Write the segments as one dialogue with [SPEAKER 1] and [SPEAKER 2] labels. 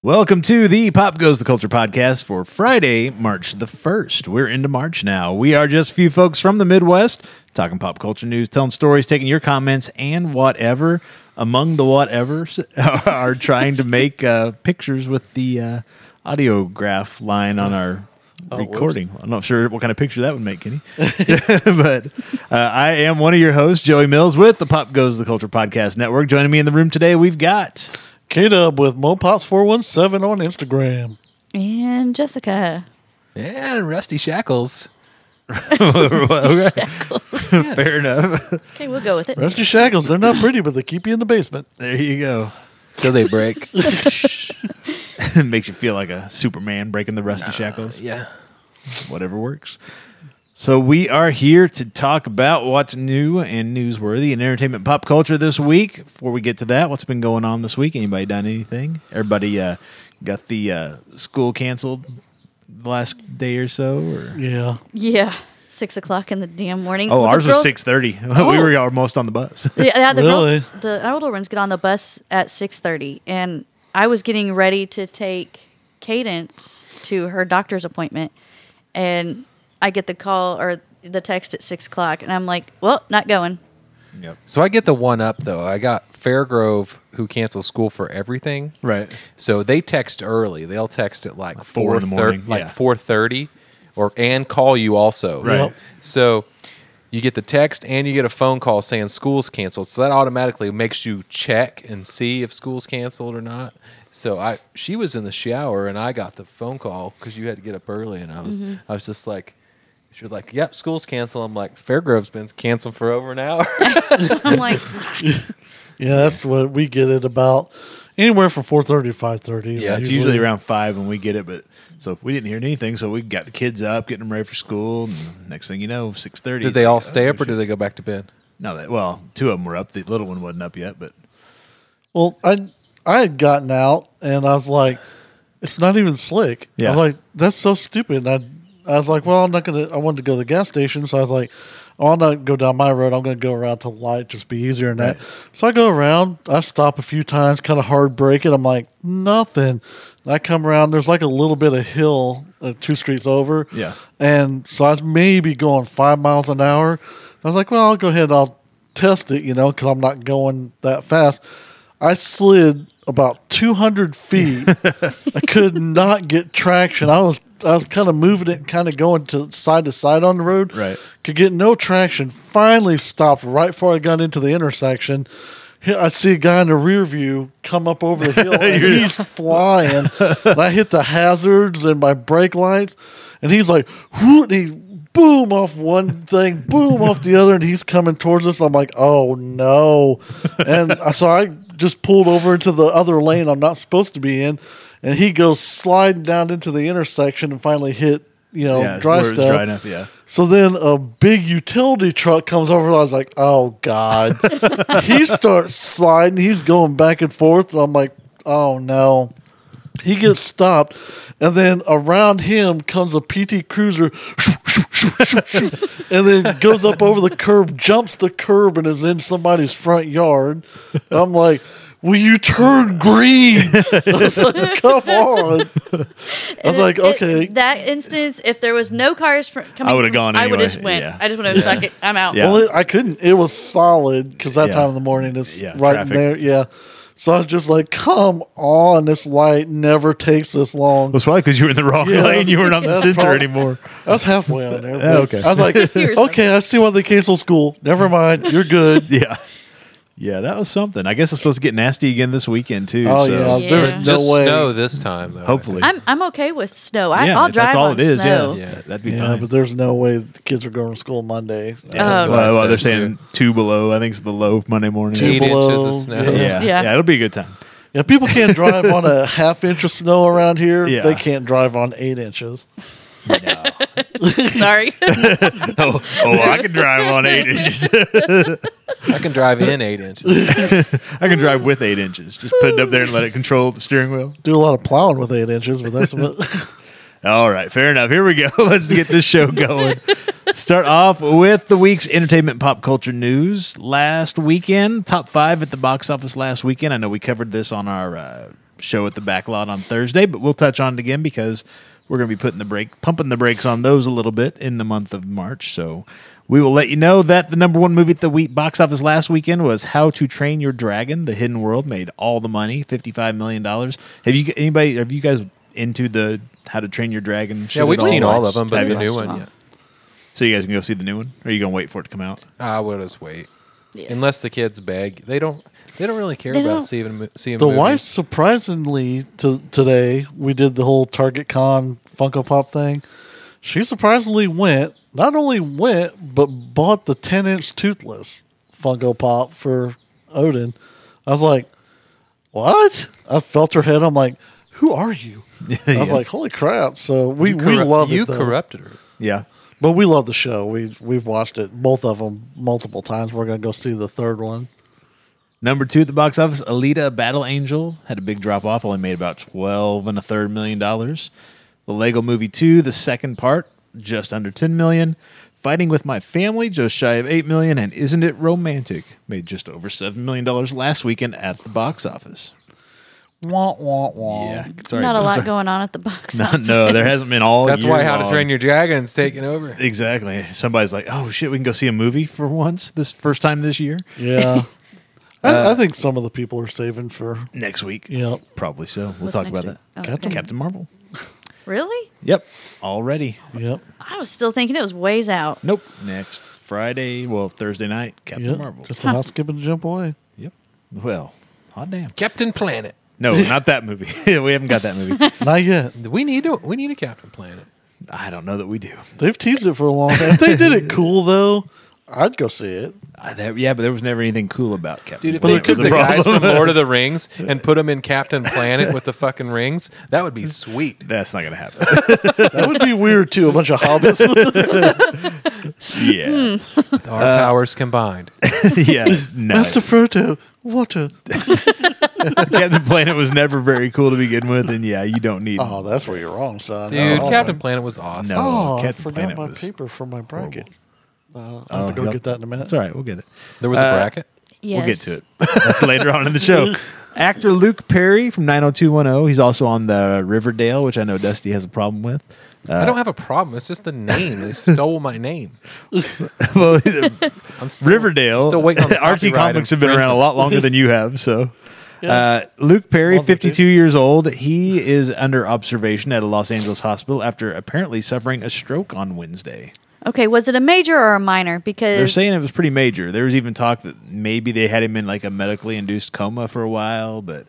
[SPEAKER 1] Welcome to the Pop Goes the Culture podcast for Friday, March the 1st. We're into March now. We are just a few folks from the Midwest talking pop culture news, telling stories, taking your comments, and whatever. Among the whatevers are trying to make uh, pictures with the uh, audiograph line on our recording. I'm not sure what kind of picture that would make, Kenny. but uh, I am one of your hosts, Joey Mills, with the Pop Goes the Culture Podcast Network. Joining me in the room today, we've got.
[SPEAKER 2] K Dub with Mopops417 on Instagram.
[SPEAKER 3] And Jessica.
[SPEAKER 4] And Rusty Shackles.
[SPEAKER 1] Fair enough.
[SPEAKER 3] Okay, we'll go with it.
[SPEAKER 2] Rusty Shackles, they're not pretty, but they keep you in the basement.
[SPEAKER 1] There you go.
[SPEAKER 4] Till they break.
[SPEAKER 1] It makes you feel like a Superman breaking the rusty shackles.
[SPEAKER 4] yeah.
[SPEAKER 1] Whatever works. So we are here to talk about what's new and newsworthy in entertainment pop culture this week. Before we get to that, what's been going on this week? Anybody done anything? Everybody uh, got the uh, school canceled the last day or so? Or?
[SPEAKER 2] Yeah.
[SPEAKER 3] Yeah. Six o'clock in the damn morning.
[SPEAKER 1] Oh,
[SPEAKER 3] Well, the
[SPEAKER 1] ours was
[SPEAKER 3] girls-
[SPEAKER 1] six thirty. we
[SPEAKER 3] Oh.
[SPEAKER 1] were almost on the bus.
[SPEAKER 3] Yeah, yeah, the
[SPEAKER 2] Really?
[SPEAKER 3] girls, the older ones get on the bus at six thirty, and I was getting ready to take Cadence to her doctor's appointment, and I get the call or the text at six o'clock, and I'm like, "Well, not going."
[SPEAKER 1] yep.
[SPEAKER 4] So I get the one up though. I got Fairgrove who cancels school for everything.
[SPEAKER 1] Right.
[SPEAKER 4] So they text early. They'll text at like
[SPEAKER 1] four
[SPEAKER 4] four
[SPEAKER 1] in the morning,
[SPEAKER 4] like
[SPEAKER 1] yeah.
[SPEAKER 4] four thirty, or and call you also.
[SPEAKER 1] Right.
[SPEAKER 2] Yep.
[SPEAKER 4] So you get the text and you get a phone call saying school's canceled. So that automatically makes you check and see if school's canceled or not. So I she was in the shower and I got the phone call because you had to get up early and I was
[SPEAKER 2] Mm-hmm.
[SPEAKER 4] I was just like. She was like, "Yep, school's canceled." I'm like, "Fairgrove's been canceled for over an hour."
[SPEAKER 3] I'm like,
[SPEAKER 2] Yeah, that's what we get it about anywhere from 4.30 to 5.30.
[SPEAKER 1] Yeah, it's usually around five when we get it, but so we didn't hear anything, so we got the kids up, getting them ready for school, and next thing you know, six thirty. oh,
[SPEAKER 4] Did they all stay up or did they go back to bed?
[SPEAKER 1] No, they, well, two of them were up. The little one wasn't up yet, but
[SPEAKER 2] Well, I, I had gotten out and I was like, it's not even slick.
[SPEAKER 1] Yeah.
[SPEAKER 2] I was like, that's so stupid. And I, I was like, well, I'm not going to, I wanted to go to the gas station. So I was like, oh, I'm not go down my road. I'm going to go around to the light, just be easier than that. So I go around, I stop a few times, kind of hard brake it. I'm like, nothing. And I come around, there's like a little bit of hill uh, two streets over.
[SPEAKER 1] Yeah.
[SPEAKER 2] And so I was maybe going five miles an hour. I was like, well, I'll go ahead and I'll test it, you know, because I'm not going that fast. I slid about 200 feet. I could not get traction. I was I was kind of moving it, kind of going to side to side on the road.
[SPEAKER 1] Right.
[SPEAKER 2] Could get no traction. Finally stopped right before I got into the intersection. Here- I see a guy in the rear view come up over the hill and he's flying. And I hit the hazards and my brake lights, and he's like, whoop, and he boom off one thing, boom off the other, and he's coming towards us. I'm like, oh no. And I- so I just pulled over into the other lane I'm not supposed to be in, and he goes sliding down into the intersection and finally hit, you know,
[SPEAKER 1] yeah, it's
[SPEAKER 2] dry
[SPEAKER 1] where it's
[SPEAKER 2] stuff.
[SPEAKER 1] dry enough. Yeah,
[SPEAKER 2] So then a big utility truck comes over, and I was like, oh, God. he starts sliding. He's going back and forth. And I'm like, oh, no. He gets stopped. And then around him comes a PT Cruiser and then goes up over the curb, jumps the curb, and is in somebody's front yard. I'm like, will you turn green? I was like, come on. I was
[SPEAKER 3] And
[SPEAKER 2] like,
[SPEAKER 3] it-
[SPEAKER 2] okay.
[SPEAKER 3] it- that instance, if there was no cars fr- coming,
[SPEAKER 1] would've
[SPEAKER 3] from-
[SPEAKER 1] gone
[SPEAKER 3] I would
[SPEAKER 1] anyway.
[SPEAKER 3] have just went.
[SPEAKER 1] Yeah.
[SPEAKER 3] I just would have been like, I'm out.
[SPEAKER 1] Yeah.
[SPEAKER 2] Well, it, I couldn't. It was solid because that
[SPEAKER 1] Yeah.
[SPEAKER 2] time of the morning is
[SPEAKER 1] Yeah,
[SPEAKER 2] right
[SPEAKER 1] traffic.
[SPEAKER 2] there. Yeah. So I was just like, come on, this light never takes this long.
[SPEAKER 1] that's probably because you were in the wrong
[SPEAKER 2] Yeah.
[SPEAKER 1] lane. You weren't on the
[SPEAKER 2] That's
[SPEAKER 1] center
[SPEAKER 2] prob-
[SPEAKER 1] anymore.
[SPEAKER 2] I was halfway on there.
[SPEAKER 1] Yeah,
[SPEAKER 2] but
[SPEAKER 1] okay.
[SPEAKER 2] I was like,
[SPEAKER 3] You're so-
[SPEAKER 2] okay, I see why they canceled school. Never mind. You're good.
[SPEAKER 1] Yeah, yeah, that was something. I guess it's supposed to get nasty again this weekend too.
[SPEAKER 2] Oh,
[SPEAKER 1] so.
[SPEAKER 2] yeah. There's
[SPEAKER 3] Yeah.
[SPEAKER 2] no
[SPEAKER 4] Just
[SPEAKER 2] way.
[SPEAKER 4] snow this time, though. I
[SPEAKER 1] Hopefully,
[SPEAKER 3] I'm I'm okay with snow. I,
[SPEAKER 1] yeah,
[SPEAKER 3] I'll
[SPEAKER 1] if
[SPEAKER 3] drive
[SPEAKER 1] that's all it
[SPEAKER 3] on
[SPEAKER 1] is.
[SPEAKER 3] snow.
[SPEAKER 1] Yeah, yeah, that'd be
[SPEAKER 2] Yeah,
[SPEAKER 1] fine.
[SPEAKER 2] but there's no way the kids are going to school Monday.
[SPEAKER 4] Yeah.
[SPEAKER 1] well,
[SPEAKER 3] Oh.
[SPEAKER 1] well,
[SPEAKER 4] I
[SPEAKER 1] they're
[SPEAKER 4] said, too.
[SPEAKER 1] saying two below. I think it's the low Monday morning.
[SPEAKER 2] Two
[SPEAKER 4] Eight inches
[SPEAKER 2] below.
[SPEAKER 4] of snow.
[SPEAKER 2] Yeah.
[SPEAKER 1] yeah.
[SPEAKER 3] Yeah.
[SPEAKER 1] yeah, it'll be a good time.
[SPEAKER 2] Yeah, people can't drive on a half inch of snow around here.
[SPEAKER 1] Yeah.
[SPEAKER 2] They can't drive on eight inches.
[SPEAKER 3] Sorry.
[SPEAKER 1] oh, oh, I can drive on eight inches.
[SPEAKER 4] I can drive in eight inches.
[SPEAKER 1] I can drive with eight inches. Just put it up there and let it control the steering wheel.
[SPEAKER 2] Do a lot of plowing with eight inches, but that's what.
[SPEAKER 1] All right, fair enough. Here we go. Let's get this show going. Start off with the week's entertainment and pop culture news. Last weekend, top five at the box office last weekend. I know we covered this on our uh, show at the back lot on Thursday, but we'll touch on it again because we're going to be putting the brake, pumping the brakes on those a little bit in the month of March. So we will let you know that the number one movie at the week box office last weekend was How to Train Your Dragon: The Hidden World. Made all the money, fifty-five million dollars. Have you anybody? Have you guys into the How to Train Your Dragon? shit
[SPEAKER 4] Yeah, we've
[SPEAKER 1] at all?
[SPEAKER 4] seen all of them, but
[SPEAKER 3] Have
[SPEAKER 4] the
[SPEAKER 3] you
[SPEAKER 4] new
[SPEAKER 3] watched
[SPEAKER 4] one, yeah.
[SPEAKER 3] them
[SPEAKER 1] So you guys can go see the new one. Or are you going to wait for it to come out?
[SPEAKER 4] I would just wait.
[SPEAKER 3] Yeah.
[SPEAKER 4] Unless the kids beg, they don't. They don't really care
[SPEAKER 3] They
[SPEAKER 4] about
[SPEAKER 3] don't-
[SPEAKER 4] seeing mo- seeing
[SPEAKER 2] The
[SPEAKER 4] movies.
[SPEAKER 2] wife, surprisingly, to today we did the whole Target Con Funko Pop thing. She surprisingly went. Not only went, but bought the ten inch toothless Funko Pop for Odin. I was like, "What?" I felt her head. I'm like, "Who are you?" I was
[SPEAKER 1] Yeah.
[SPEAKER 2] like, "Holy crap!" So we
[SPEAKER 4] You
[SPEAKER 2] we
[SPEAKER 4] corru-
[SPEAKER 2] love
[SPEAKER 4] you
[SPEAKER 2] it. though.
[SPEAKER 4] corrupted her.
[SPEAKER 1] Yeah.
[SPEAKER 2] But we love the show. We we've watched it both of them multiple times. We're gonna go see the third one.
[SPEAKER 1] Number two at the box office, Alita Battle Angel had a big drop off, only made about twelve and a third million dollars. The Lego Movie Two, the second part, just under ten million. Fighting with My Family, just shy of eight million, and Isn't It Romantic made just over seven million dollars last weekend at the box office.
[SPEAKER 2] Wah, wah, wah.
[SPEAKER 1] Yeah, sorry,
[SPEAKER 3] Not a lot
[SPEAKER 1] sorry.
[SPEAKER 3] going on at the box.
[SPEAKER 1] No,
[SPEAKER 3] office.
[SPEAKER 1] no, there hasn't been all.
[SPEAKER 4] That's
[SPEAKER 1] year
[SPEAKER 4] why How to
[SPEAKER 1] long.
[SPEAKER 4] Train Your Dragon's taking over.
[SPEAKER 1] Exactly. Somebody's like, "Oh shit, we can go see a movie for once this first time this year."
[SPEAKER 2] Yeah.
[SPEAKER 1] Uh,
[SPEAKER 2] I, I think some of the people are saving for
[SPEAKER 1] next week.
[SPEAKER 2] Yep.
[SPEAKER 1] probably so. We'll
[SPEAKER 3] What's
[SPEAKER 1] talk
[SPEAKER 3] next
[SPEAKER 1] about
[SPEAKER 3] week?
[SPEAKER 1] that.
[SPEAKER 3] Oh,
[SPEAKER 1] Captain,
[SPEAKER 3] okay.
[SPEAKER 1] Captain Marvel.
[SPEAKER 3] Really?
[SPEAKER 1] Yep, already.
[SPEAKER 2] Yep.
[SPEAKER 3] I was still thinking it was ways out.
[SPEAKER 1] Nope. Next Friday, well Thursday night, Captain
[SPEAKER 2] Yep.
[SPEAKER 1] Marvel.
[SPEAKER 2] Just a hop, skip, and jump away.
[SPEAKER 1] Yep. Well, hot damn.
[SPEAKER 4] Captain Planet.
[SPEAKER 1] No, not that movie. we haven't got that movie.
[SPEAKER 2] Not yet.
[SPEAKER 4] We need to. We need a Captain Planet.
[SPEAKER 1] I don't know that we do.
[SPEAKER 2] They've teased it for a long time. If they did it cool though, I'd go see it.
[SPEAKER 1] I, there, yeah, but there was never anything cool about Captain.
[SPEAKER 4] Dude, if
[SPEAKER 1] Planet
[SPEAKER 4] they took
[SPEAKER 1] was
[SPEAKER 4] the guys
[SPEAKER 1] problem.
[SPEAKER 4] from Lord of the Rings and put them in Captain Planet with the fucking rings, that would be sweet.
[SPEAKER 1] that's not gonna happen.
[SPEAKER 2] That would be weird too. A bunch of hobbits. with-
[SPEAKER 1] yeah,
[SPEAKER 4] With our powers combined.
[SPEAKER 3] Hmm.
[SPEAKER 1] yeah. No,
[SPEAKER 2] Master Frodo, what a
[SPEAKER 1] Captain Planet was never very cool to begin with, and yeah, you don't need.
[SPEAKER 2] Oh, that's where you're wrong, son.
[SPEAKER 4] Dude,
[SPEAKER 2] Oh,
[SPEAKER 4] Captain Planet was awesome.
[SPEAKER 1] No.
[SPEAKER 2] Oh, I
[SPEAKER 1] Captain
[SPEAKER 2] forgot
[SPEAKER 1] Planet
[SPEAKER 2] my
[SPEAKER 1] was
[SPEAKER 2] paper for my bracket. Uh, I'll
[SPEAKER 1] Oh,
[SPEAKER 2] have to go
[SPEAKER 1] yep.
[SPEAKER 2] get that in a minute.
[SPEAKER 1] That's all right. We'll get it.
[SPEAKER 4] There was a bracket.
[SPEAKER 3] Yes.
[SPEAKER 1] We'll get to it. That's later on in the show. Actor Luke Perry from 90210. He's also on the Riverdale, which I know Dusty has a problem with.
[SPEAKER 4] I don't have a problem. It's just the name. They stole my name.
[SPEAKER 1] well,
[SPEAKER 4] I'm still,
[SPEAKER 1] Riverdale.
[SPEAKER 4] still waiting on the
[SPEAKER 1] Archie
[SPEAKER 4] copyright
[SPEAKER 1] comics have been around a lot longer than you have. So, uh, Luke Perry,
[SPEAKER 2] Well, they
[SPEAKER 1] 52 years old, he is under observation at a Los Angeles hospital after apparently suffering a stroke on Wednesday.
[SPEAKER 3] Okay, was it a major or a minor?
[SPEAKER 1] They're
[SPEAKER 3] Because
[SPEAKER 1] saying it was pretty major. There was even talk that maybe they had him in like a medically induced coma for a while, but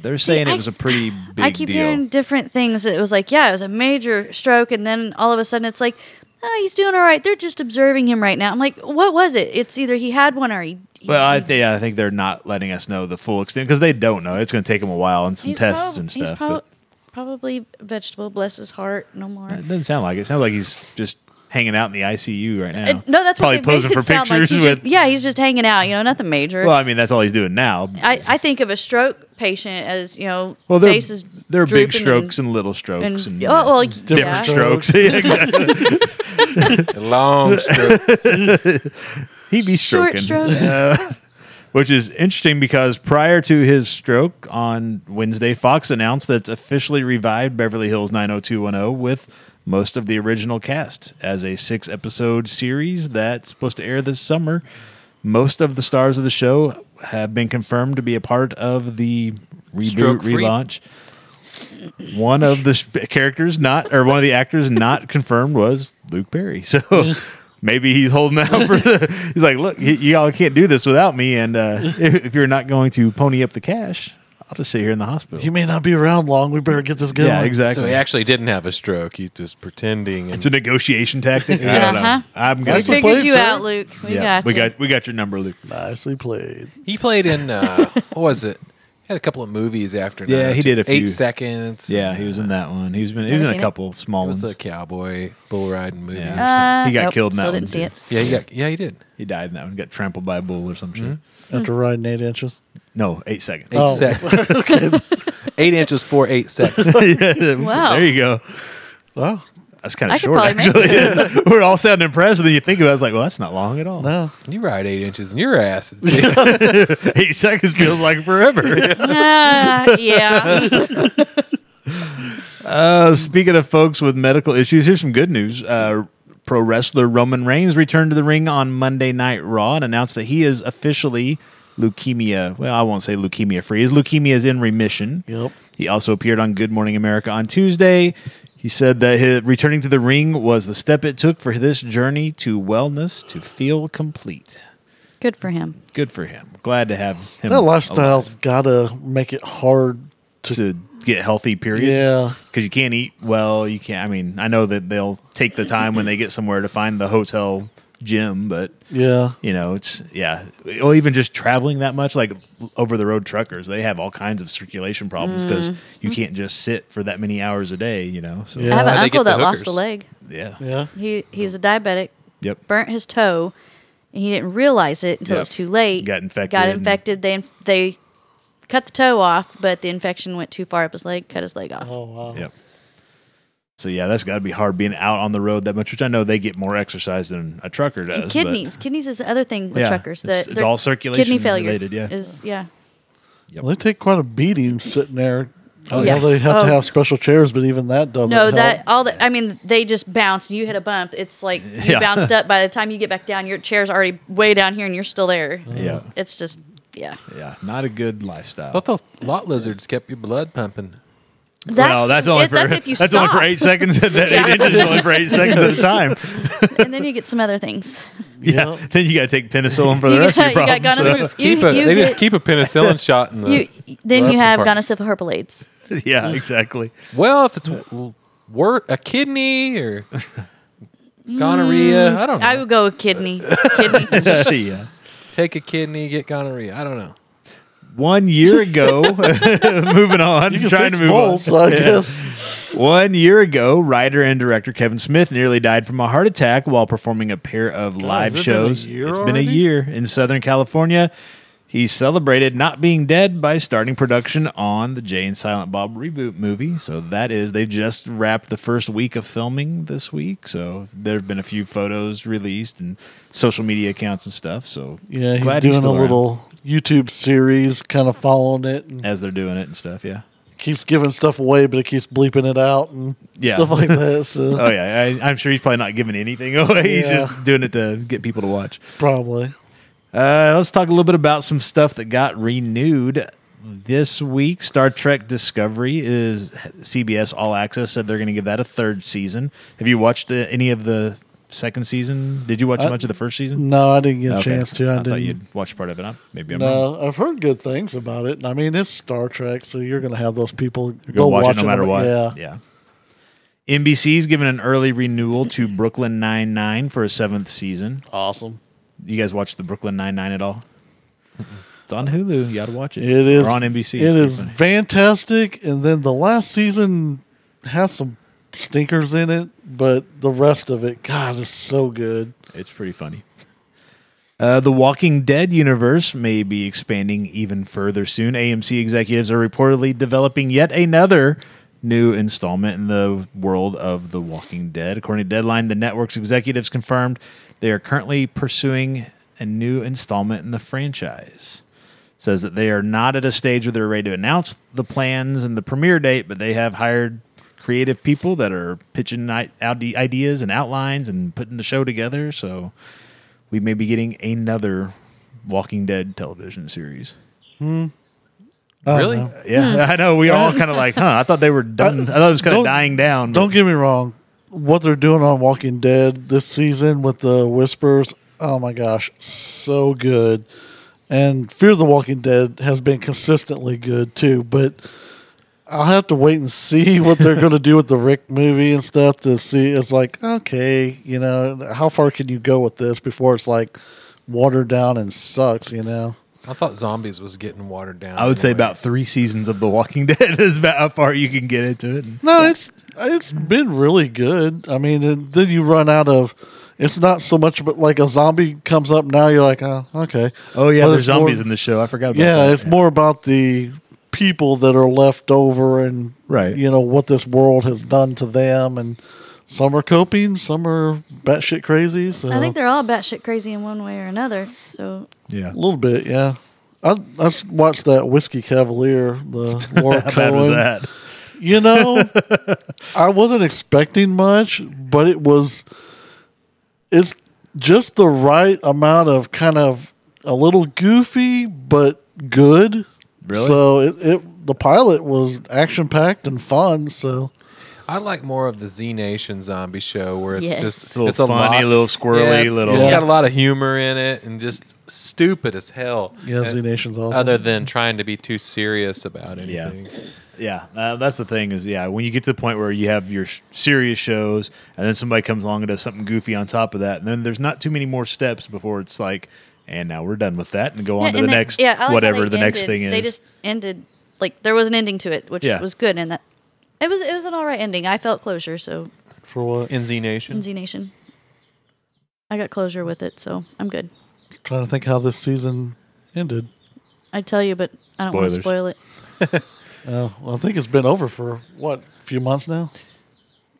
[SPEAKER 1] they're saying
[SPEAKER 3] I-
[SPEAKER 1] it was a pretty big
[SPEAKER 3] I keep
[SPEAKER 1] deal.
[SPEAKER 3] hearing different things. It was like, yeah, it was a major stroke, and then all of a sudden it's like, oh, he's doing all right. They're just observing him right now. I'm like, what was it? It's either he had one or he. he-
[SPEAKER 1] Well, I, th- yeah, I think they're not letting us know the full extent because they don't know. It's going to take them a while and some
[SPEAKER 3] he's
[SPEAKER 1] tests
[SPEAKER 3] prob-
[SPEAKER 1] and
[SPEAKER 3] he's
[SPEAKER 1] stuff.
[SPEAKER 3] prob-
[SPEAKER 1] but
[SPEAKER 3] probably vegetable. Bless his heart. No more.
[SPEAKER 1] it doesn't sound like it. it. Sounds like he's just hanging out in the ICU right now.
[SPEAKER 3] Uh, no, that's
[SPEAKER 1] probably
[SPEAKER 3] what they
[SPEAKER 1] posing
[SPEAKER 3] make it
[SPEAKER 1] for
[SPEAKER 3] sound
[SPEAKER 1] pictures
[SPEAKER 3] like. He's
[SPEAKER 1] with.
[SPEAKER 3] just, yeah, he's just hanging out. You know, nothing major.
[SPEAKER 1] Well, I mean, that's all he's doing now.
[SPEAKER 3] I, I think of a stroke patient as you know,
[SPEAKER 1] Well, they're,
[SPEAKER 3] faces.
[SPEAKER 1] they're big
[SPEAKER 3] drooping
[SPEAKER 1] strokes
[SPEAKER 3] and,
[SPEAKER 1] and, little strokes and,
[SPEAKER 3] and-
[SPEAKER 1] yeah,
[SPEAKER 3] oh, well,
[SPEAKER 1] different
[SPEAKER 3] yeah.
[SPEAKER 1] strokes. Yeah, exactly.
[SPEAKER 4] Long stroke.
[SPEAKER 1] He'd be
[SPEAKER 3] Short
[SPEAKER 1] stroking.
[SPEAKER 3] strokes.
[SPEAKER 1] Which is interesting because prior to his stroke on Wednesday, Fox announced that's officially revived Beverly Hills 90210 with most of the original cast as a six episode series that's supposed to air this summer. Most of the stars of the show have been confirmed to be a part of the reboot
[SPEAKER 4] Stroke-free.
[SPEAKER 1] relaunch. One of the sp- characters not, or one of the actors not confirmed was Luke Perry. So maybe he's holding out for the. He's like, look, y- y'all can't do this without me. And uh, if, if you're not going to pony up the cash, I'll just sit here in the hospital.
[SPEAKER 2] You may not be around long. We better get this going.
[SPEAKER 1] yeah, exactly.
[SPEAKER 4] So he actually didn't have a stroke. He's just pretending. And
[SPEAKER 1] it's a negotiation tactic. I don't know.
[SPEAKER 3] Uh-huh.
[SPEAKER 1] I'm
[SPEAKER 3] We
[SPEAKER 1] gonna.
[SPEAKER 2] That's the
[SPEAKER 3] figured
[SPEAKER 2] plan,
[SPEAKER 3] you
[SPEAKER 2] sir.
[SPEAKER 3] out, Luke. We
[SPEAKER 1] yeah,
[SPEAKER 3] got
[SPEAKER 1] we
[SPEAKER 3] you.
[SPEAKER 1] got we got your number, Luke.
[SPEAKER 2] Nicely played.
[SPEAKER 4] he played in uh, what was it? He had a couple of movies after.
[SPEAKER 1] Yeah, he
[SPEAKER 4] 902.
[SPEAKER 1] did a few.
[SPEAKER 4] Eight seconds.
[SPEAKER 1] Yeah, he was in that one. He's been he
[SPEAKER 3] Never
[SPEAKER 1] was in
[SPEAKER 3] seen
[SPEAKER 1] a
[SPEAKER 3] it.
[SPEAKER 1] couple small
[SPEAKER 4] It was
[SPEAKER 1] ones.
[SPEAKER 4] a cowboy bull riding movie.
[SPEAKER 1] Yeah.
[SPEAKER 4] or
[SPEAKER 1] Uh,
[SPEAKER 4] something.
[SPEAKER 1] He got killed in that
[SPEAKER 3] Still
[SPEAKER 1] one,
[SPEAKER 3] didn't see
[SPEAKER 1] too.
[SPEAKER 3] it.
[SPEAKER 4] yeah, he got, yeah, he did.
[SPEAKER 1] he died in that one. Got trampled by a bull or some shit.
[SPEAKER 2] After riding eight inches.
[SPEAKER 1] No, eight seconds.
[SPEAKER 4] Eight
[SPEAKER 2] Oh.
[SPEAKER 4] seconds. Eight inches for eight seconds.
[SPEAKER 1] There you go.
[SPEAKER 2] Wow.
[SPEAKER 1] That's kind
[SPEAKER 3] I
[SPEAKER 1] of
[SPEAKER 3] could
[SPEAKER 1] short,
[SPEAKER 3] probably make
[SPEAKER 1] actually. We're all sounding impressed, and then you think about it, it's like, well, that's not long at all.
[SPEAKER 2] No.
[SPEAKER 4] You ride eight inches in your ass. It's-
[SPEAKER 1] Eight seconds feels like forever.
[SPEAKER 3] Ah, yeah.
[SPEAKER 1] Uh, speaking of folks with medical issues, here's some good news. Uh, pro wrestler Roman Reigns returned to the ring on Monday Night Raw and announced that he is officially leukemia. Well, I won't say leukemia free. His leukemia is in remission.
[SPEAKER 2] Yep.
[SPEAKER 1] He also appeared on Good Morning America on Tuesday. He said that his, returning to the ring was the step it took for this journey to wellness to feel complete.
[SPEAKER 3] Good for him.
[SPEAKER 1] Good for him. Glad to have him.
[SPEAKER 2] That lifestyle's got to make it hard to.
[SPEAKER 1] alive to get healthy. Period.
[SPEAKER 2] Yeah.
[SPEAKER 1] because you can't eat well. You can't. I mean, I know that they'll take the time when they get somewhere to find the hotel gym, but
[SPEAKER 2] Yeah.
[SPEAKER 1] you know, it's yeah. Or even just traveling that much, like over the road truckers, they have all kinds of circulation problems because you can't just sit for that many hours a day. You know, so
[SPEAKER 3] I
[SPEAKER 1] yeah,
[SPEAKER 3] have an
[SPEAKER 4] How'd they get
[SPEAKER 3] uncle
[SPEAKER 4] the
[SPEAKER 3] that lost a
[SPEAKER 4] hookers?
[SPEAKER 3] leg.
[SPEAKER 1] yeah,
[SPEAKER 2] Yeah.
[SPEAKER 3] He he's a diabetic.
[SPEAKER 1] yep.
[SPEAKER 3] Burnt his toe, and he didn't realize it until it was
[SPEAKER 1] Yep.
[SPEAKER 3] too late.
[SPEAKER 1] Got infected
[SPEAKER 3] Got
[SPEAKER 1] and-
[SPEAKER 3] infected. They they cut the toe off, but the infection went too far up his leg, cut his leg off.
[SPEAKER 2] Oh, wow.
[SPEAKER 1] Yep. So yeah, that's got to be hard being out on the road that much. Which I know they get more exercise than a trucker does.
[SPEAKER 3] And
[SPEAKER 1] but-
[SPEAKER 3] kidneys. Kidneys is the other thing with
[SPEAKER 1] Yeah,
[SPEAKER 3] truckers.
[SPEAKER 1] it's-
[SPEAKER 3] that
[SPEAKER 1] it's
[SPEAKER 3] they're-
[SPEAKER 1] all circulation
[SPEAKER 3] kidney failure
[SPEAKER 1] related, yeah.
[SPEAKER 3] Is yeah.
[SPEAKER 1] Yep.
[SPEAKER 2] They take quite a beating sitting there. I
[SPEAKER 3] Yeah.
[SPEAKER 2] know they have
[SPEAKER 3] Oh.
[SPEAKER 2] to have special chairs, but even that doesn't.
[SPEAKER 3] No,
[SPEAKER 2] help.
[SPEAKER 3] that all that I mean, they just bounce. You hit a bump. It's like you
[SPEAKER 1] Yeah.
[SPEAKER 3] bounced up. By the time you get back down, your chair's already way down here, and you're still there. Mm.
[SPEAKER 1] Yeah.
[SPEAKER 3] It's just yeah.
[SPEAKER 1] yeah, not a good lifestyle.
[SPEAKER 4] I thought the lot lizards kept your blood pumping.
[SPEAKER 3] That's,
[SPEAKER 1] well, that's only
[SPEAKER 3] it-
[SPEAKER 1] for
[SPEAKER 3] that's if you
[SPEAKER 1] that's
[SPEAKER 3] stop,
[SPEAKER 1] only for eight seconds. That
[SPEAKER 3] Yeah.
[SPEAKER 1] eight inches is only for eight seconds at a time.
[SPEAKER 3] and then you get some other things.
[SPEAKER 1] Yeah.
[SPEAKER 2] Yep.
[SPEAKER 1] Then you got to take penicillin for the
[SPEAKER 3] You
[SPEAKER 1] rest of your
[SPEAKER 3] got- you got
[SPEAKER 1] problems. so-
[SPEAKER 4] They
[SPEAKER 3] gonorrhea.
[SPEAKER 4] just keep
[SPEAKER 3] You-
[SPEAKER 4] a,
[SPEAKER 3] you
[SPEAKER 4] they
[SPEAKER 3] get-
[SPEAKER 4] just keep a penicillin shot in the.
[SPEAKER 3] You then
[SPEAKER 4] Left
[SPEAKER 3] you have
[SPEAKER 4] department.
[SPEAKER 3] gonosyphil herpes.
[SPEAKER 1] yeah, exactly.
[SPEAKER 4] well, if it's w- wor- a kidney or gonorrhea, I don't know.
[SPEAKER 3] I would go with kidney. kidney.
[SPEAKER 1] yeah.
[SPEAKER 4] Take a kidney, get gonorrhea. I don't know.
[SPEAKER 1] One year ago, moving on,
[SPEAKER 2] you can
[SPEAKER 1] trying
[SPEAKER 2] fix
[SPEAKER 1] to move
[SPEAKER 2] both,
[SPEAKER 1] on.
[SPEAKER 2] I
[SPEAKER 1] Yeah.
[SPEAKER 2] guess.
[SPEAKER 1] One year ago, writer and director Kevin Smith nearly died from a heart attack while performing a pair of live
[SPEAKER 2] has it been a
[SPEAKER 1] shows.
[SPEAKER 2] year
[SPEAKER 1] it's been a
[SPEAKER 2] already?
[SPEAKER 1] year in Southern California. He celebrated not being dead by starting production on the Jay and Silent Bob reboot movie. So that is they just wrapped the first week of filming this week. So there have been a few photos released and social media accounts and stuff. So
[SPEAKER 2] Yeah, he's
[SPEAKER 1] glad
[SPEAKER 2] doing a
[SPEAKER 1] still around
[SPEAKER 2] little YouTube series, kind of following it, and
[SPEAKER 1] as they're doing it and stuff. Yeah.
[SPEAKER 2] keeps giving stuff away, but it keeps bleeping it out and
[SPEAKER 1] Yeah.
[SPEAKER 2] stuff like that. So
[SPEAKER 1] Oh yeah, I, I'm sure he's probably not giving anything away. He's
[SPEAKER 2] Yeah.
[SPEAKER 1] just doing it to get people to watch.
[SPEAKER 2] probably.
[SPEAKER 1] Uh, let's talk a little bit about some stuff that got renewed this week. Star Trek Discovery is CBS All Access said they're going to give that a third season. Have you watched uh, any of the second season? Did you watch
[SPEAKER 2] I-
[SPEAKER 1] much of the first season?
[SPEAKER 2] Uh, No, I didn't get a
[SPEAKER 1] Okay.
[SPEAKER 2] chance to. I,
[SPEAKER 1] thought
[SPEAKER 2] didn't.
[SPEAKER 1] you'd watched part of it. I- Maybe I'm wrong.
[SPEAKER 2] No, I've heard good things about it. and I mean, it's Star Trek, so you're going to have those people
[SPEAKER 1] You're gonna
[SPEAKER 2] they'll
[SPEAKER 1] watch, it no matter
[SPEAKER 2] but-
[SPEAKER 1] what.
[SPEAKER 2] Yeah.
[SPEAKER 1] yeah. NBC's given an early renewal to Brooklyn Nine Nine for a seventh season.
[SPEAKER 2] awesome.
[SPEAKER 1] You guys watch the Brooklyn Nine Nine at all? It's on Hulu. You got to watch it.
[SPEAKER 2] It is
[SPEAKER 1] Or on NBC. It's
[SPEAKER 2] It
[SPEAKER 1] pretty
[SPEAKER 2] is
[SPEAKER 1] funny.
[SPEAKER 2] fantastic, and then the last season has some stinkers in it, but the rest of it, God, is so good.
[SPEAKER 1] It's pretty funny. Uh, the Walking Dead universe may be expanding even further soon. AMC executives are reportedly developing yet another new installment in the world of The Walking Dead. According to Deadline, the network's executives confirmed they are currently pursuing a new installment in the franchise. Says that they are not at a stage where they're ready to announce the plans and the premiere date, but they have hired creative people that are pitching i- out ideas and outlines and putting the show together. So we may be getting another Walking Dead television series.
[SPEAKER 2] I don't
[SPEAKER 4] Really?
[SPEAKER 2] know.
[SPEAKER 1] Yeah, I know. We all kind of like, huh? I thought they were done. I thought it was kind of
[SPEAKER 2] Hmm. Uh, Don't-
[SPEAKER 1] dying down.
[SPEAKER 2] Don't get me wrong. What they're doing on Walking Dead this season with the whispers, oh my gosh, so good. And Fear the Walking Dead has been consistently good too, but I'll have to wait and see what they're going to do with the Rick movie and stuff to see. It's like, okay, you know, how far can you go with this before it's like watered down and sucks, you know?
[SPEAKER 4] I thought zombies was getting watered down.
[SPEAKER 1] I would say
[SPEAKER 4] anyway.
[SPEAKER 1] about three seasons of The Walking Dead is about how far you can get into it.
[SPEAKER 2] No, it's it's been really good. I mean, and then you run out of. It's not so much, but like a zombie comes up now, you're like, oh, okay.
[SPEAKER 1] Oh yeah,
[SPEAKER 2] But
[SPEAKER 1] there's
[SPEAKER 2] it's more-
[SPEAKER 1] zombies in the show. I forgot. about
[SPEAKER 2] yeah,
[SPEAKER 1] that.
[SPEAKER 2] it's more about the people that are left over and
[SPEAKER 1] Right.
[SPEAKER 2] You know what this world has done to them and Some are coping, some are batshit crazy. So
[SPEAKER 3] I think they're all batshit crazy in one way or another. So
[SPEAKER 1] Yeah.
[SPEAKER 2] a little bit, yeah. I, I s- watched that Whiskey Cavalier, the Laura
[SPEAKER 1] How bad was
[SPEAKER 2] Cohen.
[SPEAKER 1] that?
[SPEAKER 2] You know, I wasn't expecting much, but it was. It's just the right amount of kind of a little goofy, but good.
[SPEAKER 1] Really?
[SPEAKER 2] So it, it the pilot was action packed and fun. So
[SPEAKER 4] I like more of the Z Nation zombie show where it's
[SPEAKER 3] Yes.
[SPEAKER 4] just
[SPEAKER 3] It's
[SPEAKER 1] a little
[SPEAKER 4] it's a
[SPEAKER 1] funny,
[SPEAKER 4] lot-
[SPEAKER 1] little squirrely,
[SPEAKER 4] it's-
[SPEAKER 1] little-
[SPEAKER 4] It's
[SPEAKER 2] Yeah.
[SPEAKER 4] got a lot of humor in it and just stupid as hell.
[SPEAKER 2] yeah,
[SPEAKER 4] Uh,
[SPEAKER 2] Z Nation's awesome.
[SPEAKER 4] Other than trying to be too serious about
[SPEAKER 1] Yeah.
[SPEAKER 4] anything.
[SPEAKER 1] Yeah, uh, that's the thing is, yeah, when you get to the point where you have your sh- serious shows and then somebody comes along and does something goofy on top of that, and then there's not too many more steps before it's like, and now we're done with that and go on to the
[SPEAKER 3] and they-
[SPEAKER 1] next,
[SPEAKER 3] yeah, I like how
[SPEAKER 1] whatever the
[SPEAKER 3] they
[SPEAKER 1] next
[SPEAKER 3] ended.
[SPEAKER 1] thing is.
[SPEAKER 3] They just ended like there was an ending to it, which
[SPEAKER 1] Yeah.
[SPEAKER 3] was good, and that it was it was an all right ending. I felt closure, so
[SPEAKER 2] for what?
[SPEAKER 4] In Z Nation.
[SPEAKER 3] Z Nation, I got closure with it, so I'm good.
[SPEAKER 2] trying to think how this season ended.
[SPEAKER 3] I tell you, but I don't want to
[SPEAKER 1] Spoilers.
[SPEAKER 3] spoil it.
[SPEAKER 2] Uh, well, I think it's been over for what a few months now.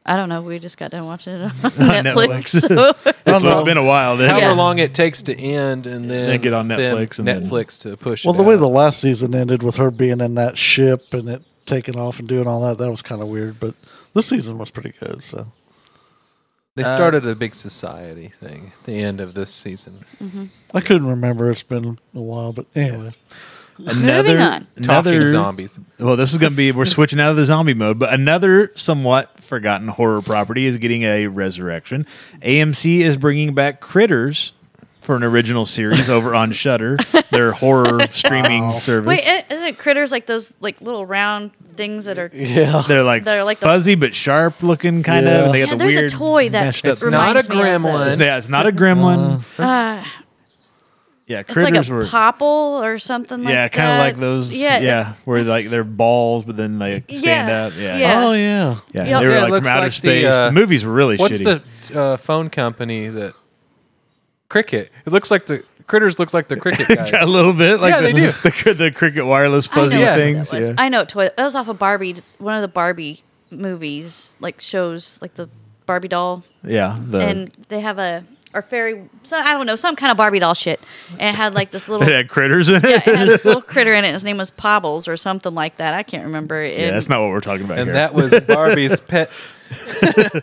[SPEAKER 3] I don't know. We just got done watching it on
[SPEAKER 1] Netflix.
[SPEAKER 3] Netflix. so-
[SPEAKER 2] I don't
[SPEAKER 1] so it's
[SPEAKER 2] know.
[SPEAKER 1] been a while. Then.
[SPEAKER 4] However
[SPEAKER 3] Yeah.
[SPEAKER 4] long it takes to end and then
[SPEAKER 1] Then get on Netflix and
[SPEAKER 4] then
[SPEAKER 1] then-
[SPEAKER 4] Netflix to push.
[SPEAKER 2] Well,
[SPEAKER 4] it
[SPEAKER 2] the way
[SPEAKER 4] out.
[SPEAKER 2] the last season ended with her being in that ship and it taking off and doing all that, that was kind of weird. But this season was pretty good. So
[SPEAKER 4] they
[SPEAKER 1] Uh,
[SPEAKER 4] started a big society thing at the end of this season.
[SPEAKER 2] I couldn't remember. It's been a while, but anyway.
[SPEAKER 1] another,
[SPEAKER 3] on.
[SPEAKER 4] Talking
[SPEAKER 1] another-
[SPEAKER 4] zombies.
[SPEAKER 1] Well, this is going to be we're switching out of the zombie mode, but another somewhat forgotten horror property is getting a resurrection. AMC is bringing back Critters for an original series over on Shutter, their horror streaming service.
[SPEAKER 3] Wait, i- isn't critters like those like little round things that are?
[SPEAKER 2] Yeah.
[SPEAKER 1] they're like,
[SPEAKER 3] They're like the-
[SPEAKER 1] fuzzy but sharp looking kind of.
[SPEAKER 2] Yeah.
[SPEAKER 1] And they got
[SPEAKER 3] Yeah,
[SPEAKER 1] the
[SPEAKER 3] there's a
[SPEAKER 1] weird
[SPEAKER 3] toy that
[SPEAKER 1] mashed up-
[SPEAKER 4] It's not
[SPEAKER 3] Reminds
[SPEAKER 4] a
[SPEAKER 3] me of
[SPEAKER 4] gremlin.
[SPEAKER 3] those.
[SPEAKER 1] yeah, it's not a gremlin.
[SPEAKER 4] Uh-huh.
[SPEAKER 3] Uh,
[SPEAKER 1] yeah,
[SPEAKER 3] it's like
[SPEAKER 1] critters
[SPEAKER 3] a
[SPEAKER 1] were
[SPEAKER 3] popple or something.
[SPEAKER 1] yeah,
[SPEAKER 3] like
[SPEAKER 1] kind of
[SPEAKER 3] that.
[SPEAKER 1] like those. Yeah, where
[SPEAKER 3] it's-
[SPEAKER 1] like they're balls, but then they stand
[SPEAKER 3] Yeah,
[SPEAKER 1] up. Yeah,
[SPEAKER 3] yeah.
[SPEAKER 2] Oh yeah.
[SPEAKER 1] yeah.
[SPEAKER 3] Yep.
[SPEAKER 1] They were
[SPEAKER 4] Yeah, it
[SPEAKER 1] like
[SPEAKER 4] looks
[SPEAKER 1] from outer
[SPEAKER 4] like the,
[SPEAKER 1] space. The,
[SPEAKER 4] uh,
[SPEAKER 1] movies were really
[SPEAKER 4] What's
[SPEAKER 1] shitty.
[SPEAKER 4] the uh, phone company that Cricket? It looks like the critters look like the Cricket guys.
[SPEAKER 1] a little bit like
[SPEAKER 4] Yeah,
[SPEAKER 1] the,
[SPEAKER 4] they do.
[SPEAKER 1] The, cr- the cricket wireless fuzzy
[SPEAKER 3] I know
[SPEAKER 4] Yeah.
[SPEAKER 1] things
[SPEAKER 3] What that was.
[SPEAKER 1] yeah.
[SPEAKER 3] I know. Toy. That was off of Barbie, one of the Barbie movies, like shows, like the Barbie doll,
[SPEAKER 1] yeah the,
[SPEAKER 3] and they have a or fairy. So I don't know, some kind of Barbie doll shit, and it had like this little.
[SPEAKER 1] it
[SPEAKER 3] yeah,
[SPEAKER 1] had critters in it yeah,
[SPEAKER 3] it had this little critter in it. His name was Pobbles or something like that. I can't remember. it.
[SPEAKER 1] that's not what we're talking about
[SPEAKER 4] and
[SPEAKER 1] here
[SPEAKER 4] that was Barbie's pet.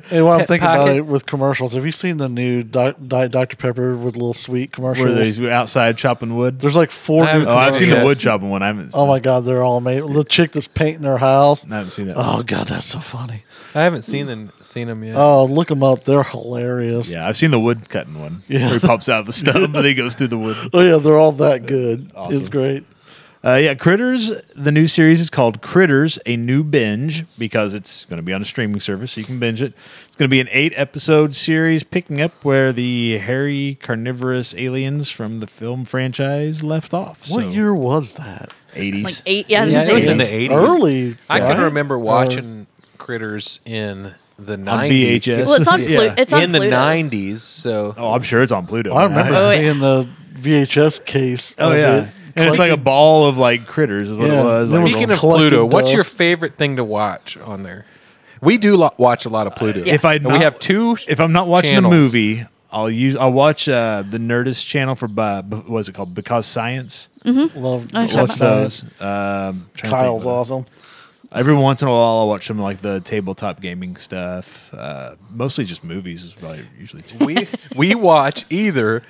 [SPEAKER 2] Hey, while I'm thinking about
[SPEAKER 4] pocket.
[SPEAKER 2] it with commercials, have you seen the new Di- Diet Dr Pepper with little sweet
[SPEAKER 1] were
[SPEAKER 2] commercials?
[SPEAKER 1] they outside chopping wood
[SPEAKER 2] There's like four.
[SPEAKER 4] I
[SPEAKER 2] New
[SPEAKER 4] haven't
[SPEAKER 1] oh I've
[SPEAKER 4] Oh,
[SPEAKER 1] seen
[SPEAKER 4] yes.
[SPEAKER 1] the wood chopping one I haven't
[SPEAKER 2] oh my god, they're all amazing. The chick that's painting her house.
[SPEAKER 1] I haven't seen that one.
[SPEAKER 2] Oh god, that's so funny.
[SPEAKER 4] I haven't seen them seen them yet.
[SPEAKER 2] Oh, look them up. They're hilarious.
[SPEAKER 1] yeah I've seen the wood cutting one yeah. where he pops out the stub and then he goes through the wood
[SPEAKER 2] Oh yeah, they're all that good.
[SPEAKER 1] Awesome.
[SPEAKER 2] It's great.
[SPEAKER 1] Uh, yeah, Critters. The new series is called Critters: A New Binge because it's going to be on a streaming service, so you can binge it. It's going to be an eight-episode series, picking up where the hairy carnivorous aliens from the film franchise left off.
[SPEAKER 2] What
[SPEAKER 1] so,
[SPEAKER 2] year was that?
[SPEAKER 3] like
[SPEAKER 1] Eighties.
[SPEAKER 3] eight. Yeah, I was
[SPEAKER 4] Yeah,
[SPEAKER 3] gonna
[SPEAKER 4] it
[SPEAKER 3] say
[SPEAKER 4] was in
[SPEAKER 3] eight.
[SPEAKER 4] the 80s.
[SPEAKER 2] Early. Uh,
[SPEAKER 4] I
[SPEAKER 2] right?
[SPEAKER 4] can remember
[SPEAKER 2] Or-
[SPEAKER 4] watching critters in
[SPEAKER 1] Oh.
[SPEAKER 4] the
[SPEAKER 1] On
[SPEAKER 4] nineties.
[SPEAKER 1] VHS.
[SPEAKER 3] Well, it's on Pluto.
[SPEAKER 1] Yeah.
[SPEAKER 3] It's on
[SPEAKER 4] in the
[SPEAKER 3] Pluto.
[SPEAKER 4] nineties, so
[SPEAKER 1] oh, I'm sure it's on Pluto.
[SPEAKER 2] I remember
[SPEAKER 3] Oh, yeah.
[SPEAKER 2] seeing the VHS case.
[SPEAKER 1] Oh
[SPEAKER 2] of
[SPEAKER 1] yeah,
[SPEAKER 2] it.
[SPEAKER 1] and it's like a
[SPEAKER 2] Collected-
[SPEAKER 1] ball of like critters is what
[SPEAKER 2] Yeah.
[SPEAKER 1] it was.
[SPEAKER 2] There
[SPEAKER 1] Like,
[SPEAKER 2] was
[SPEAKER 4] Speaking
[SPEAKER 2] a
[SPEAKER 4] of
[SPEAKER 2] collected
[SPEAKER 4] Pluto, what's your
[SPEAKER 2] dust.
[SPEAKER 4] favorite thing to watch on there? We do lo- watch a lot of Pluto.
[SPEAKER 1] If I
[SPEAKER 4] And
[SPEAKER 1] not-
[SPEAKER 4] we have two.
[SPEAKER 1] if I'm not watching
[SPEAKER 4] channels.
[SPEAKER 1] a movie, I'll use I'll watch uh, the Nerdist channel for uh, b- what is it called? Because Science.
[SPEAKER 2] Love
[SPEAKER 3] Oh, sure.
[SPEAKER 1] What's
[SPEAKER 2] what's that?
[SPEAKER 1] those? Um, trying to think
[SPEAKER 2] Kyle's
[SPEAKER 4] uh,
[SPEAKER 1] what-
[SPEAKER 2] awesome.
[SPEAKER 1] Every once in a while, I'll watch some like the tabletop gaming stuff. Uh, mostly just movies is probably usually. Too.
[SPEAKER 4] we we watch either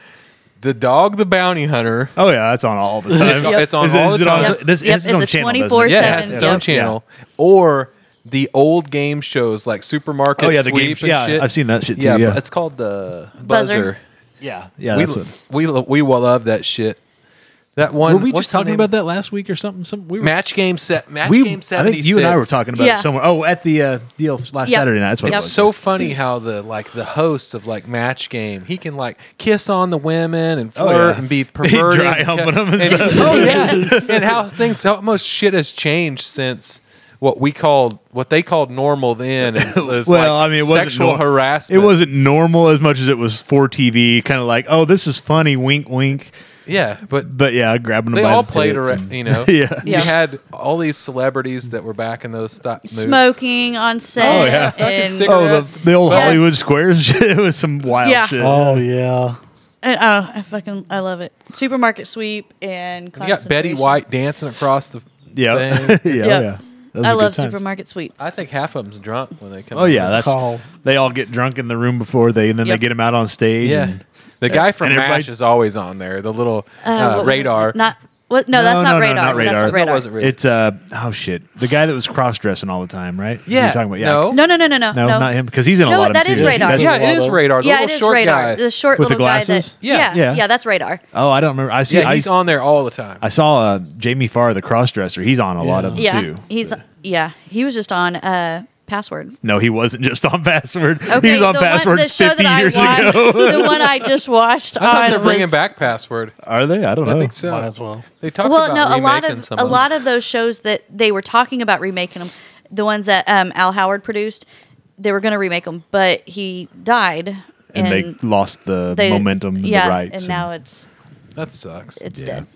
[SPEAKER 4] the dog, the bounty hunter.
[SPEAKER 1] Oh yeah, that's on all the time.
[SPEAKER 4] It's on- it's on all the
[SPEAKER 1] it on-
[SPEAKER 4] time.
[SPEAKER 1] this- this
[SPEAKER 3] Yep,
[SPEAKER 1] is its
[SPEAKER 3] it's
[SPEAKER 1] own
[SPEAKER 3] a
[SPEAKER 1] channel, doesn't it?
[SPEAKER 3] 24/7.
[SPEAKER 4] Yeah, it has
[SPEAKER 3] Seven,
[SPEAKER 4] its
[SPEAKER 3] yep.
[SPEAKER 4] own channel or the old game shows like Supermarket.
[SPEAKER 1] Oh, yeah, the
[SPEAKER 4] Sweep
[SPEAKER 1] game-
[SPEAKER 4] and
[SPEAKER 1] yeah,
[SPEAKER 4] shit.
[SPEAKER 1] I've seen that shit too,
[SPEAKER 4] Yeah,
[SPEAKER 1] yeah.
[SPEAKER 4] but it's called the
[SPEAKER 3] Buzzer.
[SPEAKER 4] buzzer.
[SPEAKER 1] Yeah, yeah.
[SPEAKER 4] We
[SPEAKER 1] that's
[SPEAKER 4] lo-
[SPEAKER 1] what-
[SPEAKER 4] we lo- we will love that shit. That one.
[SPEAKER 1] were we
[SPEAKER 4] what's
[SPEAKER 1] just
[SPEAKER 4] the
[SPEAKER 1] talking
[SPEAKER 4] name?
[SPEAKER 1] about that last week or something? Some we were.
[SPEAKER 4] match game set? Match
[SPEAKER 1] we,
[SPEAKER 4] game
[SPEAKER 1] I
[SPEAKER 4] seventy.
[SPEAKER 1] think you and I were talking about
[SPEAKER 3] Yeah.
[SPEAKER 1] it somewhere. Oh, at the uh, deal last
[SPEAKER 3] Yep.
[SPEAKER 1] Saturday night. That's what
[SPEAKER 3] Yep.
[SPEAKER 1] it was.
[SPEAKER 4] It's so funny how the like the hosts of like Match Game, he can like kiss on the women and
[SPEAKER 1] Oh,
[SPEAKER 4] flirt
[SPEAKER 1] yeah.
[SPEAKER 4] and be
[SPEAKER 1] Dry
[SPEAKER 4] perverted,
[SPEAKER 1] humping 'em and
[SPEAKER 4] oh yeah, and how things how much shit has changed since what we called what they called normal then is, is
[SPEAKER 1] well,
[SPEAKER 4] like
[SPEAKER 1] I mean, it wasn't
[SPEAKER 4] sexual
[SPEAKER 1] nor-
[SPEAKER 4] harassment.
[SPEAKER 1] It wasn't normal as much as it was for TV. Kind of like, oh, this is funny, wink, wink.
[SPEAKER 4] yeah, but
[SPEAKER 1] But yeah, grabbing them.
[SPEAKER 4] they
[SPEAKER 1] by
[SPEAKER 4] all
[SPEAKER 1] the
[SPEAKER 4] played
[SPEAKER 1] tits
[SPEAKER 4] around.
[SPEAKER 1] and-
[SPEAKER 4] You know,
[SPEAKER 1] Yeah.
[SPEAKER 4] You
[SPEAKER 3] Yeah.
[SPEAKER 4] had all these celebrities that were back in those stop movies.
[SPEAKER 3] Smoking on set.
[SPEAKER 1] Oh, yeah.
[SPEAKER 4] Fucking
[SPEAKER 3] and,
[SPEAKER 4] cigarette-
[SPEAKER 1] Oh, the, the old
[SPEAKER 4] But-
[SPEAKER 1] Hollywood squares shit. It was some wild
[SPEAKER 3] Yeah.
[SPEAKER 1] shit.
[SPEAKER 2] Oh yeah.
[SPEAKER 3] and- oh, I fucking I love it. Supermarket sweep and
[SPEAKER 4] You got Betty
[SPEAKER 3] concentration.
[SPEAKER 4] White dancing across the
[SPEAKER 1] yeah.
[SPEAKER 4] thing.
[SPEAKER 1] yeah, oh,
[SPEAKER 3] Yeah.
[SPEAKER 1] yeah. Those
[SPEAKER 3] I
[SPEAKER 1] were good
[SPEAKER 3] love
[SPEAKER 1] times.
[SPEAKER 3] supermarket sweep.
[SPEAKER 4] I think half of them's drunk when they come.
[SPEAKER 1] Oh
[SPEAKER 4] in.
[SPEAKER 1] yeah, that's
[SPEAKER 2] Call.
[SPEAKER 1] they all get drunk in the room before they, and then
[SPEAKER 3] Yep.
[SPEAKER 1] they get them out on stage.
[SPEAKER 4] yeah.
[SPEAKER 1] and-
[SPEAKER 4] The guy from
[SPEAKER 1] And everybody-
[SPEAKER 4] MASH is always on there. The little uh,
[SPEAKER 3] what was his-
[SPEAKER 4] radar.
[SPEAKER 3] Not what? No,
[SPEAKER 1] No, no,
[SPEAKER 3] that's not
[SPEAKER 1] no,
[SPEAKER 3] radar.
[SPEAKER 1] not
[SPEAKER 3] That's
[SPEAKER 1] radar.
[SPEAKER 3] not
[SPEAKER 1] That
[SPEAKER 3] radar.
[SPEAKER 4] wasn't radar.
[SPEAKER 1] it's uh oh shit, the guy that was cross dressing all the time, right?
[SPEAKER 4] Yeah,
[SPEAKER 1] You're talking about yeah.
[SPEAKER 4] no.
[SPEAKER 3] No, no, no, no, no.
[SPEAKER 1] No, not him because he's in a
[SPEAKER 3] No,
[SPEAKER 1] lot of
[SPEAKER 3] that
[SPEAKER 1] them
[SPEAKER 3] is
[SPEAKER 1] too.
[SPEAKER 3] radar.
[SPEAKER 1] That's-
[SPEAKER 4] yeah, it is
[SPEAKER 2] Lover.
[SPEAKER 4] radar. The
[SPEAKER 3] Yeah, it
[SPEAKER 4] little
[SPEAKER 3] is
[SPEAKER 4] short
[SPEAKER 3] radar.
[SPEAKER 4] guy.
[SPEAKER 3] The short
[SPEAKER 1] With the
[SPEAKER 3] little guy that.
[SPEAKER 1] glasses?
[SPEAKER 4] Yeah.
[SPEAKER 3] Yeah,
[SPEAKER 1] Yeah.
[SPEAKER 3] yeah, that's radar.
[SPEAKER 1] Oh, I don't remember. I see.
[SPEAKER 4] Yeah,
[SPEAKER 1] I,
[SPEAKER 4] he's on there all the time.
[SPEAKER 1] I saw uh, Jamie Farr, the cross dresser. He's on a lot of them
[SPEAKER 3] Yeah,
[SPEAKER 1] too.
[SPEAKER 3] he's yeah. He was just on uh, password.
[SPEAKER 1] No, he wasn't just on Password.
[SPEAKER 3] Okay,
[SPEAKER 1] he was on
[SPEAKER 3] the
[SPEAKER 1] Password
[SPEAKER 3] one, the show
[SPEAKER 1] 50
[SPEAKER 3] that I
[SPEAKER 1] years
[SPEAKER 3] watched,
[SPEAKER 1] ago.
[SPEAKER 3] the one I just watched.
[SPEAKER 4] I thought
[SPEAKER 3] on
[SPEAKER 4] they're bringing
[SPEAKER 3] was-
[SPEAKER 4] back password.
[SPEAKER 1] Are they? I don't know.
[SPEAKER 4] I think so.
[SPEAKER 2] Might as well.
[SPEAKER 4] They talked
[SPEAKER 3] well,
[SPEAKER 4] about
[SPEAKER 3] no, a lot
[SPEAKER 4] remaking
[SPEAKER 3] of
[SPEAKER 4] some
[SPEAKER 3] a
[SPEAKER 4] of
[SPEAKER 3] lot
[SPEAKER 4] them.
[SPEAKER 3] of those shows that they were talking about remaking them, the ones that um, Al Howard produced, they were going to remake them, but he died,
[SPEAKER 1] And,
[SPEAKER 3] and,
[SPEAKER 1] they lost the
[SPEAKER 3] they-
[SPEAKER 1] momentum and
[SPEAKER 3] yeah,
[SPEAKER 1] the rights.
[SPEAKER 3] and now it's
[SPEAKER 4] That sucks.
[SPEAKER 3] it's
[SPEAKER 1] Yeah.
[SPEAKER 3] dead.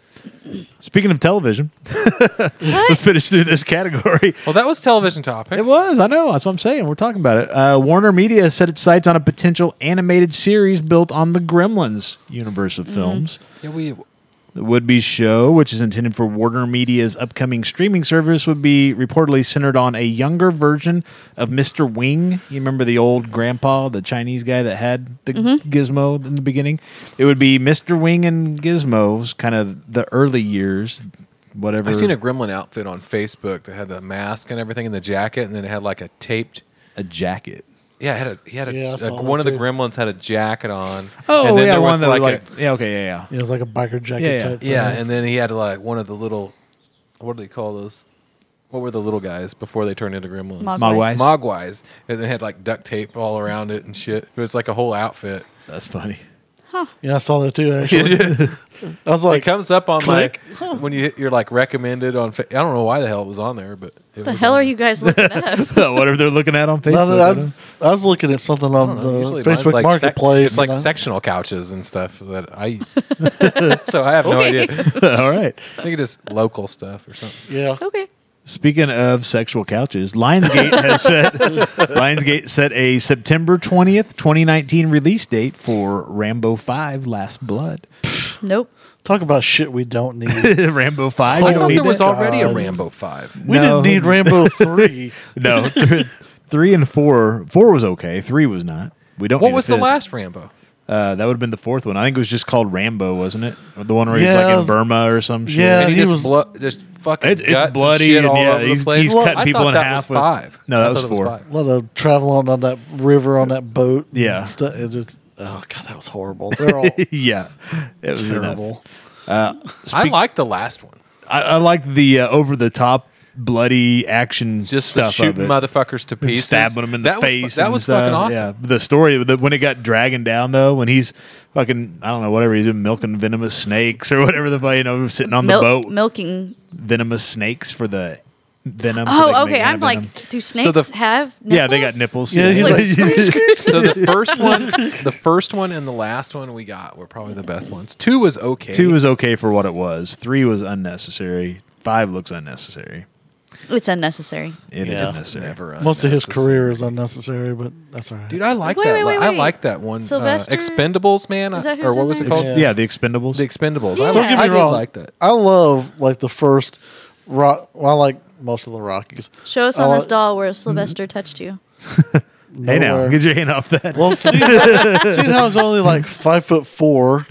[SPEAKER 1] Speaking of television, let's finish through this category.
[SPEAKER 4] Well, that was television topic.
[SPEAKER 1] It was. I know. That's what I'm saying. We're talking about it. Uh, Warner Media set its sights on a potential animated series built on the Gremlins universe of films.
[SPEAKER 4] Yeah, we
[SPEAKER 1] The would be show, which is intended for Warner Media's upcoming streaming service, would be reportedly centered on a younger version of Mr. Wing. You remember the old grandpa, the Chinese guy that had the gizmo in the beginning? It would be Mr. Wing and Gizmo's kind of the early years, whatever.
[SPEAKER 4] I seen a gremlin outfit on Facebook that had the mask and everything and the jacket, and then it had like a taped.
[SPEAKER 1] a jacket.
[SPEAKER 4] Yeah, it had a, he had a,
[SPEAKER 2] Yeah, I
[SPEAKER 4] a-
[SPEAKER 2] saw that
[SPEAKER 4] one of the
[SPEAKER 2] too.
[SPEAKER 4] gremlins had a jacket on.
[SPEAKER 1] Oh,
[SPEAKER 4] and then
[SPEAKER 1] yeah,
[SPEAKER 4] there
[SPEAKER 1] one
[SPEAKER 4] was
[SPEAKER 1] that
[SPEAKER 4] like,
[SPEAKER 1] was like,
[SPEAKER 4] a-
[SPEAKER 1] yeah, okay, yeah, yeah.
[SPEAKER 2] It was like a biker jacket
[SPEAKER 1] Yeah, yeah.
[SPEAKER 2] type.
[SPEAKER 4] yeah,
[SPEAKER 2] thing.
[SPEAKER 4] and then he had like one of the little, what do they call those? What were the little guys before they turned into gremlins?
[SPEAKER 3] Mogwais.
[SPEAKER 1] Mogwais.
[SPEAKER 4] Mogwais, and they had like duct tape all around it and shit. It was like a whole outfit.
[SPEAKER 1] That's funny.
[SPEAKER 2] yeah, I saw that too. Actually, I was
[SPEAKER 4] It
[SPEAKER 2] like,
[SPEAKER 4] comes up on
[SPEAKER 2] Click.
[SPEAKER 4] like when you hit, you're like recommended on. Fa- I don't know why the hell it was on there, but it
[SPEAKER 3] What the
[SPEAKER 4] was
[SPEAKER 3] hell
[SPEAKER 4] on
[SPEAKER 3] are you guys looking up?
[SPEAKER 1] whatever they're looking at on Facebook.
[SPEAKER 2] No,
[SPEAKER 1] I
[SPEAKER 2] I, was,
[SPEAKER 1] don't-
[SPEAKER 2] I was looking at something on
[SPEAKER 4] know,
[SPEAKER 2] the
[SPEAKER 4] usually mine's
[SPEAKER 2] Facebook
[SPEAKER 4] like sec-
[SPEAKER 2] Marketplace.
[SPEAKER 4] it's like
[SPEAKER 2] and I-
[SPEAKER 4] sectional couches and stuff that I. so I have no
[SPEAKER 3] Okay.
[SPEAKER 4] idea.
[SPEAKER 1] All right.
[SPEAKER 4] I think it is local stuff or something.
[SPEAKER 2] yeah,
[SPEAKER 3] okay,
[SPEAKER 1] Speaking of sexual couches, Lionsgate has set Lionsgate set a September twentieth, twenty nineteen release date for Rambo Five: Last Blood.
[SPEAKER 3] nope.
[SPEAKER 2] talk about shit we don't need.
[SPEAKER 1] Rambo Five.
[SPEAKER 4] I
[SPEAKER 1] you
[SPEAKER 4] thought
[SPEAKER 1] don't need
[SPEAKER 4] there was
[SPEAKER 1] that?
[SPEAKER 4] already a
[SPEAKER 2] God.
[SPEAKER 4] Rambo Five.
[SPEAKER 2] We
[SPEAKER 1] No.
[SPEAKER 2] didn't need Rambo three.
[SPEAKER 1] no th- three and four. Four was okay. Three was not. We don't.
[SPEAKER 4] What
[SPEAKER 1] need a
[SPEAKER 4] was the
[SPEAKER 1] fifth.
[SPEAKER 4] last Rambo?
[SPEAKER 1] Uh, that would have been the fourth one. I think it was just called Rambo, wasn't it? The one where
[SPEAKER 2] Yeah,
[SPEAKER 1] he was
[SPEAKER 2] it was-
[SPEAKER 1] like in Burma or some shit.
[SPEAKER 2] Yeah,
[SPEAKER 4] And he,
[SPEAKER 2] he
[SPEAKER 4] just
[SPEAKER 2] was-
[SPEAKER 4] blo- just fucking
[SPEAKER 1] It's- it's
[SPEAKER 4] guts and
[SPEAKER 1] bloody
[SPEAKER 4] shit
[SPEAKER 1] and,
[SPEAKER 4] all
[SPEAKER 1] yeah,
[SPEAKER 4] over
[SPEAKER 1] he's-
[SPEAKER 4] the place.
[SPEAKER 1] he's
[SPEAKER 4] Well,
[SPEAKER 1] cutting
[SPEAKER 4] I
[SPEAKER 1] people
[SPEAKER 4] thought
[SPEAKER 1] in
[SPEAKER 4] that
[SPEAKER 1] half
[SPEAKER 4] Was
[SPEAKER 1] with-
[SPEAKER 4] five.
[SPEAKER 1] No, that
[SPEAKER 4] I
[SPEAKER 1] was
[SPEAKER 4] thought it
[SPEAKER 1] four.
[SPEAKER 4] five.
[SPEAKER 2] a lot of traveling on that river on that boat. and
[SPEAKER 1] Yeah.
[SPEAKER 2] stu- it just, oh god, that was horrible. They're all
[SPEAKER 1] yeah, it was enough.
[SPEAKER 2] terrible.
[SPEAKER 4] I like the last one.
[SPEAKER 1] I, I like the uh, over the top bloody action
[SPEAKER 4] Just the
[SPEAKER 1] stuff of
[SPEAKER 4] shooting
[SPEAKER 1] it.
[SPEAKER 4] motherfuckers to pieces,
[SPEAKER 1] stabbing him in the
[SPEAKER 4] That was fu-
[SPEAKER 1] face.
[SPEAKER 4] that
[SPEAKER 1] and
[SPEAKER 4] was
[SPEAKER 1] stuff.
[SPEAKER 4] fucking awesome.
[SPEAKER 1] Yeah. The story the, when it got dragging down though, when he's fucking I don't know whatever he's doing, milking venomous snakes or whatever the fuck you know sitting on
[SPEAKER 3] Mil-
[SPEAKER 1] the boat
[SPEAKER 3] milking.
[SPEAKER 1] venomous snakes for the venom. so they
[SPEAKER 3] Oh,
[SPEAKER 1] can make
[SPEAKER 3] okay. I'm
[SPEAKER 1] venom.
[SPEAKER 3] like, do snakes
[SPEAKER 4] So the-
[SPEAKER 3] have? Nipples?
[SPEAKER 1] yeah, they got nipples.
[SPEAKER 2] Yeah, he's
[SPEAKER 3] like-
[SPEAKER 4] So the first one, the first one, and the last one we got were probably the best ones. Two was okay.
[SPEAKER 1] two was okay for what it was. Three was unnecessary. Five looks unnecessary.
[SPEAKER 3] It's unnecessary.
[SPEAKER 1] It is
[SPEAKER 2] Yeah. It's
[SPEAKER 1] unnecessary.
[SPEAKER 4] never
[SPEAKER 2] Most of his
[SPEAKER 4] unnecessary.
[SPEAKER 2] career is unnecessary, but that's all right.
[SPEAKER 4] Dude, I like
[SPEAKER 3] Wait,
[SPEAKER 4] that.
[SPEAKER 3] wait,
[SPEAKER 4] li-
[SPEAKER 3] wait,
[SPEAKER 4] I
[SPEAKER 3] wait.
[SPEAKER 4] like that one. Uh,
[SPEAKER 3] Sylvester-
[SPEAKER 4] Expendables, man,
[SPEAKER 3] Is that
[SPEAKER 4] or
[SPEAKER 3] who's
[SPEAKER 4] what
[SPEAKER 3] in
[SPEAKER 4] was it
[SPEAKER 3] there?
[SPEAKER 4] called?
[SPEAKER 1] yeah. the Expendables.
[SPEAKER 4] The Expendables. I,
[SPEAKER 3] Yeah.
[SPEAKER 2] Don't get me
[SPEAKER 4] I did
[SPEAKER 2] wrong.
[SPEAKER 4] like that.
[SPEAKER 2] I love like the first rock. Well, I like most of the Rockies.
[SPEAKER 3] Show us on
[SPEAKER 2] Uh,
[SPEAKER 3] this doll where Sylvester touched you.
[SPEAKER 1] hey now,
[SPEAKER 2] Nowhere.
[SPEAKER 1] get your hand off that.
[SPEAKER 2] Well, see, see how he's only like five foot four,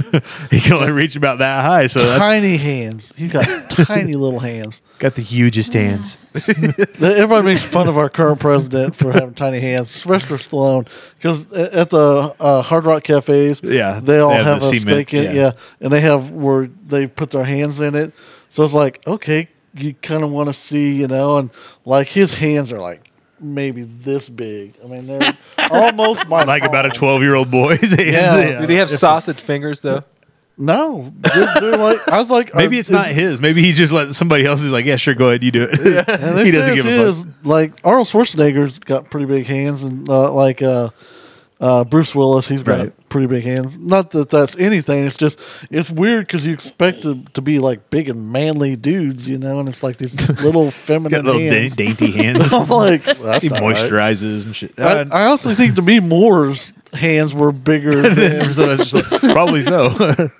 [SPEAKER 1] He can only reach about that high, so that's
[SPEAKER 2] tiny hands. He's got tiny little hands.
[SPEAKER 1] Got the hugest hands.
[SPEAKER 2] Everybody makes fun of our current president for having tiny hands, Sylvester Stallone, because at the uh, Hard Rock cafes,
[SPEAKER 1] Yeah,
[SPEAKER 2] they all
[SPEAKER 1] they have
[SPEAKER 2] have,
[SPEAKER 1] the
[SPEAKER 2] a
[SPEAKER 1] cement,
[SPEAKER 2] steak in, yeah.
[SPEAKER 1] yeah.
[SPEAKER 2] and they have where they put their hands in it. So it's like, okay, you kind of want to see, you know, and like his hands are like maybe this big. I mean, they're almost my
[SPEAKER 1] Like about a
[SPEAKER 2] palm.
[SPEAKER 1] 12 year old boy's hands.
[SPEAKER 2] Yeah.
[SPEAKER 4] Did he have sausage fingers though?
[SPEAKER 2] No, they're, they're like I was like,
[SPEAKER 1] Maybe
[SPEAKER 2] are-
[SPEAKER 1] it's not
[SPEAKER 2] is-
[SPEAKER 1] his. Maybe he just let somebody else. He's like, yeah, sure, go ahead, you do it.
[SPEAKER 2] And this
[SPEAKER 1] he doesn't give
[SPEAKER 2] is
[SPEAKER 1] a
[SPEAKER 2] his,
[SPEAKER 1] fuck.
[SPEAKER 2] Like Arnold Schwarzenegger's got pretty big hands, and uh, like uh, uh, Bruce Willis, he's got
[SPEAKER 1] Right.
[SPEAKER 2] pretty big hands. Not that that's anything. It's just it's weird because you expect them to be like big and manly dudes, you know, and it's like these little feminine
[SPEAKER 1] Got little da-
[SPEAKER 2] hands.
[SPEAKER 1] dainty hands.
[SPEAKER 2] I'm like, well, that's
[SPEAKER 1] he
[SPEAKER 2] not right.
[SPEAKER 1] moisturizes and shit. Uh,
[SPEAKER 2] I, I honestly think Demi Moore's hands were bigger. than
[SPEAKER 1] So that's just like- probably so.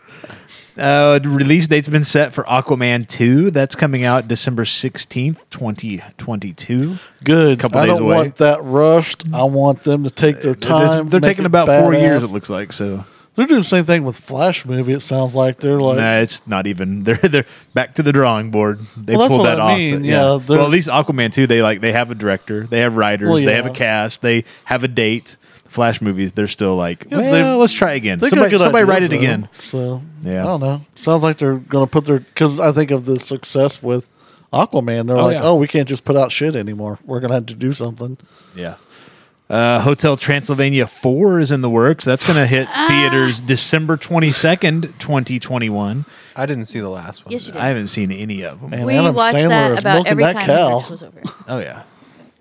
[SPEAKER 1] Uh, release date's been set for Aquaman 2. That's coming out December 16th, 2022.
[SPEAKER 2] Good.
[SPEAKER 1] Couple
[SPEAKER 2] I
[SPEAKER 1] days
[SPEAKER 2] don't
[SPEAKER 1] away.
[SPEAKER 2] want that rushed. I want them to take their time.
[SPEAKER 1] They're
[SPEAKER 2] make
[SPEAKER 1] taking
[SPEAKER 2] it
[SPEAKER 1] about four years,
[SPEAKER 2] badass.
[SPEAKER 1] it looks like. So
[SPEAKER 2] They're doing the same thing with Flash movie. It sounds like they're like,
[SPEAKER 1] nah, it's not even. They're they're back to the drawing board. They
[SPEAKER 2] Well, that's
[SPEAKER 1] pulled
[SPEAKER 2] what
[SPEAKER 1] that
[SPEAKER 2] I
[SPEAKER 1] off.
[SPEAKER 2] mean, yeah, they're-
[SPEAKER 1] well, at least Aquaman 2, they like they have a director, they have writers,
[SPEAKER 2] Well,
[SPEAKER 1] they have a
[SPEAKER 2] yeah.
[SPEAKER 1] cast, they have a date. Flash movies, they're still like,
[SPEAKER 2] Yeah, but
[SPEAKER 1] well,
[SPEAKER 2] they've-
[SPEAKER 1] let's try again.
[SPEAKER 2] They got
[SPEAKER 1] Somebody,
[SPEAKER 2] good
[SPEAKER 1] somebody write
[SPEAKER 2] ideas,
[SPEAKER 1] it
[SPEAKER 2] though.
[SPEAKER 1] again.
[SPEAKER 2] So
[SPEAKER 1] Yeah.
[SPEAKER 2] I don't know. Sounds like they're gonna put their because I think of the success with Aquaman. They're
[SPEAKER 4] Oh,
[SPEAKER 2] like,
[SPEAKER 4] yeah.
[SPEAKER 2] oh, we can't just put out shit anymore. We're gonna have to do something.
[SPEAKER 1] Yeah. Uh, Hotel Transylvania 4 is in the works. That's going to hit
[SPEAKER 3] Ah.
[SPEAKER 1] theaters December 22nd, 2021.
[SPEAKER 4] I didn't see the last one.
[SPEAKER 3] Yes, you did.
[SPEAKER 1] I haven't seen any of them.
[SPEAKER 2] Man,
[SPEAKER 3] we
[SPEAKER 2] Adam
[SPEAKER 3] watched
[SPEAKER 2] Sandler
[SPEAKER 3] that
[SPEAKER 2] is
[SPEAKER 3] about
[SPEAKER 2] milking
[SPEAKER 3] every
[SPEAKER 2] that
[SPEAKER 3] time
[SPEAKER 2] cow.
[SPEAKER 3] Matrix was over.
[SPEAKER 1] Oh, yeah.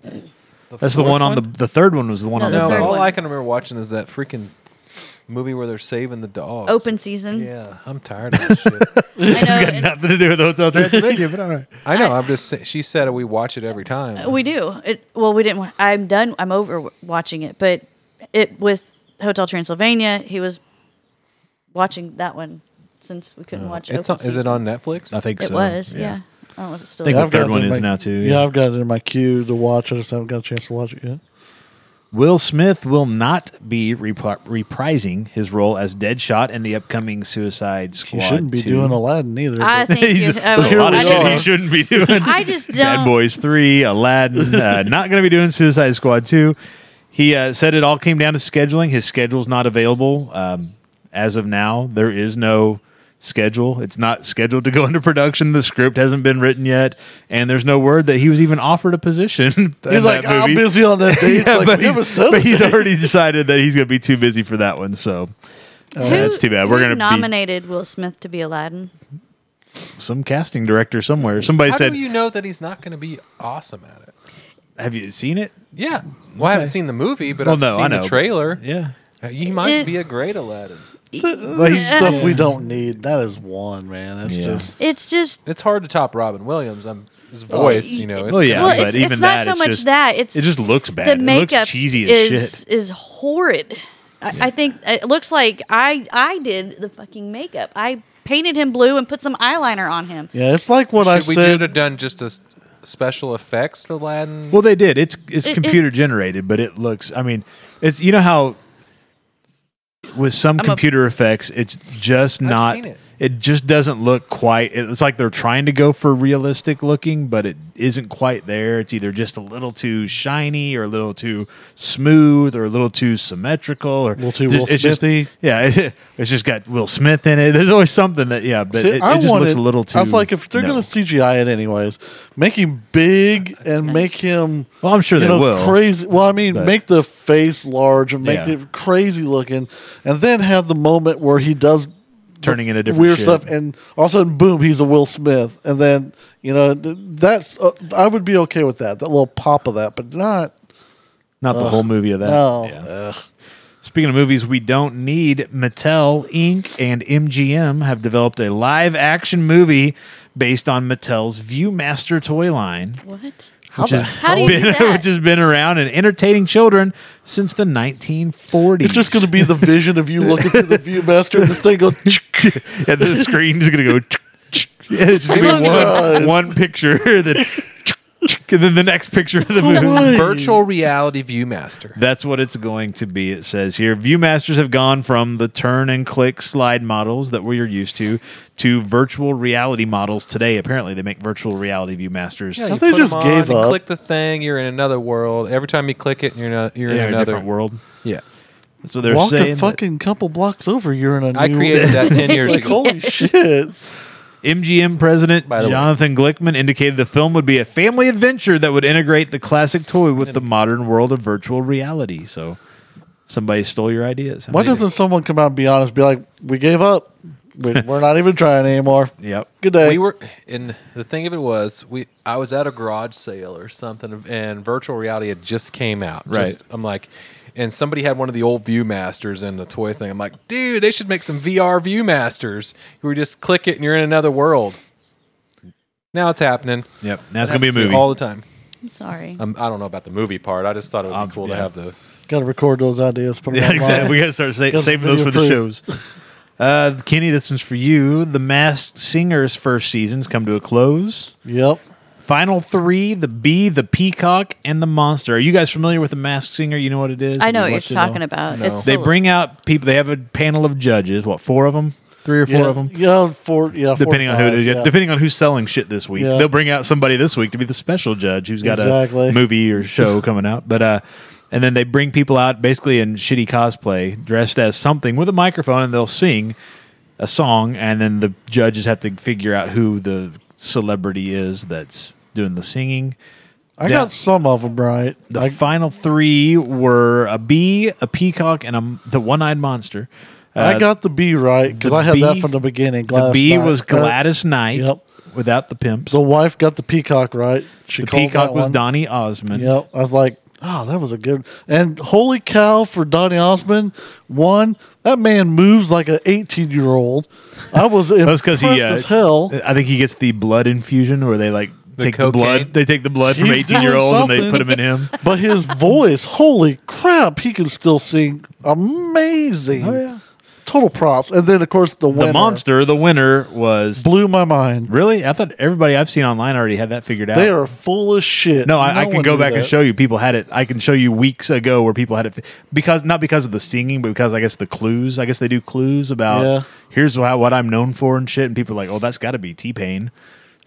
[SPEAKER 1] That's the
[SPEAKER 4] fourth
[SPEAKER 1] one on the
[SPEAKER 4] one?
[SPEAKER 1] the third one was the one
[SPEAKER 3] No,
[SPEAKER 1] on
[SPEAKER 3] the
[SPEAKER 1] the
[SPEAKER 4] No,
[SPEAKER 3] third
[SPEAKER 1] boat.
[SPEAKER 4] all
[SPEAKER 3] one.
[SPEAKER 4] I can remember watching is that freaking movie where they're saving the dog.
[SPEAKER 3] Open season.
[SPEAKER 4] Yeah, I'm tired of that shit.
[SPEAKER 3] I know.
[SPEAKER 1] Got
[SPEAKER 3] and-
[SPEAKER 1] nothing to do with Hotel Transylvania, but all right.
[SPEAKER 4] I know. I'm just. sa- She said we watch it every time.
[SPEAKER 3] We do. It, well, we didn't. wa- I'm done. I'm over w- watching it. But it with Hotel Transylvania, he was watching that one since we couldn't watch.
[SPEAKER 4] It's
[SPEAKER 3] Open
[SPEAKER 4] on, is it
[SPEAKER 3] Season.
[SPEAKER 4] on Netflix?
[SPEAKER 1] I think
[SPEAKER 3] It
[SPEAKER 1] so.
[SPEAKER 3] was. Yeah. I don't know if it's still.
[SPEAKER 1] I think
[SPEAKER 3] there.
[SPEAKER 1] the third
[SPEAKER 2] got it
[SPEAKER 1] one
[SPEAKER 2] in
[SPEAKER 1] is
[SPEAKER 2] my-
[SPEAKER 1] now, too,
[SPEAKER 2] Yeah,
[SPEAKER 1] yeah.
[SPEAKER 2] I've got it in my queue to watch. I just haven't got a chance to watch it yet.
[SPEAKER 1] Will Smith will not be repri- reprising his role as Deadshot in the upcoming Suicide
[SPEAKER 2] He
[SPEAKER 1] Squad.
[SPEAKER 2] shouldn't be
[SPEAKER 1] 2.
[SPEAKER 2] doing Aladdin either.
[SPEAKER 3] I
[SPEAKER 2] but-
[SPEAKER 3] think
[SPEAKER 1] He's-
[SPEAKER 3] you, I,
[SPEAKER 1] there's
[SPEAKER 3] would,
[SPEAKER 1] a lot
[SPEAKER 3] I,
[SPEAKER 1] of
[SPEAKER 3] don't-
[SPEAKER 1] shit he shouldn't be doing.
[SPEAKER 3] I just don't.
[SPEAKER 1] Bad Boys 3, Aladdin, uh, not going to be doing Suicide Squad 2. He uh, said it all came down to scheduling. His schedule's not available. Um, as of now, there is no schedule. It's not scheduled to go into production. The script hasn't been written yet. And there's no word that he was even offered a position. in
[SPEAKER 2] He's like,
[SPEAKER 1] that movie.
[SPEAKER 2] I'm busy on that day. It's
[SPEAKER 1] Yeah,
[SPEAKER 2] like,
[SPEAKER 1] but,
[SPEAKER 2] we never
[SPEAKER 1] he's,
[SPEAKER 2] said
[SPEAKER 1] but
[SPEAKER 2] it.
[SPEAKER 1] he's already decided that he's going to be too busy for that one. So
[SPEAKER 3] Who-
[SPEAKER 1] that's too bad. We're
[SPEAKER 3] who
[SPEAKER 1] going to be
[SPEAKER 3] nominated Will Smith to be Aladdin.
[SPEAKER 1] some casting director somewhere. Somebody
[SPEAKER 4] How
[SPEAKER 1] said,
[SPEAKER 4] do you know that he's not going to be awesome at it?
[SPEAKER 1] Have you seen it?
[SPEAKER 4] Yeah. Well, I haven't seen the movie, but
[SPEAKER 1] Well,
[SPEAKER 4] I've
[SPEAKER 1] no, I
[SPEAKER 4] seen
[SPEAKER 1] know.
[SPEAKER 4] the trailer.
[SPEAKER 1] Yeah.
[SPEAKER 4] Uh, He might
[SPEAKER 3] Eh.
[SPEAKER 4] be a great Aladdin.
[SPEAKER 2] Like,
[SPEAKER 3] Yeah.
[SPEAKER 2] stuff we don't need. That is one man. That's
[SPEAKER 1] Yeah.
[SPEAKER 2] just
[SPEAKER 3] It's just
[SPEAKER 4] It's hard to top Robin Williams. I'm his
[SPEAKER 3] Oh,
[SPEAKER 4] voice, you know. It's
[SPEAKER 1] Well, yeah,
[SPEAKER 3] Well,
[SPEAKER 1] but
[SPEAKER 3] it's-
[SPEAKER 1] even
[SPEAKER 3] it's
[SPEAKER 1] that,
[SPEAKER 3] not so
[SPEAKER 1] it's
[SPEAKER 3] much
[SPEAKER 1] just,
[SPEAKER 3] that, it's-
[SPEAKER 1] it just looks bad.
[SPEAKER 3] the
[SPEAKER 1] it
[SPEAKER 3] makeup
[SPEAKER 1] looks cheesy as
[SPEAKER 3] is
[SPEAKER 1] shit.
[SPEAKER 3] is horrid. I, I think it looks like I I did the fucking makeup. I painted him blue and put some eyeliner on him.
[SPEAKER 2] yeah. It's like what
[SPEAKER 4] Should
[SPEAKER 2] I
[SPEAKER 4] we
[SPEAKER 2] said.
[SPEAKER 4] should have done just a s- special effects Aladdin?
[SPEAKER 1] Well, they did. It's it's
[SPEAKER 3] It-
[SPEAKER 1] computer
[SPEAKER 3] it's-
[SPEAKER 1] generated, but it looks. I mean, it's you know how with some
[SPEAKER 3] a-
[SPEAKER 1] computer effects, it's just not.
[SPEAKER 4] seen it.
[SPEAKER 1] just doesn't look quite. It's like they're trying to go for realistic looking, but it isn't quite there. It's either just a little too shiny, or a little too smooth, or a little too symmetrical, or a
[SPEAKER 2] little too Will
[SPEAKER 1] it's just,
[SPEAKER 2] Smithy.
[SPEAKER 1] Yeah, it's just got Will Smith in it. There's always something that yeah, but
[SPEAKER 2] See,
[SPEAKER 1] it, it
[SPEAKER 2] I
[SPEAKER 1] just looks
[SPEAKER 2] wanted-
[SPEAKER 1] a little too.
[SPEAKER 2] I was like, if they're
[SPEAKER 1] no.
[SPEAKER 2] gonna CGI it anyways, make him big and make him.
[SPEAKER 1] Well, I'm sure
[SPEAKER 2] you
[SPEAKER 1] they will.
[SPEAKER 2] Crazy. Well, I mean,
[SPEAKER 1] But-
[SPEAKER 2] make the face large and make
[SPEAKER 1] Yeah.
[SPEAKER 2] it crazy looking, and then have the moment where he does
[SPEAKER 1] turning into different
[SPEAKER 2] weird
[SPEAKER 1] shit.
[SPEAKER 2] stuff, and all of a sudden, boom, he's a Will Smith, and then you know th- that's uh, I would be okay with that. That little pop of that, but not.
[SPEAKER 1] Not the whole movie of that.
[SPEAKER 2] Oh,
[SPEAKER 1] Yeah.
[SPEAKER 2] ugh.
[SPEAKER 1] Speaking of movies we don't need, Mattel Inc. and MGM have developed a live action movie based on Mattel's Viewmaster toy line,
[SPEAKER 3] What?
[SPEAKER 2] how the hell-
[SPEAKER 3] How do you do
[SPEAKER 1] been-
[SPEAKER 3] that?
[SPEAKER 1] which has been around and entertaining children since the 1940s.
[SPEAKER 2] It's just going to be the vision of you looking through the viewmaster, and this thing goes.
[SPEAKER 1] yeah, the screen's going to go. Yeah, it's just
[SPEAKER 2] Jesus
[SPEAKER 1] gonna be one,
[SPEAKER 2] Christ.
[SPEAKER 1] one picture, then, and then the next picture of the movie.
[SPEAKER 2] Why?
[SPEAKER 4] Virtual reality ViewMaster.
[SPEAKER 1] That's what it's going to be. It says here Viewmasters have gone from the turn and click slide models that we are used to to virtual reality models today. Apparently, they make virtual reality Viewmasters.
[SPEAKER 4] Yeah,
[SPEAKER 2] Thought
[SPEAKER 4] you
[SPEAKER 2] they
[SPEAKER 4] put 'em
[SPEAKER 2] just
[SPEAKER 4] on,
[SPEAKER 2] gave
[SPEAKER 4] you
[SPEAKER 2] up.
[SPEAKER 4] Click the thing. You're in another world. Every time you click it, you're in, a, you're
[SPEAKER 1] They're in
[SPEAKER 4] in
[SPEAKER 1] a
[SPEAKER 4] another
[SPEAKER 1] different world.
[SPEAKER 4] Yeah.
[SPEAKER 1] That's what they're
[SPEAKER 2] Walk
[SPEAKER 1] saying.
[SPEAKER 2] a fucking couple blocks over, you're in a
[SPEAKER 4] I
[SPEAKER 2] new
[SPEAKER 4] created that ten years
[SPEAKER 2] like,
[SPEAKER 4] ago.
[SPEAKER 2] holy shit.
[SPEAKER 1] MGM president
[SPEAKER 4] By the way.
[SPEAKER 1] Jonathan Glickman indicated the film would be a family adventure that would integrate the classic toy with the modern world of virtual reality. So somebody stole your ideas.
[SPEAKER 2] Why doesn't someone come out and be honest? Be like, we gave up. We, we're not even trying anymore.
[SPEAKER 1] Yep.
[SPEAKER 2] Good day.
[SPEAKER 4] We were, and the thing of it was, we I was at a garage sale or something, and virtual reality had just came out.
[SPEAKER 1] Right.
[SPEAKER 4] Just- I'm like, and somebody had one of the old ViewMasters and the toy thing. I'm like, dude, they should make some VR ViewMasters. You just click it and you're in another world. Now it's happening.
[SPEAKER 1] Yep. Now it's gonna be a movie.
[SPEAKER 4] all the time.
[SPEAKER 3] I'm sorry.
[SPEAKER 4] I'm, I don't know about the movie part. I just thought it would be
[SPEAKER 1] Um,
[SPEAKER 4] cool
[SPEAKER 1] yeah.
[SPEAKER 4] to have the
[SPEAKER 2] Got to record those ideas. Put them
[SPEAKER 1] Yeah,
[SPEAKER 2] online.
[SPEAKER 1] exactly. We gotta start sa-
[SPEAKER 2] Because
[SPEAKER 1] saving
[SPEAKER 2] of
[SPEAKER 1] those for the
[SPEAKER 2] video
[SPEAKER 1] shows. Uh, Kenny, this one's for you. The Masked Singer's first season's come to a close.
[SPEAKER 2] Yep.
[SPEAKER 1] Final three: the bee, the peacock, and the monster. Are you guys familiar with the Masked Singer? You know what it is.
[SPEAKER 3] I
[SPEAKER 1] Have
[SPEAKER 3] know
[SPEAKER 1] you
[SPEAKER 3] what you're
[SPEAKER 1] watched it
[SPEAKER 3] talking
[SPEAKER 1] all?
[SPEAKER 3] about.
[SPEAKER 4] No.
[SPEAKER 3] It's
[SPEAKER 1] They
[SPEAKER 3] so-
[SPEAKER 1] bring out people. They have a panel of judges. What four of them? Three or four
[SPEAKER 2] yeah,
[SPEAKER 1] of them?
[SPEAKER 2] Yeah, four. Yeah, four or
[SPEAKER 1] Depending on who,
[SPEAKER 2] five,
[SPEAKER 1] it is. depending on who's selling shit this week,
[SPEAKER 2] Yeah.
[SPEAKER 1] they'll bring out somebody this week to be the special judge who's got
[SPEAKER 2] Exactly.
[SPEAKER 1] a movie or show coming out. But uh, and then they bring people out basically in shitty cosplay, dressed as something with a microphone, and they'll sing a song, and then the judges have to figure out who the celebrity is that's doing the singing.
[SPEAKER 2] I
[SPEAKER 1] Yeah.
[SPEAKER 2] got some of them right.
[SPEAKER 1] The
[SPEAKER 2] I,
[SPEAKER 1] final three were a bee, a peacock, and a, the one-eyed monster.
[SPEAKER 2] I
[SPEAKER 1] Uh,
[SPEAKER 2] got the B right because I had that
[SPEAKER 1] bee-
[SPEAKER 2] from the beginning.
[SPEAKER 1] the
[SPEAKER 2] Gladys
[SPEAKER 1] bee
[SPEAKER 2] Knight,
[SPEAKER 1] was
[SPEAKER 2] right?
[SPEAKER 1] Gladys Knight
[SPEAKER 2] Yep.
[SPEAKER 1] without the pimps.
[SPEAKER 2] The wife got the peacock right. She
[SPEAKER 1] The
[SPEAKER 2] called
[SPEAKER 1] peacock
[SPEAKER 2] that
[SPEAKER 1] was
[SPEAKER 2] one.
[SPEAKER 1] Donny Osmond.
[SPEAKER 2] Yep. I was like, oh, that was a good. And holy cow for Donny Osmond. One, that man moves like an 18 year old. I was
[SPEAKER 1] That's
[SPEAKER 2] impressed
[SPEAKER 1] because he, uh,
[SPEAKER 2] as hell.
[SPEAKER 1] I think he gets the blood infusion where they like
[SPEAKER 4] The
[SPEAKER 1] take the
[SPEAKER 4] cocaine?
[SPEAKER 1] blood. They take the blood from
[SPEAKER 2] He's
[SPEAKER 1] eighteen year olds and
[SPEAKER 2] doing
[SPEAKER 1] they put them in him.
[SPEAKER 2] But his voice, holy crap, he can still sing amazing.
[SPEAKER 1] Oh, yeah.
[SPEAKER 2] Total props. And then, of course, the winner
[SPEAKER 1] The monster, the winner was
[SPEAKER 2] blew my mind.
[SPEAKER 1] really. I thought everybody I've seen online already had that figured out.
[SPEAKER 2] They are full of shit.
[SPEAKER 1] no, I, I can
[SPEAKER 2] one
[SPEAKER 1] go
[SPEAKER 2] knew
[SPEAKER 1] back and
[SPEAKER 2] that.
[SPEAKER 1] show you. People had it. I can show you weeks ago where people had it fi- because not because of the singing, but because I guess the clues. I guess they do clues about
[SPEAKER 2] Yeah.
[SPEAKER 1] here's how, what I'm known for and shit. And people are like, oh, that's got to be T Pain.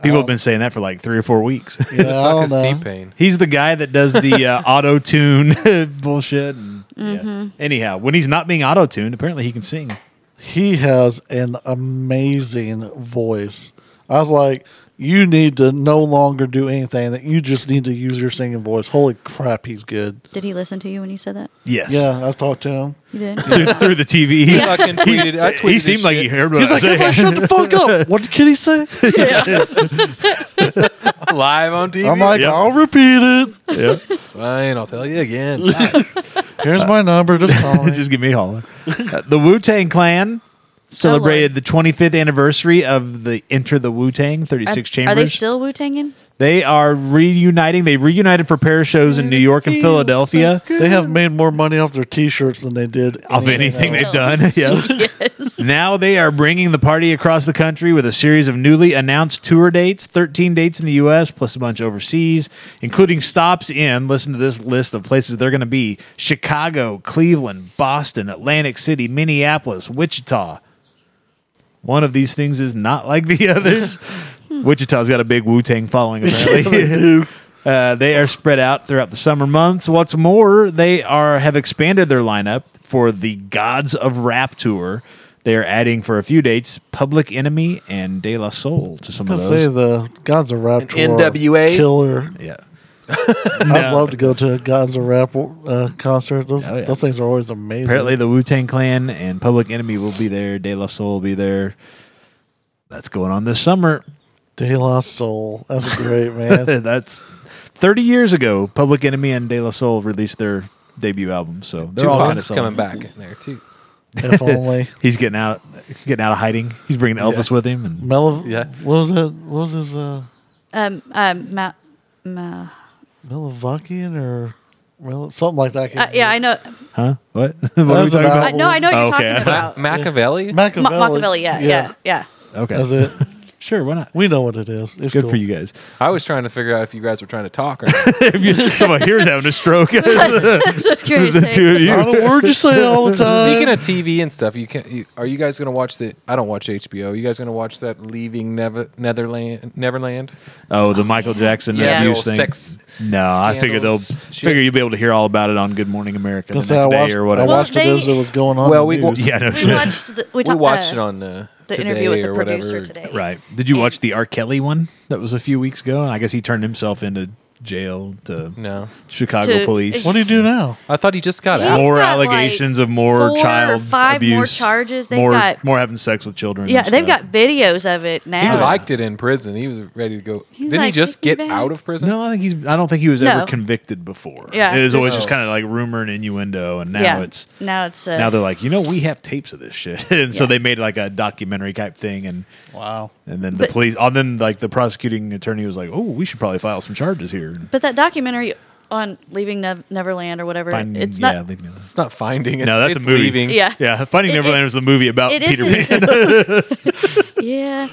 [SPEAKER 1] People have been saying that for like three or four weeks.
[SPEAKER 2] Uh, Yeah, I
[SPEAKER 4] fuck
[SPEAKER 2] don't
[SPEAKER 4] is
[SPEAKER 2] know.
[SPEAKER 4] T Pain.
[SPEAKER 1] He's the guy that does the uh, auto tune bullshit. And, yeah.
[SPEAKER 3] Mm-hmm.
[SPEAKER 1] Anyhow, when he's not being auto tuned, apparently he can sing.
[SPEAKER 2] He has an amazing voice. I was like, you need to no longer do anything. That you just need to use your singing voice. Holy crap, he's good.
[SPEAKER 3] Did he listen to you when you said that?
[SPEAKER 1] Yes.
[SPEAKER 2] Yeah, I talked to him.
[SPEAKER 3] You did.
[SPEAKER 1] Through, through the TV.
[SPEAKER 4] I fucking tweeted. I tweeted
[SPEAKER 1] He
[SPEAKER 4] this
[SPEAKER 1] seemed like
[SPEAKER 4] shit.
[SPEAKER 1] he heard what
[SPEAKER 2] He's
[SPEAKER 1] I
[SPEAKER 2] like, everybody
[SPEAKER 1] said.
[SPEAKER 2] shut the fuck up. What did Kitty say?
[SPEAKER 4] live on TV.
[SPEAKER 2] I'm like,
[SPEAKER 1] Yep.
[SPEAKER 2] I'll repeat it.
[SPEAKER 1] Yeah.
[SPEAKER 4] Fine, I'll tell you again. Live.
[SPEAKER 2] Here's my number. Just call me.
[SPEAKER 1] Just give me a holler. Uh, the Wu Tang Clan
[SPEAKER 3] Oh,
[SPEAKER 1] celebrated the 25th anniversary of the Enter the Wu Tang 36
[SPEAKER 3] Are-
[SPEAKER 1] Chambers.
[SPEAKER 3] Are they still Wu Tanging?
[SPEAKER 1] They are reuniting. They reunited for pair of shows in New York and Philadelphia.
[SPEAKER 2] They have made more money off their T-shirts than they did
[SPEAKER 1] of anything
[SPEAKER 2] else.
[SPEAKER 1] they've done. yeah. Now they are bringing the party across the country with a series of newly announced tour dates, 13 dates in the U.S., plus a bunch overseas, including stops in, listen to this list of places they're going to be Chicago, Cleveland, Boston, Atlantic City, Minneapolis, Wichita. One of these things is not like the others. Wichita's got a big Wu Tang following, apparently. Uh, they are spread out throughout the summer months. What's more, they are have expanded their lineup for the Gods of Rap tour. They are adding for a few dates Public Enemy and De La Soul to some
[SPEAKER 2] I
[SPEAKER 1] of
[SPEAKER 2] say
[SPEAKER 1] those.
[SPEAKER 2] the Gods of Rap tour.
[SPEAKER 4] NWA?
[SPEAKER 2] killer.
[SPEAKER 1] Yeah,
[SPEAKER 2] I'd love to go to a Gods of Rap uh, concert. Those,
[SPEAKER 1] Oh, yeah.
[SPEAKER 2] those things are always amazing.
[SPEAKER 1] apparently the Wu Tang Clan and Public Enemy will be there. De La Soul will be there. That's going on this summer.
[SPEAKER 2] De La Soul. That's great, man.
[SPEAKER 1] That's thirty years ago. Public Enemy and De La Soul released their debut album, so they're
[SPEAKER 4] Two
[SPEAKER 1] all kind
[SPEAKER 4] Hawks
[SPEAKER 1] of
[SPEAKER 4] coming back in there too.
[SPEAKER 2] if only.
[SPEAKER 1] He's getting out, getting out of hiding. He's bringing Elvis with him, and
[SPEAKER 2] Mel-
[SPEAKER 4] Yeah.
[SPEAKER 2] What was that? What was his uh,
[SPEAKER 3] Um, um, Ma- Ma-
[SPEAKER 2] Melavakian or Mel- something like that? I
[SPEAKER 3] uh,
[SPEAKER 2] can't
[SPEAKER 3] yeah, I know.
[SPEAKER 1] Huh? What? what are
[SPEAKER 2] remember. That
[SPEAKER 1] we
[SPEAKER 2] was an
[SPEAKER 1] talking
[SPEAKER 3] I,
[SPEAKER 1] about?
[SPEAKER 2] album.
[SPEAKER 3] no, I know what you're
[SPEAKER 1] Oh, Okay.
[SPEAKER 3] talking about.
[SPEAKER 4] Machiavelli.
[SPEAKER 3] Uh, Ma-
[SPEAKER 2] Machiavelli.
[SPEAKER 3] Machiavelli, yeah, yeah, yeah.
[SPEAKER 1] Okay.
[SPEAKER 2] That's it.
[SPEAKER 1] Sure, why not?
[SPEAKER 2] We know what it is. It's
[SPEAKER 1] Good
[SPEAKER 2] cool.
[SPEAKER 1] for you guys.
[SPEAKER 4] I was trying to figure out if you guys were trying to talk or not.
[SPEAKER 1] Someone here's having a stroke. the
[SPEAKER 3] That's what you're
[SPEAKER 1] two of
[SPEAKER 3] saying.
[SPEAKER 1] you.
[SPEAKER 2] Not a word you say all the
[SPEAKER 3] Uh,
[SPEAKER 2] time.
[SPEAKER 4] Speaking of TV and stuff, you can. You, are you guys going to watch the? I don't watch HBO. you guys going to watch that Leaving Never, Netherland, Neverland?
[SPEAKER 1] Oh, the Michael Jackson
[SPEAKER 4] Yeah, the
[SPEAKER 1] abuse
[SPEAKER 4] old
[SPEAKER 1] thing.
[SPEAKER 4] sex
[SPEAKER 1] no, I figured they'll
[SPEAKER 4] scandals shit.
[SPEAKER 1] figure you'll be able to hear all about it on Good Morning America the
[SPEAKER 2] Because
[SPEAKER 1] next
[SPEAKER 2] I
[SPEAKER 1] day
[SPEAKER 2] watched,
[SPEAKER 1] or
[SPEAKER 2] I
[SPEAKER 1] whatever.
[SPEAKER 3] Well,
[SPEAKER 2] watched it
[SPEAKER 3] they-
[SPEAKER 2] as it was going on.
[SPEAKER 4] Well,
[SPEAKER 2] in the
[SPEAKER 4] we- well,
[SPEAKER 2] news.
[SPEAKER 1] yeah, no
[SPEAKER 3] We
[SPEAKER 1] shit.
[SPEAKER 3] watched the, we
[SPEAKER 4] We
[SPEAKER 3] talked,
[SPEAKER 4] watched
[SPEAKER 3] uh,
[SPEAKER 4] it on uh,
[SPEAKER 3] the
[SPEAKER 4] Today
[SPEAKER 3] interview with the
[SPEAKER 4] or
[SPEAKER 3] producer
[SPEAKER 4] whatever.
[SPEAKER 3] today.
[SPEAKER 1] Right. Did you watch the R. Kelly one that was a few weeks ago? And I guess he turned himself into jail to
[SPEAKER 4] No,
[SPEAKER 1] Chicago
[SPEAKER 3] To-
[SPEAKER 1] police.
[SPEAKER 2] What do you do now?
[SPEAKER 4] I thought he just got
[SPEAKER 3] He-
[SPEAKER 4] out.
[SPEAKER 1] more
[SPEAKER 3] got,
[SPEAKER 1] allegations
[SPEAKER 3] like,
[SPEAKER 1] of more
[SPEAKER 3] four or
[SPEAKER 1] child
[SPEAKER 3] five
[SPEAKER 1] abuse,
[SPEAKER 3] more charges. They've
[SPEAKER 1] more,
[SPEAKER 3] got-
[SPEAKER 1] more having sex with children.
[SPEAKER 3] Yeah,
[SPEAKER 1] and
[SPEAKER 3] they've
[SPEAKER 1] stuff.
[SPEAKER 3] got videos of it
[SPEAKER 4] He
[SPEAKER 3] now.
[SPEAKER 4] liked it in prison. He was ready to go.
[SPEAKER 3] He's
[SPEAKER 4] Didn't he
[SPEAKER 3] like,
[SPEAKER 4] just
[SPEAKER 3] "Take
[SPEAKER 4] get
[SPEAKER 3] me back."
[SPEAKER 4] out of prison?
[SPEAKER 1] No, I think he's. I don't think he was
[SPEAKER 3] No.
[SPEAKER 1] ever convicted before.
[SPEAKER 3] Yeah,
[SPEAKER 1] it was always
[SPEAKER 3] this
[SPEAKER 1] just
[SPEAKER 4] is-
[SPEAKER 1] kind of like rumor and innuendo, and now
[SPEAKER 3] yeah.
[SPEAKER 1] it's
[SPEAKER 3] now it's uh,
[SPEAKER 1] now they're like, you know, we have tapes of this shit, and so
[SPEAKER 3] Yeah.
[SPEAKER 1] they made like a documentary type thing, and
[SPEAKER 2] Wow.
[SPEAKER 1] and then the
[SPEAKER 3] But-
[SPEAKER 1] police, and then like the prosecuting attorney was like, oh, we should probably file some charges here.
[SPEAKER 3] But that documentary on leaving Nev- Neverland or whatever,
[SPEAKER 1] Finding,
[SPEAKER 3] it's
[SPEAKER 1] yeah,
[SPEAKER 3] not.
[SPEAKER 1] leave me alone.
[SPEAKER 4] It's not finding. It's,
[SPEAKER 1] No, that's a
[SPEAKER 4] it's
[SPEAKER 1] movie.
[SPEAKER 4] Leaving.
[SPEAKER 3] Yeah.
[SPEAKER 1] yeah. Finding
[SPEAKER 3] It-
[SPEAKER 1] Neverland
[SPEAKER 3] it's-
[SPEAKER 1] was the movie about
[SPEAKER 3] it
[SPEAKER 1] Peter Pan.
[SPEAKER 3] isn't- yeah,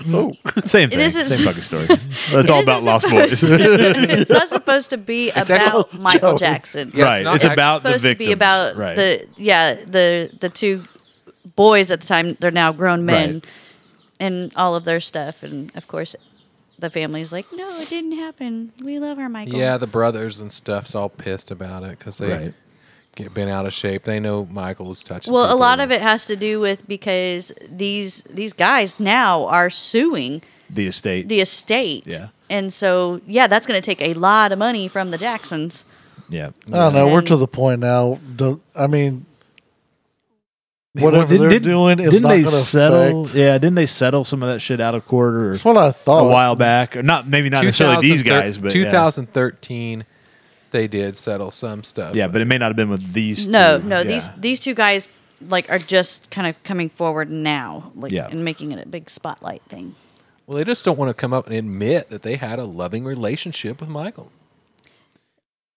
[SPEAKER 1] same thing,
[SPEAKER 3] isn't-
[SPEAKER 1] same fucking story. That's all
[SPEAKER 3] It
[SPEAKER 1] about
[SPEAKER 3] isn't
[SPEAKER 1] Lost
[SPEAKER 3] supposed-
[SPEAKER 1] Boys.
[SPEAKER 3] it's not supposed to be about
[SPEAKER 4] actually-
[SPEAKER 3] Michael Jackson.
[SPEAKER 4] Yeah,
[SPEAKER 1] right.
[SPEAKER 4] it's
[SPEAKER 1] It's,
[SPEAKER 4] not actually-
[SPEAKER 1] about
[SPEAKER 3] it's supposed
[SPEAKER 1] the
[SPEAKER 3] to
[SPEAKER 1] victims.
[SPEAKER 3] be about
[SPEAKER 1] right.
[SPEAKER 3] the yeah the the two boys at the time. They're now grown men,
[SPEAKER 1] Right.
[SPEAKER 3] and all of their stuff. And of course, the family's like, "No, it didn't happen. We love our Michael."
[SPEAKER 4] Yeah, the brothers and stuff's all pissed about it because they
[SPEAKER 1] Right.
[SPEAKER 4] get bent out of shape. They know Michael was touching.
[SPEAKER 3] Well, a
[SPEAKER 4] people.
[SPEAKER 3] lot of it has to do with because these these guys now are suing
[SPEAKER 1] the estate.
[SPEAKER 3] the estate.
[SPEAKER 1] Yeah.
[SPEAKER 3] And so, yeah, that's going to take a lot of money from the Jacksons.
[SPEAKER 1] yeah.
[SPEAKER 2] I don't know. We're
[SPEAKER 3] And-
[SPEAKER 2] to the point now. do- I mean, whatever
[SPEAKER 1] Didn't-
[SPEAKER 2] they're
[SPEAKER 1] didn't-
[SPEAKER 2] doing is
[SPEAKER 1] didn't
[SPEAKER 2] not
[SPEAKER 1] they
[SPEAKER 2] going to
[SPEAKER 1] settle?
[SPEAKER 2] affect.
[SPEAKER 1] Yeah, didn't they settle some of that shit out of court or
[SPEAKER 2] That's what I thought.
[SPEAKER 1] a while back? Or not maybe not necessarily these
[SPEAKER 4] 2013
[SPEAKER 1] guys, but yeah.
[SPEAKER 4] 2013, they did settle some stuff.
[SPEAKER 1] yeah, but it may not have been with these.
[SPEAKER 3] No,
[SPEAKER 1] two.
[SPEAKER 3] no,
[SPEAKER 1] Yeah.
[SPEAKER 3] these these two guys like are just kind of coming forward now, like
[SPEAKER 1] Yeah.
[SPEAKER 3] and making it a big spotlight thing.
[SPEAKER 4] well, they just don't want to come up and admit that they had a loving relationship with Michael.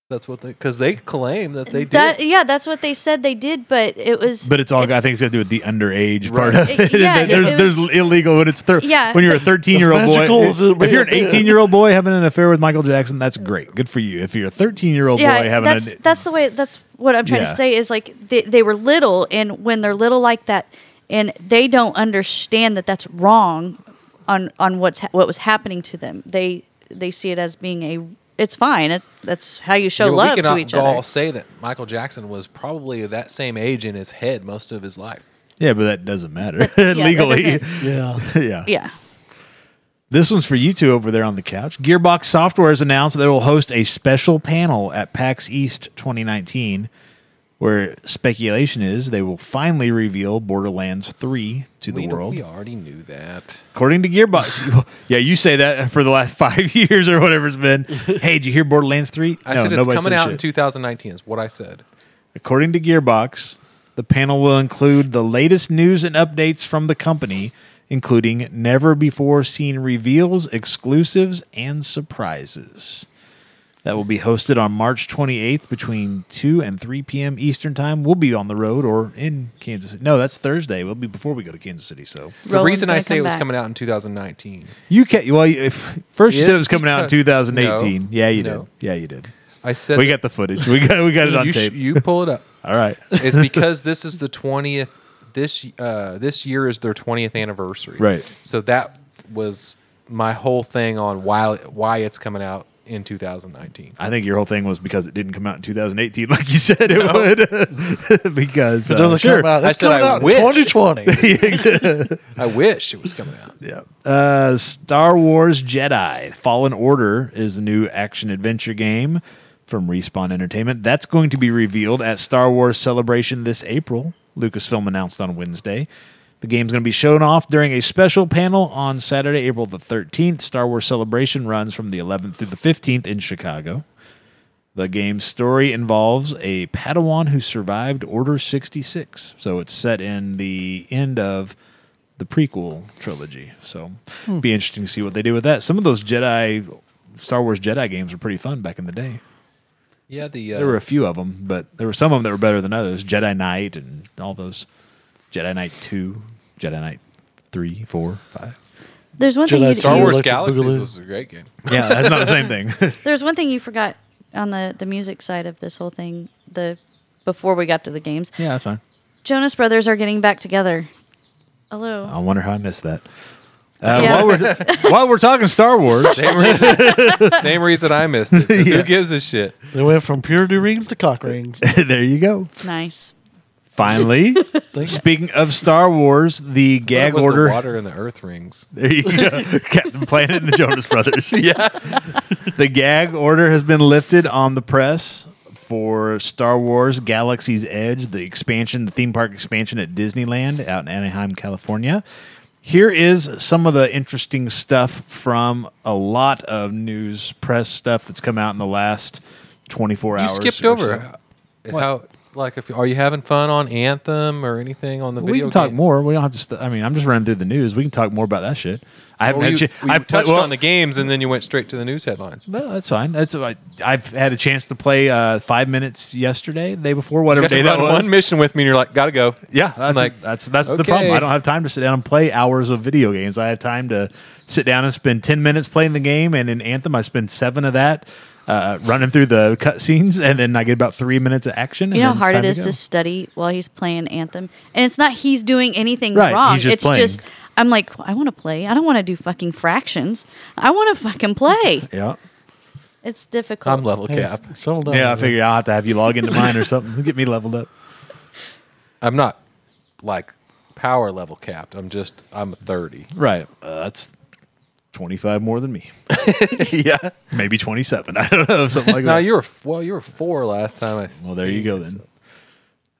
[SPEAKER 4] That's what they because they claim that they did.
[SPEAKER 3] That yeah, that's what they said they did, but it was
[SPEAKER 1] But it's all I
[SPEAKER 3] it's-
[SPEAKER 1] think it's got to do with the underage
[SPEAKER 4] Right.
[SPEAKER 1] part of it.
[SPEAKER 3] It- yeah, it-
[SPEAKER 1] there's
[SPEAKER 3] it
[SPEAKER 1] there's
[SPEAKER 3] was-
[SPEAKER 1] illegal when it's thir-
[SPEAKER 3] Yeah.
[SPEAKER 1] when you're a 13 year old
[SPEAKER 2] As
[SPEAKER 1] boy.
[SPEAKER 2] magical as it may
[SPEAKER 1] If you're an
[SPEAKER 2] have been.
[SPEAKER 1] 18 year old boy having an affair with Michael Jackson, that's great. Good for you. If you're a 13 year old boy having
[SPEAKER 3] that's,
[SPEAKER 1] an
[SPEAKER 3] that's the way that's what i'm trying
[SPEAKER 1] Yeah.
[SPEAKER 3] to say is like they, they were little and when they're little like that and they don't understand that that's wrong on on what's ha- what was happening to them they they see it as being a it's fine it, that's how you show
[SPEAKER 4] Yeah, well,
[SPEAKER 3] love
[SPEAKER 4] we
[SPEAKER 3] to
[SPEAKER 4] cannot
[SPEAKER 3] each
[SPEAKER 4] all
[SPEAKER 3] other
[SPEAKER 4] say that Michael Jackson was probably that same age in his head most of his life.
[SPEAKER 1] yeah, but that doesn't matter
[SPEAKER 3] that
[SPEAKER 1] legally.
[SPEAKER 3] doesn't-
[SPEAKER 2] Yeah.
[SPEAKER 1] yeah.
[SPEAKER 3] yeah
[SPEAKER 1] This one's for you two over there on the couch. Gearbox Software has announced that they will host a special panel at PAX East 2019, where speculation is they will finally reveal Borderlands 3 to the
[SPEAKER 4] we,
[SPEAKER 1] world.
[SPEAKER 4] we already knew that.
[SPEAKER 1] According to Gearbox. yeah, you say that for the last five years or whatever it's been. Hey, did you hear Borderlands 3?
[SPEAKER 4] I said it's coming out in
[SPEAKER 1] shit.
[SPEAKER 4] 2019. Is what I said.
[SPEAKER 1] According to Gearbox, the panel will include the latest news and updates from the company, including never before seen reveals, exclusives, and surprises. That will be hosted on March 28th between 2 and 3 p.m. Eastern Time. We'll be on the road or in Kansas City. No, that's Thursday. We'll be before we go to Kansas City. So
[SPEAKER 3] Roland's
[SPEAKER 4] the reason I
[SPEAKER 3] gonna
[SPEAKER 4] say
[SPEAKER 3] come
[SPEAKER 4] it was
[SPEAKER 3] back.
[SPEAKER 4] coming out in 2019,
[SPEAKER 1] you can't. Well, if, first you said it
[SPEAKER 4] Yes,
[SPEAKER 1] was coming out in
[SPEAKER 4] because-
[SPEAKER 1] 2018.
[SPEAKER 4] No.
[SPEAKER 1] yeah, you did.
[SPEAKER 4] No.
[SPEAKER 1] Yeah, you did.
[SPEAKER 4] I said
[SPEAKER 1] we got the footage. We got we got it on
[SPEAKER 4] you, sh-
[SPEAKER 1] tape.
[SPEAKER 4] you pull it up.
[SPEAKER 1] All right.
[SPEAKER 4] It's because this is the 20th. This uh, this year is their 20th anniversary.
[SPEAKER 1] Right.
[SPEAKER 4] So that was my whole thing on why why it's coming out in 2019.
[SPEAKER 1] I think your whole thing was because it didn't come out in 2018, like you said it would. because uh,
[SPEAKER 2] It doesn't
[SPEAKER 1] sure.
[SPEAKER 2] come out.
[SPEAKER 4] I
[SPEAKER 2] It's
[SPEAKER 4] said
[SPEAKER 2] coming
[SPEAKER 4] I
[SPEAKER 2] out in
[SPEAKER 4] wish.
[SPEAKER 2] 2020.
[SPEAKER 4] I wish it was coming out.
[SPEAKER 1] Yeah. Uh, Star Wars Jedi Fallen Order is the new action adventure game from Respawn Entertainment. That's going to be revealed at Star Wars Celebration this April. Lucasfilm announced on Wednesday. The game's going to be shown off during a special panel on Saturday, April the 13th. Star Wars Celebration runs from the 11th through the 15th in Chicago. The game's story involves a Padawan who survived Order 66. So it's set in the end of the prequel trilogy. So be interesting to see what they do with that. Some of those Jedi Star Wars Jedi games were pretty fun back in the day.
[SPEAKER 4] Yeah. The uh,
[SPEAKER 1] There were a few of them, but there were some of them that were better than others. Jedi Knight and all those Jedi Knight 2, Jedi Knight 3, 4, 5.
[SPEAKER 3] there's one thing
[SPEAKER 2] Jedi
[SPEAKER 3] you,
[SPEAKER 4] Star
[SPEAKER 2] Yeah,
[SPEAKER 3] you-
[SPEAKER 4] Wars
[SPEAKER 2] like the
[SPEAKER 4] Galaxies
[SPEAKER 2] Boogaloo.
[SPEAKER 4] was a great game.
[SPEAKER 1] Yeah, that's not the same thing.
[SPEAKER 3] there's one thing you forgot on the the music side of this whole thing the before we got to the games
[SPEAKER 1] yeah, that's fine.
[SPEAKER 3] jonas brothers are getting back together hello
[SPEAKER 1] I wonder how I missed that. Uh,
[SPEAKER 3] Yeah.
[SPEAKER 1] while, we're, while we're talking Star Wars,
[SPEAKER 4] Same reason, same reason I missed it. 'cause Who gives a shit?
[SPEAKER 2] they went from purity rings to cock rings.
[SPEAKER 1] there you go.
[SPEAKER 3] nice
[SPEAKER 1] Finally, speaking of Star Wars, the
[SPEAKER 4] What
[SPEAKER 1] gag
[SPEAKER 4] was
[SPEAKER 1] order.
[SPEAKER 4] The water and the Earth rings.
[SPEAKER 1] There you go. Captain Planet and the Jonas Brothers.
[SPEAKER 4] Yeah.
[SPEAKER 1] the gag order has been lifted on the press for Star Wars Galaxy's Edge, the expansion, the theme park expansion at Disneyland out in Anaheim, California. Here is some of the interesting stuff from a lot of news press stuff that's come out in the last 24
[SPEAKER 4] You
[SPEAKER 1] hours.
[SPEAKER 4] skipped
[SPEAKER 1] or
[SPEAKER 4] over
[SPEAKER 1] so.
[SPEAKER 4] how like if are you having fun on Anthem or anything on the
[SPEAKER 1] We
[SPEAKER 4] video
[SPEAKER 1] can talk
[SPEAKER 4] game?
[SPEAKER 1] more. We don't have to. St- I mean, I'm just running through the news. We can talk more about that shit. I haven't
[SPEAKER 4] Well,
[SPEAKER 1] had
[SPEAKER 4] you,
[SPEAKER 1] a chance-
[SPEAKER 4] well, you
[SPEAKER 1] I've played-
[SPEAKER 4] touched
[SPEAKER 1] well,
[SPEAKER 4] on the games and then you went straight to the news headlines.
[SPEAKER 1] No, that's fine. That's I, I've had a chance to play uh, five minutes yesterday, the day before, whatever
[SPEAKER 4] You got
[SPEAKER 1] day
[SPEAKER 4] to
[SPEAKER 1] that
[SPEAKER 4] run
[SPEAKER 1] was.
[SPEAKER 4] one mission with me, and you're like, gotta go.
[SPEAKER 1] Yeah, that's
[SPEAKER 4] I'm like,
[SPEAKER 1] that's that's the problem.
[SPEAKER 4] okay.
[SPEAKER 1] I don't have time to sit down and play hours of video games. I have time to sit down and spend ten minutes playing the game, and in Anthem, I spend seven of that uh, running through the cutscenes, and then I get about three minutes of action. And
[SPEAKER 3] You know how
[SPEAKER 1] then it's
[SPEAKER 3] hard
[SPEAKER 1] time
[SPEAKER 3] it is
[SPEAKER 1] to,
[SPEAKER 3] to,
[SPEAKER 1] go.
[SPEAKER 3] study while he's playing Anthem? And it's not he's doing anything
[SPEAKER 1] Right,
[SPEAKER 3] wrong.
[SPEAKER 1] he's just
[SPEAKER 3] it's
[SPEAKER 1] playing.
[SPEAKER 3] just, I'm like, I want to play. I don't want to do fucking fractions. I want to fucking play.
[SPEAKER 1] yeah.
[SPEAKER 3] It's difficult.
[SPEAKER 4] I'm level
[SPEAKER 2] Hey,
[SPEAKER 4] cap.
[SPEAKER 2] s- settle down.
[SPEAKER 1] Yeah, I figure I'll have to have you log into mine or something. Get me leveled up.
[SPEAKER 4] I'm not like power level capped. I'm just I'm a 30.
[SPEAKER 1] Right. Uh, that's 25 more than me. yeah. Maybe 27. I don't know. Something like
[SPEAKER 4] Now
[SPEAKER 1] that.
[SPEAKER 4] you were f- well, you were four last time. I
[SPEAKER 1] Well, there
[SPEAKER 4] seen
[SPEAKER 1] you go then.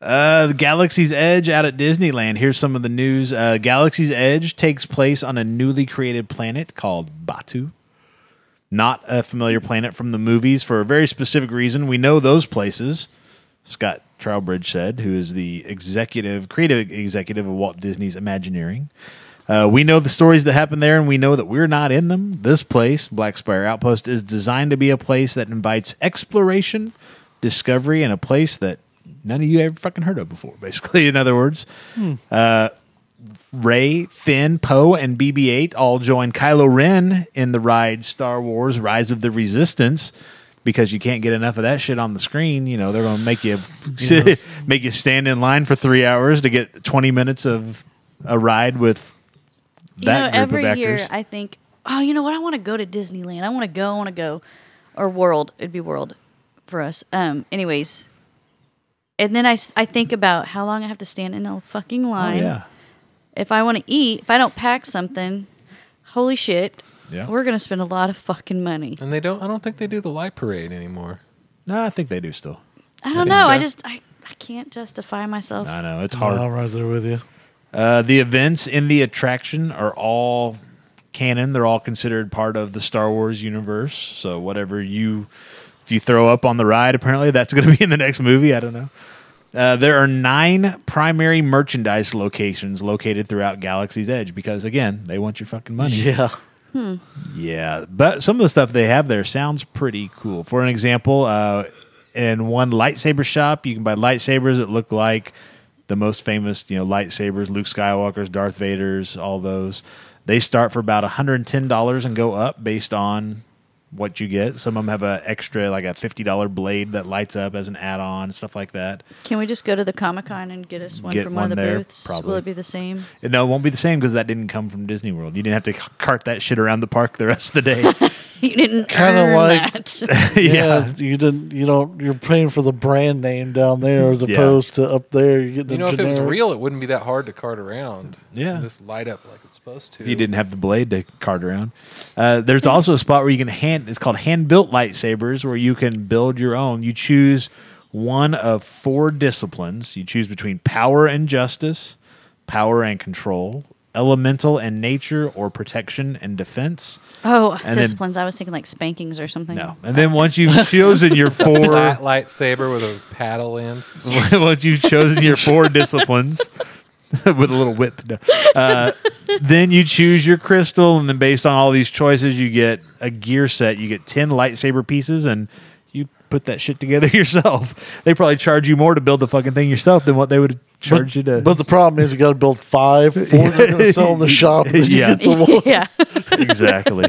[SPEAKER 1] Uh, the Galaxy's Edge out at Disneyland. Here's some of the news. Uh, Galaxy's Edge takes place on a newly created planet called Batu. Not a familiar planet from the movies for a very specific reason. We know those places. Scott Trowbridge said, who is the executive, creative executive of Walt Disney's Imagineering. Uh, we know the stories that happen there, and we know that we're not in them. This place, Black Spire Outpost, is designed to be a place that invites exploration, discovery, and a place that none of you ever fucking heard of before. Basically, in other words, Ray, Finn, Poe, and BB-8 all join Kylo Ren in the ride Star Wars: Rise of the Resistance because you can't get enough of that shit on the screen. You know they're going to make you sit, make you stand in line for three hours to get twenty minutes of a ride with
[SPEAKER 3] you
[SPEAKER 1] that
[SPEAKER 3] know,
[SPEAKER 1] group of
[SPEAKER 3] every
[SPEAKER 1] actors.
[SPEAKER 3] year I think, oh, you know what? I want to go to Disneyland. I want to go. I want to go. Or World. It'd be World for us. Um. Anyways. And then I, s- I think about how long I have to stand in a fucking
[SPEAKER 1] Oh,
[SPEAKER 3] line.
[SPEAKER 1] yeah,
[SPEAKER 3] If I want to eat, if I don't pack something, holy shit,
[SPEAKER 1] Yeah.
[SPEAKER 3] we're gonna spend a lot of fucking money.
[SPEAKER 4] And they don't. I don't think they do the light parade anymore.
[SPEAKER 1] no, I think they do still.
[SPEAKER 3] I don't
[SPEAKER 4] think
[SPEAKER 3] know. I
[SPEAKER 4] so.
[SPEAKER 3] just I, I can't justify myself.
[SPEAKER 1] I know it's hard.
[SPEAKER 2] I'm right there with you.
[SPEAKER 1] Uh, the events in the attraction are all canon. They're all considered part of the Star Wars universe. So whatever you, if you throw up on the ride, apparently that's going to be in the next movie. I don't know. Uh, there are nine primary merchandise locations located throughout Galaxy's Edge because, again, they want your fucking money.
[SPEAKER 2] Yeah.
[SPEAKER 1] Yeah, but some of the stuff they have there sounds pretty cool. For an example, uh, in one lightsaber shop, you can buy lightsabers that look like the most famous, you know, lightsabers, Luke Skywalker's, Darth Vader's, all those. They start for about $110 and go up based on what you get. Some of them have a extra like a $50 blade that lights up as an add-on, stuff like that.
[SPEAKER 3] Can we just go to the Comic Con and get us one
[SPEAKER 1] Get
[SPEAKER 3] from one,
[SPEAKER 1] one
[SPEAKER 3] of the
[SPEAKER 1] there,
[SPEAKER 3] booths?
[SPEAKER 1] probably.
[SPEAKER 3] Will it be the same?
[SPEAKER 1] And no, it won't be the same because that didn't come from Disney World. You didn't have to cart that shit around the park the rest of the day.
[SPEAKER 3] You didn't
[SPEAKER 2] kinda
[SPEAKER 3] earn
[SPEAKER 2] like-
[SPEAKER 3] that.
[SPEAKER 2] yeah, You didn't. You don't. You're paying for the brand name down there as
[SPEAKER 1] Yeah.
[SPEAKER 2] opposed to up there. You're getting
[SPEAKER 4] You know,
[SPEAKER 2] a
[SPEAKER 4] if it was
[SPEAKER 2] generic-
[SPEAKER 4] real, it wouldn't be that hard to cart around.
[SPEAKER 1] Yeah.
[SPEAKER 4] just light up like it's supposed to.
[SPEAKER 1] if you didn't have the blade to cart around. Uh, there's also a spot where you can hand. It's called hand built lightsabers, where you can build your own. You choose one of four disciplines. You choose between power and justice, power and control, elemental and nature, or protection and defense.
[SPEAKER 3] oh,
[SPEAKER 1] then-
[SPEAKER 3] disciplines. I was thinking like spankings or something.
[SPEAKER 1] No, and then once you've chosen your
[SPEAKER 4] flat
[SPEAKER 1] four,
[SPEAKER 4] lightsaber with a paddle end.
[SPEAKER 1] once you've chosen your four disciplines. with a little whip. No. Uh, then you choose your crystal, and then based on all these choices, you get a gear set. You get ten lightsaber pieces, and you put that shit together yourself. They probably charge you more to build the fucking thing yourself than what they would charge you to.
[SPEAKER 2] But the problem is, you got to build five. Four they're going to sell in the shop. and then you
[SPEAKER 1] Yeah.
[SPEAKER 2] get the one.
[SPEAKER 3] yeah.
[SPEAKER 1] exactly.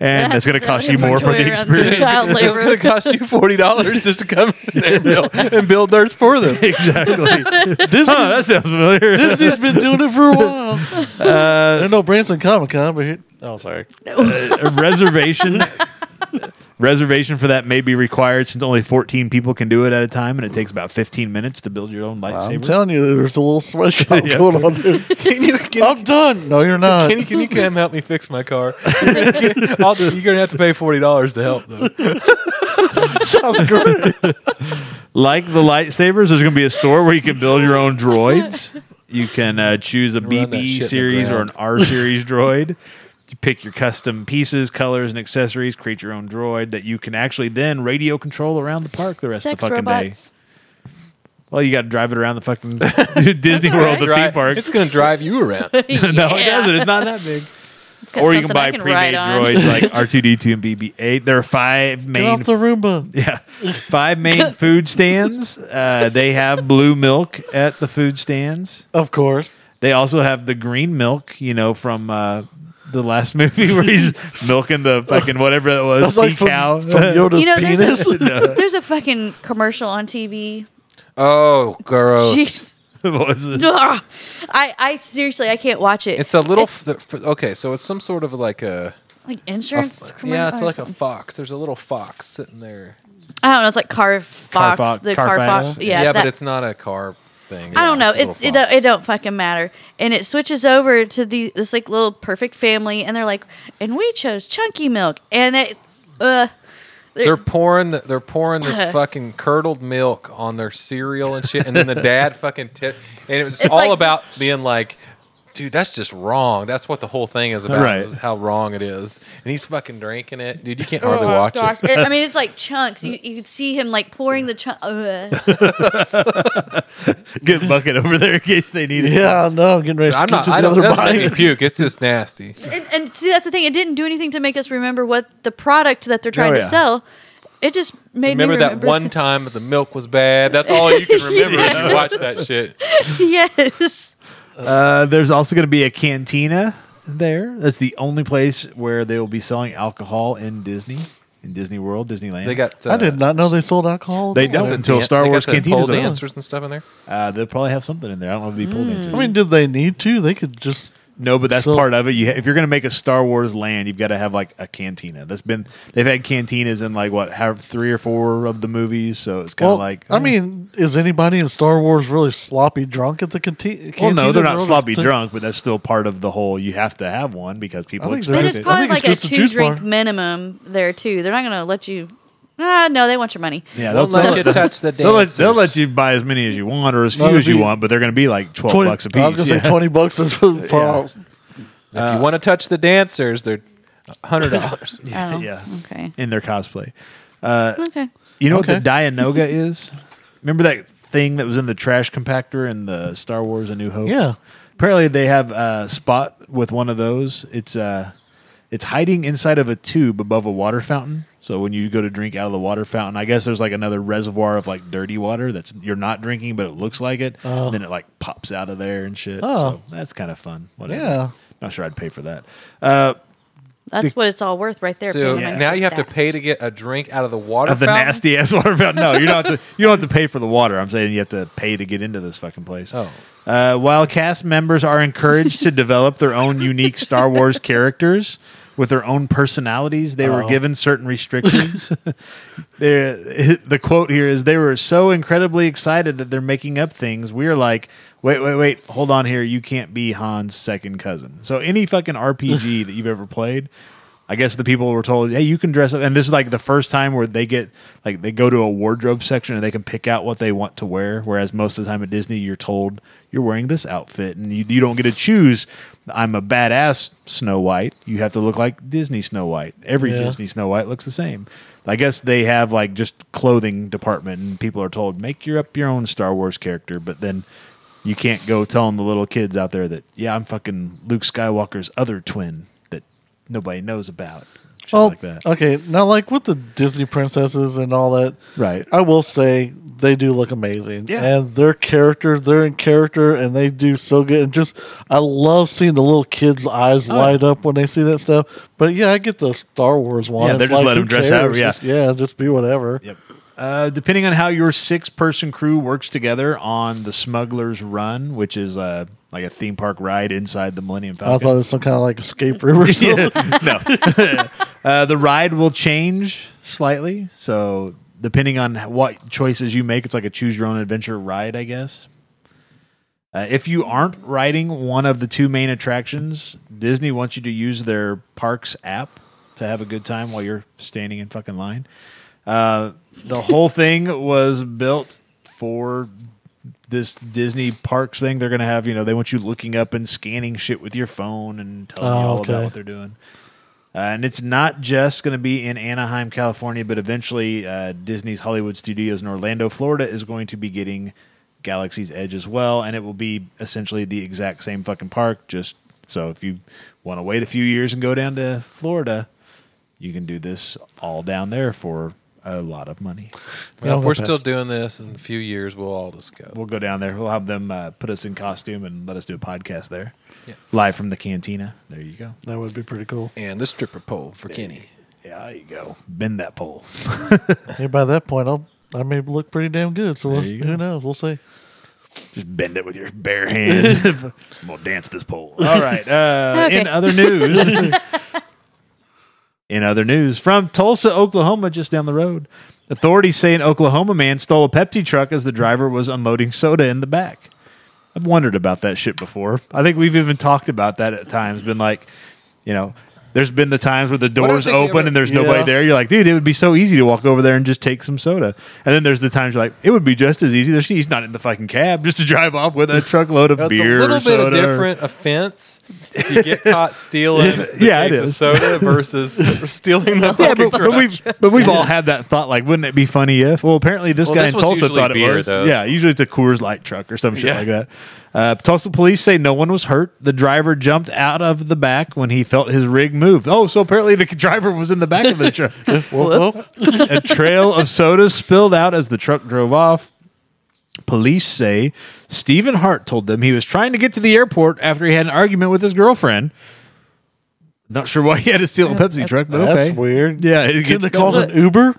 [SPEAKER 1] And it's going to
[SPEAKER 3] That's
[SPEAKER 1] cost
[SPEAKER 3] the
[SPEAKER 1] you more for the
[SPEAKER 3] inventory on the
[SPEAKER 1] experience.
[SPEAKER 3] Child
[SPEAKER 4] It's
[SPEAKER 3] labor.
[SPEAKER 4] gonna cost you forty dollars just to come in there and build, and build theirs for them.
[SPEAKER 1] exactly. Huh, that sounds familiar.
[SPEAKER 2] Disney's been doing it for a while.
[SPEAKER 1] Uh,
[SPEAKER 2] I know Branson Comic Con, but here, oh, sorry.
[SPEAKER 1] reservation Uh, Reservation for that may be required since only 14 people can do it at a time, and it takes about 15 minutes to build your own
[SPEAKER 2] I'm
[SPEAKER 1] lightsaber.
[SPEAKER 2] telling you, there's a little sweatshop
[SPEAKER 1] Yeah.
[SPEAKER 2] going on there.
[SPEAKER 4] Can you, can,
[SPEAKER 2] I'm done. No, you're not.
[SPEAKER 4] Kenny, can you come help me fix my car? I'll, you're gonna have to pay forty dollars to help, though.
[SPEAKER 2] Sounds great.
[SPEAKER 1] like the lightsabers, there's going to be a store where you can build your own droids. You can uh, choose a
[SPEAKER 4] that shit in
[SPEAKER 1] BB
[SPEAKER 4] the
[SPEAKER 1] series or an
[SPEAKER 4] ground.
[SPEAKER 1] R series droid. You pick your custom pieces, colors, and accessories. Create your own droid that you can actually then radio control around the park the rest
[SPEAKER 3] Sex
[SPEAKER 1] of the fucking
[SPEAKER 3] robots.
[SPEAKER 1] day. Well, you got to drive it around the fucking Disney
[SPEAKER 3] all
[SPEAKER 1] World,
[SPEAKER 3] right.
[SPEAKER 1] the theme
[SPEAKER 4] Drive-
[SPEAKER 1] park.
[SPEAKER 4] It's gonna drive you around.
[SPEAKER 1] no, it doesn't. It's not that big.
[SPEAKER 3] It's got
[SPEAKER 1] or you can
[SPEAKER 3] something
[SPEAKER 1] buy
[SPEAKER 3] I
[SPEAKER 1] pre-made
[SPEAKER 3] ride on.
[SPEAKER 1] droids like R2D2 and BB-8. There are five
[SPEAKER 2] Get
[SPEAKER 1] main
[SPEAKER 2] off the Roomba.
[SPEAKER 1] yeah, five main food stands. Uh, they have blue milk at the food stands.
[SPEAKER 2] Of course.
[SPEAKER 1] They also have the green milk, you know, from uh, the last movie where he's milking the fucking whatever it was,
[SPEAKER 2] That's
[SPEAKER 1] sea
[SPEAKER 2] like from,
[SPEAKER 1] cow.
[SPEAKER 2] from Yoda's
[SPEAKER 3] You know, there's
[SPEAKER 2] penis.
[SPEAKER 3] a, there's a fucking commercial on TV.
[SPEAKER 4] Oh, gross!
[SPEAKER 3] Jeez.
[SPEAKER 1] What was it?
[SPEAKER 3] Ugh. I, I seriously, I can't watch it.
[SPEAKER 4] It's a little.
[SPEAKER 3] It's
[SPEAKER 4] f- f- okay, so it's some sort of like a.
[SPEAKER 3] like
[SPEAKER 4] a
[SPEAKER 3] insurance.
[SPEAKER 4] f-
[SPEAKER 3] commercial
[SPEAKER 4] yeah, it's
[SPEAKER 3] or
[SPEAKER 4] like a
[SPEAKER 3] something.
[SPEAKER 4] fox. There's a little fox sitting there.
[SPEAKER 3] I don't know. It's like Car Fox,
[SPEAKER 1] Fox-
[SPEAKER 3] the
[SPEAKER 1] Car
[SPEAKER 3] Car,
[SPEAKER 1] Fox.
[SPEAKER 3] Fox. Yeah,
[SPEAKER 4] but
[SPEAKER 3] that-
[SPEAKER 4] it's not a car thing.
[SPEAKER 3] I don't know. It's,
[SPEAKER 4] a
[SPEAKER 3] it,
[SPEAKER 4] little
[SPEAKER 3] don't,
[SPEAKER 4] fox.
[SPEAKER 3] it don't fucking matter. And it switches over to the this like little perfect family, and they're like, and we chose chunky milk, and it, uh,
[SPEAKER 4] They're pouring the, they're pouring this fucking curdled milk on their cereal and shit, and then the dad fucking tip, and it was
[SPEAKER 3] It's
[SPEAKER 4] all
[SPEAKER 3] like-
[SPEAKER 4] about being like, dude, that's just wrong. That's what the whole thing is about,
[SPEAKER 1] Right.
[SPEAKER 4] how wrong it is. And he's fucking drinking it, dude. You can't hardly watch it.
[SPEAKER 3] gosh. Oh, I mean, it's like chunks. You you could see him like pouring the chunk. Uh.
[SPEAKER 1] Good bucket over there in case they need it.
[SPEAKER 2] Yeah, no, I'm getting ready to
[SPEAKER 4] I'm
[SPEAKER 2] scoot
[SPEAKER 4] not.
[SPEAKER 2] to the
[SPEAKER 4] I don't.
[SPEAKER 2] other
[SPEAKER 4] That's not make
[SPEAKER 2] body.
[SPEAKER 4] me puke. It's just nasty.
[SPEAKER 3] and, and see that's the thing it didn't do anything to make us remember what the product that they're trying
[SPEAKER 1] yeah.
[SPEAKER 3] to sell it just made
[SPEAKER 4] Remember
[SPEAKER 3] me
[SPEAKER 4] that
[SPEAKER 3] remember
[SPEAKER 4] one time that the milk was bad? That's all you can remember if you watch that shit.
[SPEAKER 3] yes
[SPEAKER 1] Uh, there's also going to be a cantina there. That's the only place where they will be selling alcohol in Disney, in Disney World, Disneyland.
[SPEAKER 4] They got. Uh,
[SPEAKER 2] I did not know they sold alcohol.
[SPEAKER 1] They
[SPEAKER 2] at all.
[SPEAKER 1] don't. until
[SPEAKER 4] dan-
[SPEAKER 1] Star
[SPEAKER 4] they got
[SPEAKER 1] Wars
[SPEAKER 4] the
[SPEAKER 1] Cantina's
[SPEAKER 4] pole
[SPEAKER 1] open.
[SPEAKER 4] dancers and stuff in there.
[SPEAKER 1] Uh, they'll probably have something in there. I don't know if it'll be pole dancers.
[SPEAKER 2] I mean, did they need to? They could just.
[SPEAKER 1] No, but that's
[SPEAKER 2] Mm. So-
[SPEAKER 1] part of it. You, ha- if you're going to make a Star Wars land, you've got to have like a cantina. That's been they've had cantinas in like what, have three or four of the movies. So it's kind of
[SPEAKER 2] Well,
[SPEAKER 1] like
[SPEAKER 2] I mean, is anybody in Star Wars really sloppy drunk at the canteen?
[SPEAKER 1] eh. well, no, they're not sloppy
[SPEAKER 2] drunk.
[SPEAKER 1] drunk, but that's still part of the whole. You have to have one because people
[SPEAKER 2] think
[SPEAKER 1] expect
[SPEAKER 3] but
[SPEAKER 2] I
[SPEAKER 3] it's
[SPEAKER 1] it.
[SPEAKER 2] think
[SPEAKER 3] probably
[SPEAKER 2] it's
[SPEAKER 3] like a
[SPEAKER 2] just a
[SPEAKER 3] two
[SPEAKER 2] juice
[SPEAKER 3] drink
[SPEAKER 2] bar.
[SPEAKER 3] minimum there too they're not gonna let you ah no they want your money
[SPEAKER 1] Yeah,
[SPEAKER 4] Don't let you touch the
[SPEAKER 1] They'll let,
[SPEAKER 4] dancers.
[SPEAKER 1] they'll let you buy as many as you want or as few
[SPEAKER 2] That'll
[SPEAKER 1] as you
[SPEAKER 2] be-
[SPEAKER 1] want, but they're going to be like twelve bucks a piece.
[SPEAKER 2] I was gonna
[SPEAKER 1] yeah.
[SPEAKER 2] say twenty bucks is for pops.
[SPEAKER 1] Uh,
[SPEAKER 4] If you want to touch the dancers, they're hundred dollars.
[SPEAKER 3] oh,
[SPEAKER 1] yeah.
[SPEAKER 3] okay
[SPEAKER 1] in their cosplay.
[SPEAKER 3] okay
[SPEAKER 1] You know
[SPEAKER 2] Okay.
[SPEAKER 1] what the Dianoga is? Remember that thing that was in the trash compactor in the Star Wars: A New Hope?
[SPEAKER 2] Yeah.
[SPEAKER 1] Apparently, they have a spot with one of those. It's uh, it's hiding inside of a tube above a water fountain. So when you go to drink out of the water fountain, I guess there's like another reservoir of like dirty water that's you're not drinking, but it looks like it.
[SPEAKER 2] Oh.
[SPEAKER 1] And then it like pops out of there and shit.
[SPEAKER 2] Oh.
[SPEAKER 1] So that's kind of fun. Whatever.
[SPEAKER 2] Yeah.
[SPEAKER 1] Not sure I'd pay for that. Uh,
[SPEAKER 3] that's what it's all worth right there paying
[SPEAKER 4] so
[SPEAKER 3] money
[SPEAKER 4] now
[SPEAKER 3] for
[SPEAKER 4] you have to
[SPEAKER 3] that.
[SPEAKER 4] pay to get a drink out of the water
[SPEAKER 1] of the
[SPEAKER 4] fountain?
[SPEAKER 1] nasty ass water fountain. No, you don't have to. You don't have to pay for the water. I'm saying you have to pay to get into this fucking place.
[SPEAKER 4] Oh.
[SPEAKER 1] Uh, while cast members are encouraged to develop their own unique Star Wars characters with their own personalities, they
[SPEAKER 4] Oh.
[SPEAKER 1] were given certain restrictions. They're- the quote here is They were so incredibly excited that they're making up things. We're like, wait, wait, wait, hold on here. You can't be Han's second cousin. So, any fucking RPG that you've ever played, I guess the people were told, hey, you can dress up. And this is like the first time where they get, like, they go to a wardrobe section and they can pick out what they want to wear. Whereas most of the time at Disney, you're told, you're wearing this outfit and you, you don't get to choose. I'm a badass Snow White. You have to look like Disney Snow White. Every
[SPEAKER 2] Yeah.
[SPEAKER 1] Disney Snow White looks the same. I guess they have like just clothing department, and people are told make your up your own Star Wars character, but then you can't go telling the little kids out there that yeah, I'm fucking Luke Skywalker's other twin that nobody knows about, shit
[SPEAKER 2] Well,
[SPEAKER 1] like that.
[SPEAKER 2] Oh, okay. Now, like with the Disney princesses and all that,
[SPEAKER 1] Right.
[SPEAKER 2] I will say they do look amazing.
[SPEAKER 1] Yeah.
[SPEAKER 2] and their character, they're in character, and they do so good. And just, I love seeing the little kids' eyes
[SPEAKER 1] Oh,
[SPEAKER 2] light up when they see that stuff. But yeah, I get the Star Wars one.
[SPEAKER 1] Yeah,
[SPEAKER 2] It's
[SPEAKER 1] they're just let
[SPEAKER 2] who
[SPEAKER 1] 'em dress however, yeah.
[SPEAKER 2] Just, yeah, just be whatever.
[SPEAKER 1] Yep. Uh, depending on how your six person crew works together on the Smuggler's Run, which is uh, like a theme park ride inside the Millennium
[SPEAKER 2] I
[SPEAKER 1] Falcon.
[SPEAKER 2] thought it was some kind of like escape room or something.
[SPEAKER 1] no. Uh, the ride will change slightly, so depending on what choices you make, it's like a choose your own adventure ride, I guess. Uh, if you aren't riding one of the two main attractions, Disney wants you to use their parks app to have a good time while you're standing in fucking line. Uh, the whole thing was built for this Disney parks thing. They're gonna have you know they want you looking up and scanning shit with your phone and telling you
[SPEAKER 2] Oh,
[SPEAKER 1] all about
[SPEAKER 2] okay.
[SPEAKER 1] what they're doing. Uh, and it's not just going to be in Anaheim, California, but eventually uh, Disney's Hollywood Studios in Orlando, Florida is going to be getting Galaxy's Edge as well. And it will be essentially the exact same fucking park. Just so if you want to wait a few years and go down to Florida, you can do this all down there for a lot of money.
[SPEAKER 4] Well, if
[SPEAKER 2] Yeah,
[SPEAKER 4] we're
[SPEAKER 2] that's-
[SPEAKER 4] still doing this in a few years, we'll all just go.
[SPEAKER 1] We'll go down there. We'll have them uh, put us in costume and let us do a podcast there.
[SPEAKER 4] Yeah.
[SPEAKER 1] Live from the cantina. There you go.
[SPEAKER 2] That would be pretty cool.
[SPEAKER 4] and the stripper pole for Kenny.
[SPEAKER 1] Yeah, there you go. Bend that pole.
[SPEAKER 2] Hey, by that point, I'll, I may look pretty damn good. So we'll,
[SPEAKER 1] There you
[SPEAKER 2] who
[SPEAKER 1] go.
[SPEAKER 2] knows? We'll see.
[SPEAKER 1] Just bend it with your bare hands. I'm gonna dance this pole. All right. Uh,
[SPEAKER 3] Okay.
[SPEAKER 1] In other news, in other news, from Tulsa, Oklahoma, just down the road, authorities say an Oklahoma man stole a Pepsi truck as the driver was unloading soda in the back. I've wondered about that shit before. I think we've even talked about that at times. Been like, you know, there's been the times where the
[SPEAKER 4] don't
[SPEAKER 1] doors
[SPEAKER 4] think we
[SPEAKER 1] open
[SPEAKER 4] ever-
[SPEAKER 1] and there's
[SPEAKER 2] Yeah.
[SPEAKER 1] nobody there. You're like, dude, it would be so easy to walk over there and just take some soda. And then there's the times you're like, it would be just as easy. There's, he's not in the fucking cab just to drive off with a truckload of
[SPEAKER 4] That's
[SPEAKER 1] beer.
[SPEAKER 4] a little
[SPEAKER 1] or
[SPEAKER 4] bit
[SPEAKER 1] soda.
[SPEAKER 4] of different offense if you get caught stealing the
[SPEAKER 1] Yeah, it
[SPEAKER 4] case of
[SPEAKER 1] is.
[SPEAKER 4] soda versus stealing the
[SPEAKER 1] Yeah,
[SPEAKER 4] fucking
[SPEAKER 1] but, but
[SPEAKER 4] truck.
[SPEAKER 1] we've but we've all had that thought. Like, wouldn't it be funny if? Well, apparently this
[SPEAKER 4] Well,
[SPEAKER 1] guy
[SPEAKER 4] this
[SPEAKER 1] in
[SPEAKER 4] was
[SPEAKER 1] Tulsa
[SPEAKER 4] usually
[SPEAKER 1] thought it
[SPEAKER 4] beer,
[SPEAKER 1] was.
[SPEAKER 4] though.
[SPEAKER 1] Yeah, usually it's a Coors Light truck or some shit
[SPEAKER 4] Yeah.
[SPEAKER 1] like that. Uh, Tulsa police say no one was hurt. The driver jumped out of the back when he felt his rig move. Oh, so apparently the driver was in the back of the truck.
[SPEAKER 2] Whoop, whoop.
[SPEAKER 1] a trail of sodas spilled out as the truck drove off. Police say Stephen Hart told them he was trying to get to the airport after he had an argument with his girlfriend. Not sure why he had to steal a Pepsi truck, but
[SPEAKER 2] That's
[SPEAKER 1] okay.
[SPEAKER 2] weird.
[SPEAKER 1] Yeah, it
[SPEAKER 2] Couldn't
[SPEAKER 1] gets-
[SPEAKER 2] they call it
[SPEAKER 3] Look.
[SPEAKER 2] an Uber?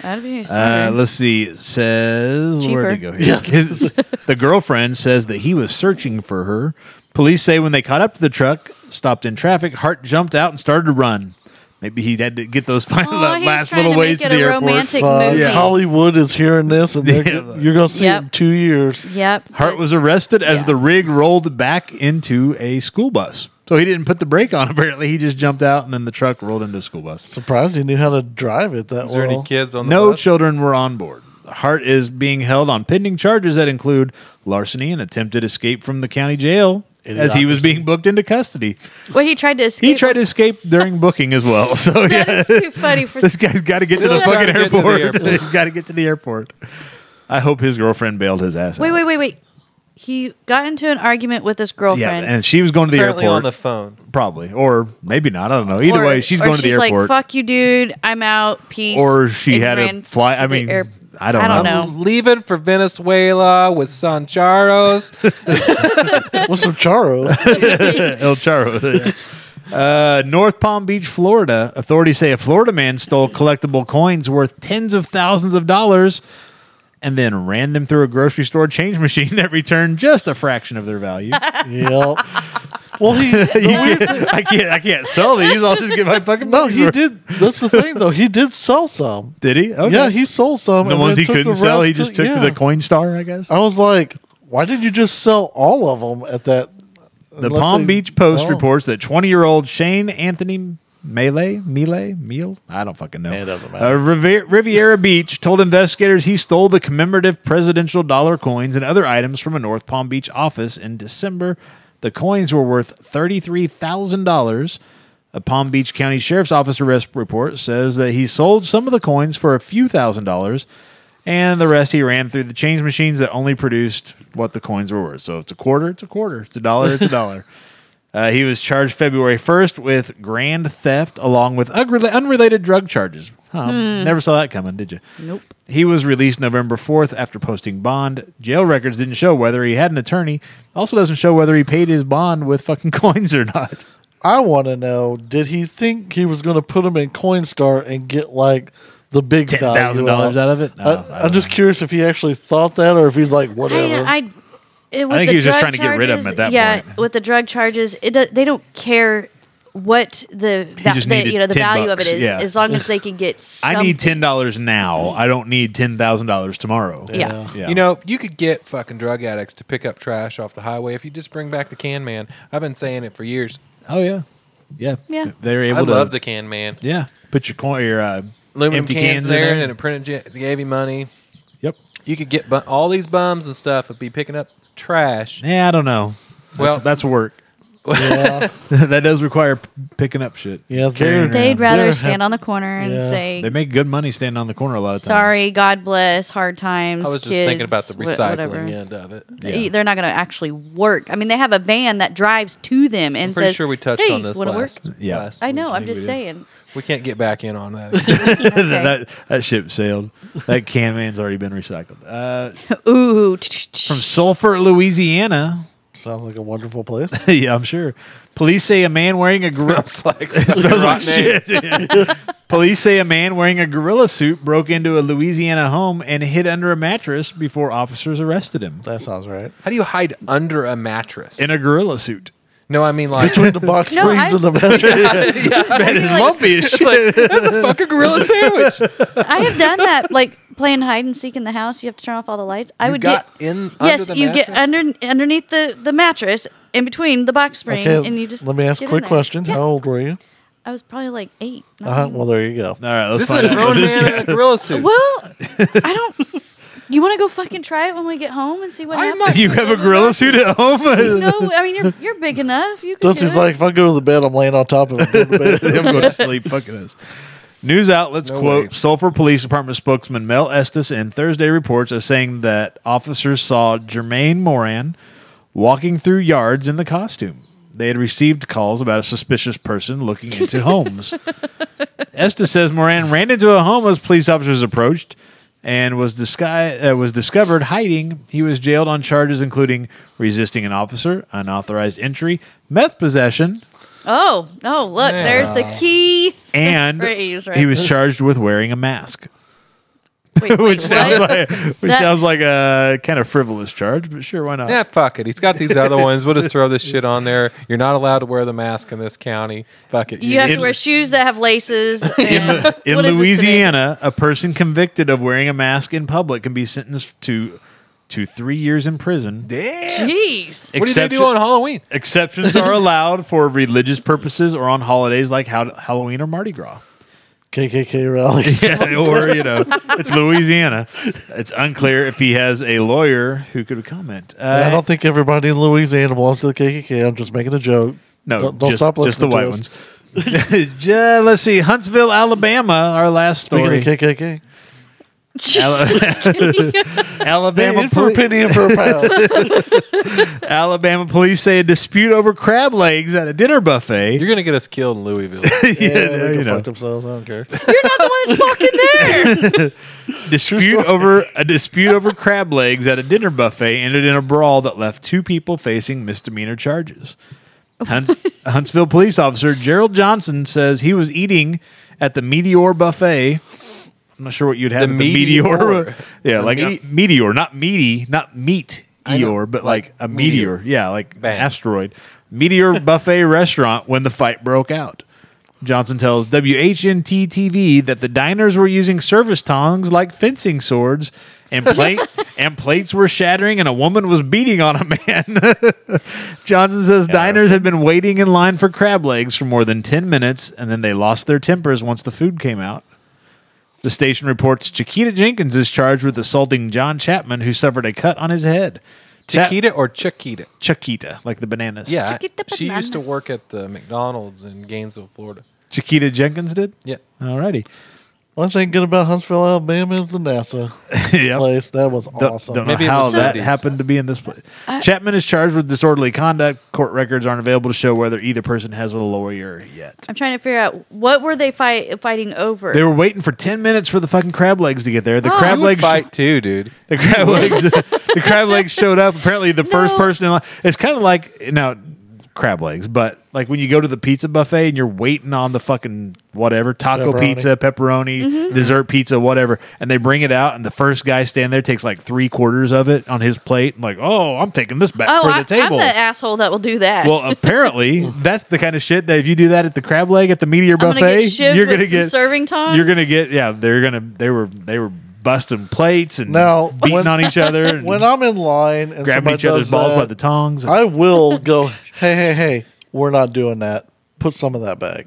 [SPEAKER 3] That'd be
[SPEAKER 1] Uh,
[SPEAKER 3] interesting.
[SPEAKER 1] let's see. It says where to
[SPEAKER 3] Cheaper.
[SPEAKER 1] go here. His, the girlfriend says that he was searching for her. Police say when they caught up to the truck, stopped in traffic, Hart jumped out and started to run. Maybe he had to get those final
[SPEAKER 3] Aw,
[SPEAKER 1] that
[SPEAKER 3] he's
[SPEAKER 1] last
[SPEAKER 3] Oh, trying
[SPEAKER 1] little
[SPEAKER 3] to
[SPEAKER 1] ways
[SPEAKER 3] make
[SPEAKER 1] to
[SPEAKER 3] it
[SPEAKER 1] the
[SPEAKER 3] a
[SPEAKER 1] airport.
[SPEAKER 3] romantic
[SPEAKER 2] Fuck.
[SPEAKER 3] movie.
[SPEAKER 2] Hollywood is hearing this, and they're,
[SPEAKER 1] Yeah.
[SPEAKER 2] you're going to see it in
[SPEAKER 3] Yep.
[SPEAKER 2] two years.
[SPEAKER 3] Yep.
[SPEAKER 1] Hart
[SPEAKER 3] but-
[SPEAKER 1] was arrested as
[SPEAKER 3] Yeah.
[SPEAKER 1] the rig rolled back into a school bus. So he didn't put the brake on. Apparently, he just jumped out and then the truck rolled into a school bus.
[SPEAKER 2] Surprised he knew how to drive it that
[SPEAKER 4] Is there
[SPEAKER 2] well.
[SPEAKER 4] any kids on the
[SPEAKER 1] No
[SPEAKER 4] bus?
[SPEAKER 1] children were on board. Hart is being held on pending charges that include larceny and attempted escape from the county jail as he was
[SPEAKER 2] Idiocracy.
[SPEAKER 1] being booked into custody.
[SPEAKER 3] Well, he tried to escape.
[SPEAKER 1] He tried to escape during booking as well. So
[SPEAKER 3] That
[SPEAKER 1] yeah,
[SPEAKER 3] is too funny for
[SPEAKER 1] this guy's got to get to the
[SPEAKER 4] Still trying
[SPEAKER 1] fucking
[SPEAKER 4] to get to the
[SPEAKER 1] airport.
[SPEAKER 4] airport.
[SPEAKER 1] He's got to get to the airport. I hope his girlfriend bailed his ass.
[SPEAKER 3] Wait,
[SPEAKER 1] out.
[SPEAKER 3] wait, wait, wait. He got into an argument with his
[SPEAKER 1] Yeah,
[SPEAKER 3] girlfriend.
[SPEAKER 1] and she was going to the
[SPEAKER 4] Apparently
[SPEAKER 1] airport.
[SPEAKER 4] on the phone.
[SPEAKER 1] probably, or maybe not. I don't know. Either
[SPEAKER 3] Or-
[SPEAKER 1] way, she's
[SPEAKER 3] or
[SPEAKER 1] going to the
[SPEAKER 3] she's
[SPEAKER 1] airport,
[SPEAKER 3] Like, fuck you, dude. I'm out. Peace.
[SPEAKER 1] or she
[SPEAKER 3] and
[SPEAKER 1] had
[SPEAKER 3] ran
[SPEAKER 1] a fly.
[SPEAKER 3] to
[SPEAKER 1] I
[SPEAKER 3] the
[SPEAKER 1] mean,
[SPEAKER 3] air-
[SPEAKER 1] I don't,
[SPEAKER 3] I don't
[SPEAKER 1] know.
[SPEAKER 3] know.
[SPEAKER 4] Leaving for Venezuela with Sancharos.
[SPEAKER 2] With some charos.
[SPEAKER 1] El Charro. Uh, North Palm Beach, Florida. Authorities say a Florida man stole collectible coins worth tens of thousands of dollars and then ran them through a grocery store change machine that returned just a fraction of their value.
[SPEAKER 2] yep. Well, he
[SPEAKER 1] You can't- I can't I can't sell these. I'll just get my fucking
[SPEAKER 2] no,
[SPEAKER 1] money
[SPEAKER 2] he
[SPEAKER 1] for-
[SPEAKER 2] did. That's the thing, though. He did sell some.
[SPEAKER 1] Did he? Okay.
[SPEAKER 2] Yeah, he sold some.
[SPEAKER 1] the
[SPEAKER 2] and
[SPEAKER 1] ones
[SPEAKER 2] then
[SPEAKER 1] he
[SPEAKER 2] took the
[SPEAKER 1] couldn't sell, he
[SPEAKER 2] rest
[SPEAKER 1] just took to
[SPEAKER 2] yeah. Uh,
[SPEAKER 1] the coin star, I guess.
[SPEAKER 2] I was like, why did you just sell all of them at that?
[SPEAKER 1] The
[SPEAKER 2] unless
[SPEAKER 1] Palm
[SPEAKER 2] they-
[SPEAKER 1] Beach Post
[SPEAKER 2] oh.
[SPEAKER 1] reports that 20 year old Shane Anthony Melee, Melee, Meal, I don't fucking know.
[SPEAKER 2] It doesn't matter.
[SPEAKER 1] Uh, Riviera, Riviera Beach told investigators he stole the commemorative presidential dollar coins and other items from a North Palm Beach office in December. The coins were worth $33,000. A Palm Beach County Sheriff's Office arrest report says that he sold some of the coins for a few thousand dollars. And the rest he ran through the change machines that only produced what the coins were worth. So if it's a quarter, it's a quarter. It's a dollar, it's a dollar. Uh, he was charged February 1st with grand theft along with unrela- unrelated drug charges. Huh, Never saw that coming, did you?
[SPEAKER 3] Hmm. Nope.
[SPEAKER 1] He was released November 4th after posting bond. Jail records didn't show whether he had an attorney. Also doesn't show whether he paid his bond with fucking coins or not.
[SPEAKER 2] I want to know: Did he think he was going to put them in Coinstar and get like the big value
[SPEAKER 1] $10,000 out of it? No, I
[SPEAKER 2] I,
[SPEAKER 1] don't
[SPEAKER 2] am just curious if he actually thought that, or if he's like, whatever.
[SPEAKER 3] I, I, it, with
[SPEAKER 1] think
[SPEAKER 3] the
[SPEAKER 1] he was just
[SPEAKER 3] drug
[SPEAKER 1] trying to get rid of 'em
[SPEAKER 3] charges-
[SPEAKER 1] at that
[SPEAKER 3] yeah,
[SPEAKER 1] point.
[SPEAKER 3] with the drug charges, it do, they don't care what the, va-
[SPEAKER 1] just
[SPEAKER 3] the
[SPEAKER 1] needed
[SPEAKER 3] you know the
[SPEAKER 1] 10
[SPEAKER 3] value
[SPEAKER 1] bucks,
[SPEAKER 3] of it is.
[SPEAKER 1] yeah.
[SPEAKER 3] As long as they can get something.
[SPEAKER 1] I need ten dollars now. I don't need ten thousand dollars tomorrow.
[SPEAKER 3] Yeah.
[SPEAKER 1] Yeah.
[SPEAKER 4] You know, you could get fucking drug addicts to pick up trash off the highway if you just bring back the can man. I've been saying it for years.
[SPEAKER 1] Oh yeah. Yeah.
[SPEAKER 3] Yeah.
[SPEAKER 1] They're able
[SPEAKER 4] I
[SPEAKER 1] to
[SPEAKER 4] love the can man.
[SPEAKER 1] Yeah. Put your coin your uh,
[SPEAKER 4] Aluminum
[SPEAKER 1] empty
[SPEAKER 4] cans,
[SPEAKER 1] cans, in
[SPEAKER 4] there,
[SPEAKER 1] there.
[SPEAKER 4] and it printed you, they gave you money.
[SPEAKER 1] yep.
[SPEAKER 4] You could get bu- all these bums and stuff would be picking up trash.
[SPEAKER 1] Yeah, I don't know. That's,
[SPEAKER 4] Well-
[SPEAKER 1] that's work.
[SPEAKER 2] Yeah,
[SPEAKER 1] that does require p- picking up shit.
[SPEAKER 2] Yeah,
[SPEAKER 1] Carrying
[SPEAKER 2] they're-
[SPEAKER 1] around.
[SPEAKER 3] They'd rather
[SPEAKER 2] They're
[SPEAKER 3] stand on the corner and
[SPEAKER 2] Yeah.
[SPEAKER 1] They
[SPEAKER 3] say,
[SPEAKER 1] make good money standing on the corner a lot of times.
[SPEAKER 3] "Sorry, God bless, hard times."
[SPEAKER 4] I was just
[SPEAKER 3] kids,
[SPEAKER 4] thinking about the
[SPEAKER 3] wha-
[SPEAKER 4] recycling
[SPEAKER 3] whatever."
[SPEAKER 4] end of it.
[SPEAKER 1] Yeah.
[SPEAKER 3] They- They're not going to actually work. I mean, they have a van that drives to them and
[SPEAKER 4] I'm pretty
[SPEAKER 3] says,
[SPEAKER 4] sure we touched
[SPEAKER 3] "Hey,
[SPEAKER 4] on this
[SPEAKER 3] wanna
[SPEAKER 4] last.
[SPEAKER 3] Work?
[SPEAKER 1] Yeah.
[SPEAKER 4] last
[SPEAKER 3] I know.
[SPEAKER 4] week.
[SPEAKER 3] I'm just saying.
[SPEAKER 4] We can't get back in on that.
[SPEAKER 3] Okay.
[SPEAKER 1] that, that ship sailed. That can man's already been recycled. Uh,
[SPEAKER 3] Ooh,
[SPEAKER 1] from Sulphur, Louisiana.
[SPEAKER 2] sounds like a wonderful place.
[SPEAKER 1] yeah, I'm sure. Police say a man wearing a gorilla.
[SPEAKER 4] smells like, smells
[SPEAKER 1] like shit. Police say a man wearing a gorilla suit broke into a Louisiana home and hid under a mattress before officers arrested him.
[SPEAKER 2] That sounds right.
[SPEAKER 4] How do you hide under a mattress?
[SPEAKER 1] In a gorilla suit.
[SPEAKER 4] no, I mean like
[SPEAKER 2] Between the box
[SPEAKER 3] No,
[SPEAKER 2] springs
[SPEAKER 3] I-
[SPEAKER 2] and the mattress.
[SPEAKER 1] That is
[SPEAKER 3] like-
[SPEAKER 1] lumpy as shit.
[SPEAKER 4] that's a fucking gorilla sandwich.
[SPEAKER 3] I have done that, like playing hide and seek in the house. You have to turn off all the lights. I
[SPEAKER 4] You
[SPEAKER 3] would
[SPEAKER 4] got
[SPEAKER 3] get
[SPEAKER 4] in under
[SPEAKER 3] yes,
[SPEAKER 4] the
[SPEAKER 3] you get
[SPEAKER 4] mattress?
[SPEAKER 3] under underneath the the mattress in between the box spring,
[SPEAKER 2] okay,
[SPEAKER 3] and you just
[SPEAKER 2] let me ask a
[SPEAKER 3] get in
[SPEAKER 2] quick
[SPEAKER 3] there.
[SPEAKER 2] question.
[SPEAKER 3] Yeah.
[SPEAKER 2] How old were you?
[SPEAKER 3] I was probably like eight.
[SPEAKER 2] Uh-huh.
[SPEAKER 3] nine.
[SPEAKER 2] Well, there you go.
[SPEAKER 1] All right, let's
[SPEAKER 4] This is
[SPEAKER 1] find
[SPEAKER 4] a
[SPEAKER 1] out.
[SPEAKER 4] grown
[SPEAKER 1] This
[SPEAKER 4] man in a gorilla suit.
[SPEAKER 3] Well, I don't. You want to go fucking try it when we get home and see what
[SPEAKER 4] I'm
[SPEAKER 1] guy-
[SPEAKER 3] happens?
[SPEAKER 1] you have a gorilla suit at home?
[SPEAKER 3] no, I mean you're you're big enough. You can
[SPEAKER 2] Dusty's
[SPEAKER 3] do it.
[SPEAKER 2] like, if I go to the bed, I'm laying on top of it. Go to bed.
[SPEAKER 1] I'm going to sleep. Fucking us. News outlets
[SPEAKER 4] No
[SPEAKER 1] quote
[SPEAKER 4] way.
[SPEAKER 1] Sulphur Police Department spokesman Mel Estes in Thursday reports as saying that officers saw Jermaine Moran walking through yards in the costume. They had received calls about a suspicious person looking into homes. Estes says Moran ran into a home as police officers approached and was disguised, uh, was discovered hiding. He was jailed on charges including resisting an officer, unauthorized entry, meth possession,
[SPEAKER 3] oh, oh, look,
[SPEAKER 4] Yeah.
[SPEAKER 3] there's the key
[SPEAKER 1] and
[SPEAKER 3] phrase, right?
[SPEAKER 1] he was charged with wearing a mask,
[SPEAKER 3] Wait, wait,
[SPEAKER 1] which sounds
[SPEAKER 3] what?
[SPEAKER 1] like which
[SPEAKER 3] That-
[SPEAKER 1] sounds like a kind of frivolous charge, but sure, why not?
[SPEAKER 4] Yeah, fuck it. He's got these other ones. We'll just throw this shit on there. You're not allowed to wear the mask in this county. Fuck it.
[SPEAKER 3] You have
[SPEAKER 1] In-
[SPEAKER 3] to wear shoes that have laces. And
[SPEAKER 1] In
[SPEAKER 3] what is this today?
[SPEAKER 1] Louisiana, a person convicted of wearing a mask in public can be sentenced to to three years in prison.
[SPEAKER 4] Damn.
[SPEAKER 3] Jeez.
[SPEAKER 4] What do they do
[SPEAKER 1] Exception-
[SPEAKER 4] on Halloween?
[SPEAKER 1] Exceptions are allowed for religious purposes or on holidays like Hal- Halloween or Mardi Gras.
[SPEAKER 2] KKK rally.
[SPEAKER 1] Yeah, or you know, it's Louisiana. It's unclear if he has a lawyer who could comment. Uh,
[SPEAKER 2] I don't think everybody in Louisiana belongs to the KKK. I'm just making a joke.
[SPEAKER 1] No,
[SPEAKER 2] don't, don't
[SPEAKER 1] just,
[SPEAKER 2] stop listening
[SPEAKER 1] just the
[SPEAKER 2] to
[SPEAKER 1] white
[SPEAKER 2] us.
[SPEAKER 1] ones. Ju- let's see, Huntsville, Alabama, our last story.
[SPEAKER 2] Speaking of KKK,
[SPEAKER 1] Alabama,
[SPEAKER 2] in for
[SPEAKER 1] poli-
[SPEAKER 2] a penny, in for a pound.
[SPEAKER 1] Alabama police say a dispute over crab legs at a dinner buffet.
[SPEAKER 4] You're gonna get us killed in Louisville.
[SPEAKER 2] yeah,
[SPEAKER 1] there
[SPEAKER 2] they
[SPEAKER 1] you
[SPEAKER 2] can
[SPEAKER 1] know.
[SPEAKER 2] fuck themselves. I don't care.
[SPEAKER 3] You're not the one that's walking there.
[SPEAKER 1] dispute over a dispute over crab legs at a dinner buffet ended in a brawl that left two people facing misdemeanor charges. Hunts, Huntsville police officer Gerald Johnson says he was eating at the Meteor buffet. I'm not sure what you'd have
[SPEAKER 4] The
[SPEAKER 1] at the Meteor.
[SPEAKER 4] Meteor.
[SPEAKER 1] Yeah,
[SPEAKER 4] The
[SPEAKER 1] like
[SPEAKER 4] me-
[SPEAKER 1] a meteor, not meaty, not meat
[SPEAKER 4] I know,
[SPEAKER 1] eor, but
[SPEAKER 4] like
[SPEAKER 1] like, a meteor.
[SPEAKER 4] meteor.
[SPEAKER 1] Yeah, like
[SPEAKER 4] Bang.
[SPEAKER 1] an asteroid. Meteor buffet restaurant when the fight broke out. Johnson tells WHNT TV that the diners were using service tongs like fencing swords, and plate and plates were shattering, and a woman was beating on a man. Johnson says diners had been waiting in line for crab legs for more than ten minutes, and then they lost their tempers once the food came out. The station reports Chiquita Jenkins is charged with assaulting John Chapman, who suffered a cut on his head. Chap-
[SPEAKER 4] Chiquita or Chiquita?
[SPEAKER 1] Chiquita, like the bananas.
[SPEAKER 4] Yeah.
[SPEAKER 3] Chiquita
[SPEAKER 4] She
[SPEAKER 3] banana.
[SPEAKER 4] used to work at the McDonald's in Gainesville, Florida.
[SPEAKER 1] Chiquita Jenkins did?
[SPEAKER 4] Yeah.
[SPEAKER 1] Alrighty.
[SPEAKER 2] One thing good about Huntsville, Alabama is the NASA
[SPEAKER 1] Yep.
[SPEAKER 2] place. That was
[SPEAKER 1] Don't,
[SPEAKER 2] awesome.
[SPEAKER 1] don't
[SPEAKER 4] Maybe
[SPEAKER 1] know
[SPEAKER 4] it
[SPEAKER 1] how
[SPEAKER 4] was
[SPEAKER 1] that
[SPEAKER 4] 70s.
[SPEAKER 1] happened to be in this place. Chapman is charged with disorderly conduct. Court records aren't available to show whether either person has a lawyer yet.
[SPEAKER 3] I'm trying to figure out what were they fight, fighting over.
[SPEAKER 1] They were waiting for ten minutes for the fucking crab legs to get there. The
[SPEAKER 3] Oh.
[SPEAKER 1] crab
[SPEAKER 3] You would
[SPEAKER 1] legs,
[SPEAKER 4] Ah, Fight too, dude.
[SPEAKER 1] the crab legs, the crab legs showed up. Apparently, the first
[SPEAKER 3] No.
[SPEAKER 1] person in line. It's kind of like now. crab legs, but like when you go to the pizza buffet and you're waiting on the fucking whatever taco
[SPEAKER 2] Pepperoni.
[SPEAKER 1] pizza, pepperoni,
[SPEAKER 3] Mm-hmm.
[SPEAKER 1] dessert pizza, whatever, and they bring it out, and the first guy standing there takes like three quarters of it on his plate, and like, oh, I'm taking this back
[SPEAKER 3] Oh,
[SPEAKER 1] for the
[SPEAKER 3] I, I'm
[SPEAKER 1] table.
[SPEAKER 3] the asshole that will do that.
[SPEAKER 1] well, uh, apparently, that's the kind of shit that if you do that at the crab leg at the Meteor
[SPEAKER 3] gonna
[SPEAKER 1] Buffet,
[SPEAKER 3] get shivved
[SPEAKER 1] you're
[SPEAKER 3] with
[SPEAKER 1] gonna
[SPEAKER 3] some
[SPEAKER 1] get
[SPEAKER 3] serving tongs.
[SPEAKER 1] You're gonna get yeah. They're gonna they were they were busting plates and
[SPEAKER 2] Now,
[SPEAKER 1] beating
[SPEAKER 2] when-
[SPEAKER 1] on each other and
[SPEAKER 2] When I'm in line and
[SPEAKER 1] grabbing
[SPEAKER 2] somebody
[SPEAKER 1] each other's
[SPEAKER 2] does
[SPEAKER 1] balls
[SPEAKER 2] that,
[SPEAKER 1] by the tongs.
[SPEAKER 2] I will go, hey, hey, hey, we're not doing that. Put some of that back.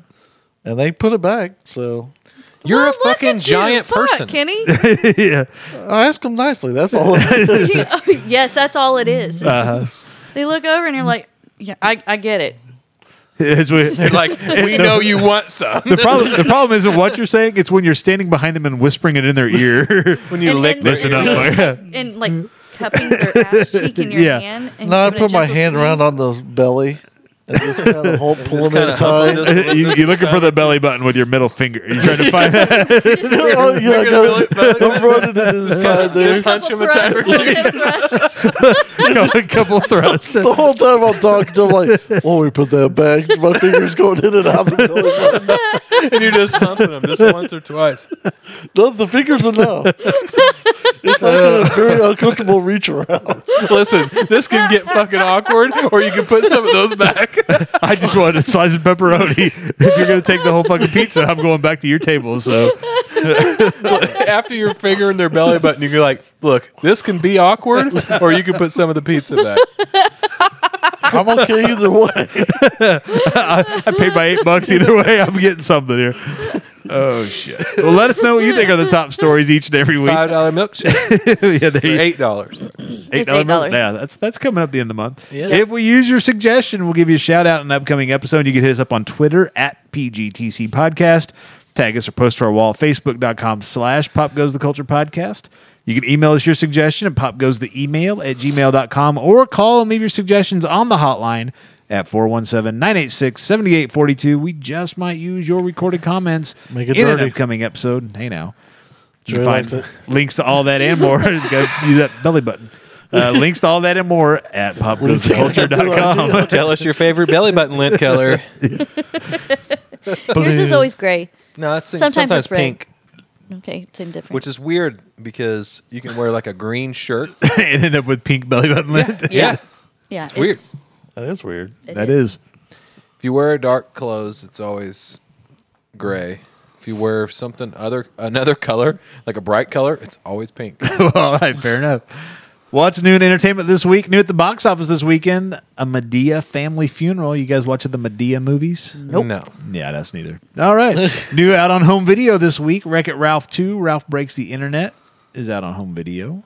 [SPEAKER 2] And they put it back. So
[SPEAKER 4] You're
[SPEAKER 3] Well,
[SPEAKER 4] a
[SPEAKER 3] look at
[SPEAKER 4] fucking
[SPEAKER 3] you.
[SPEAKER 4] giant
[SPEAKER 3] Fuck,
[SPEAKER 4] person.
[SPEAKER 3] Kenny.
[SPEAKER 1] yeah.
[SPEAKER 2] I ask them nicely. That's all. I
[SPEAKER 3] yes, that's all it is.
[SPEAKER 1] Uh-huh.
[SPEAKER 3] They look over and you're like, yeah, I, I get it.
[SPEAKER 1] It's what-
[SPEAKER 4] like we know you want some.
[SPEAKER 1] the problem the problem isn't what you're saying it's when you're standing behind them and whispering it in their ear
[SPEAKER 4] When you
[SPEAKER 3] And-
[SPEAKER 4] lick
[SPEAKER 3] and-
[SPEAKER 4] their
[SPEAKER 1] listen
[SPEAKER 4] ear.
[SPEAKER 1] up Maria.
[SPEAKER 3] And like cupping their ass cheek in your
[SPEAKER 1] Yeah.
[SPEAKER 3] hand. And
[SPEAKER 2] no, I
[SPEAKER 3] giving it
[SPEAKER 2] put my
[SPEAKER 3] gentle
[SPEAKER 2] hand
[SPEAKER 3] squeeze.
[SPEAKER 2] around on the belly and just kind of hold, pull them
[SPEAKER 4] kinda
[SPEAKER 2] in tight.
[SPEAKER 4] humble this-
[SPEAKER 1] you, you're looking for the belly button with your middle finger you're trying to find
[SPEAKER 2] oh, yeah, I
[SPEAKER 4] Belly- belly-
[SPEAKER 2] got I'm running to the side there.
[SPEAKER 4] Just punch him a
[SPEAKER 3] Thrust,
[SPEAKER 4] tiger.
[SPEAKER 3] little bit of thrust.
[SPEAKER 1] a couple thrusts
[SPEAKER 2] The whole time I'm talking, I'm like, "Well, we put that back." My fingers going in and out. The belly button.
[SPEAKER 4] and you're just humping them just once or twice.
[SPEAKER 2] no, the fingers enough. It's like a very uncomfortable reach around.
[SPEAKER 4] Listen, this can get fucking awkward, or you can put some of those back.
[SPEAKER 1] I just wanted a slice of pepperoni if you're gonna take the whole fucking pizza I'm going back to your table so
[SPEAKER 4] After you're fingering their belly button, you can be like, look, this can be awkward, or you can put some of the pizza back.
[SPEAKER 2] I'm okay either way.
[SPEAKER 1] I paid my eight bucks either way I'm getting something here oh shit well let us know what you think are the top stories each and every week
[SPEAKER 4] Five dollar milkshake,
[SPEAKER 1] yeah, there you
[SPEAKER 4] eight dollars.
[SPEAKER 3] It's
[SPEAKER 1] $8 bill?
[SPEAKER 3] $8.
[SPEAKER 1] Yeah, that's that's coming up the end of the month. If we use your suggestion, we'll give you a shout out in an upcoming episode. You can hit us up on Twitter at PGTC Podcast. Tag us or post to our wall, facebook.com slash pop goes the culture podcast. You can email us your suggestion at popgoes the email at gmail.com or call and leave your suggestions on the hotline at 417 986 7842. We just might use your recorded comments
[SPEAKER 2] Make it
[SPEAKER 1] in an
[SPEAKER 2] dirty.
[SPEAKER 1] upcoming episode. Hey now. You
[SPEAKER 2] Sure
[SPEAKER 1] can
[SPEAKER 2] likes
[SPEAKER 1] find
[SPEAKER 2] it.
[SPEAKER 1] links to all that and more. Go use that belly button. Uh, links to all that and more at popgoestheculture.com.
[SPEAKER 4] Tell us your favorite belly button lint color.
[SPEAKER 3] Yours is always gray.
[SPEAKER 4] No, it's
[SPEAKER 3] Sometimes
[SPEAKER 4] sometimes,
[SPEAKER 3] it's red.
[SPEAKER 4] pink,
[SPEAKER 3] Okay, same difference.
[SPEAKER 4] which is weird because you can wear like a green shirt.
[SPEAKER 1] and end up with pink belly button lint.
[SPEAKER 4] yeah.
[SPEAKER 3] yeah, it's
[SPEAKER 4] weird.
[SPEAKER 2] That is weird.
[SPEAKER 3] it
[SPEAKER 1] That is.
[SPEAKER 4] If you wear dark clothes, it's always gray. If you wear something other another color, like a bright color, it's always pink.
[SPEAKER 1] all right, fair enough. What's new in entertainment this week? New at the box office this weekend, a Medea family funeral. You guys watching the Medea movies?
[SPEAKER 4] No.
[SPEAKER 1] Yeah, that's neither. All right. New out on home video this week. Wreck It Ralph 2, Ralph Breaks the Internet is out on home video.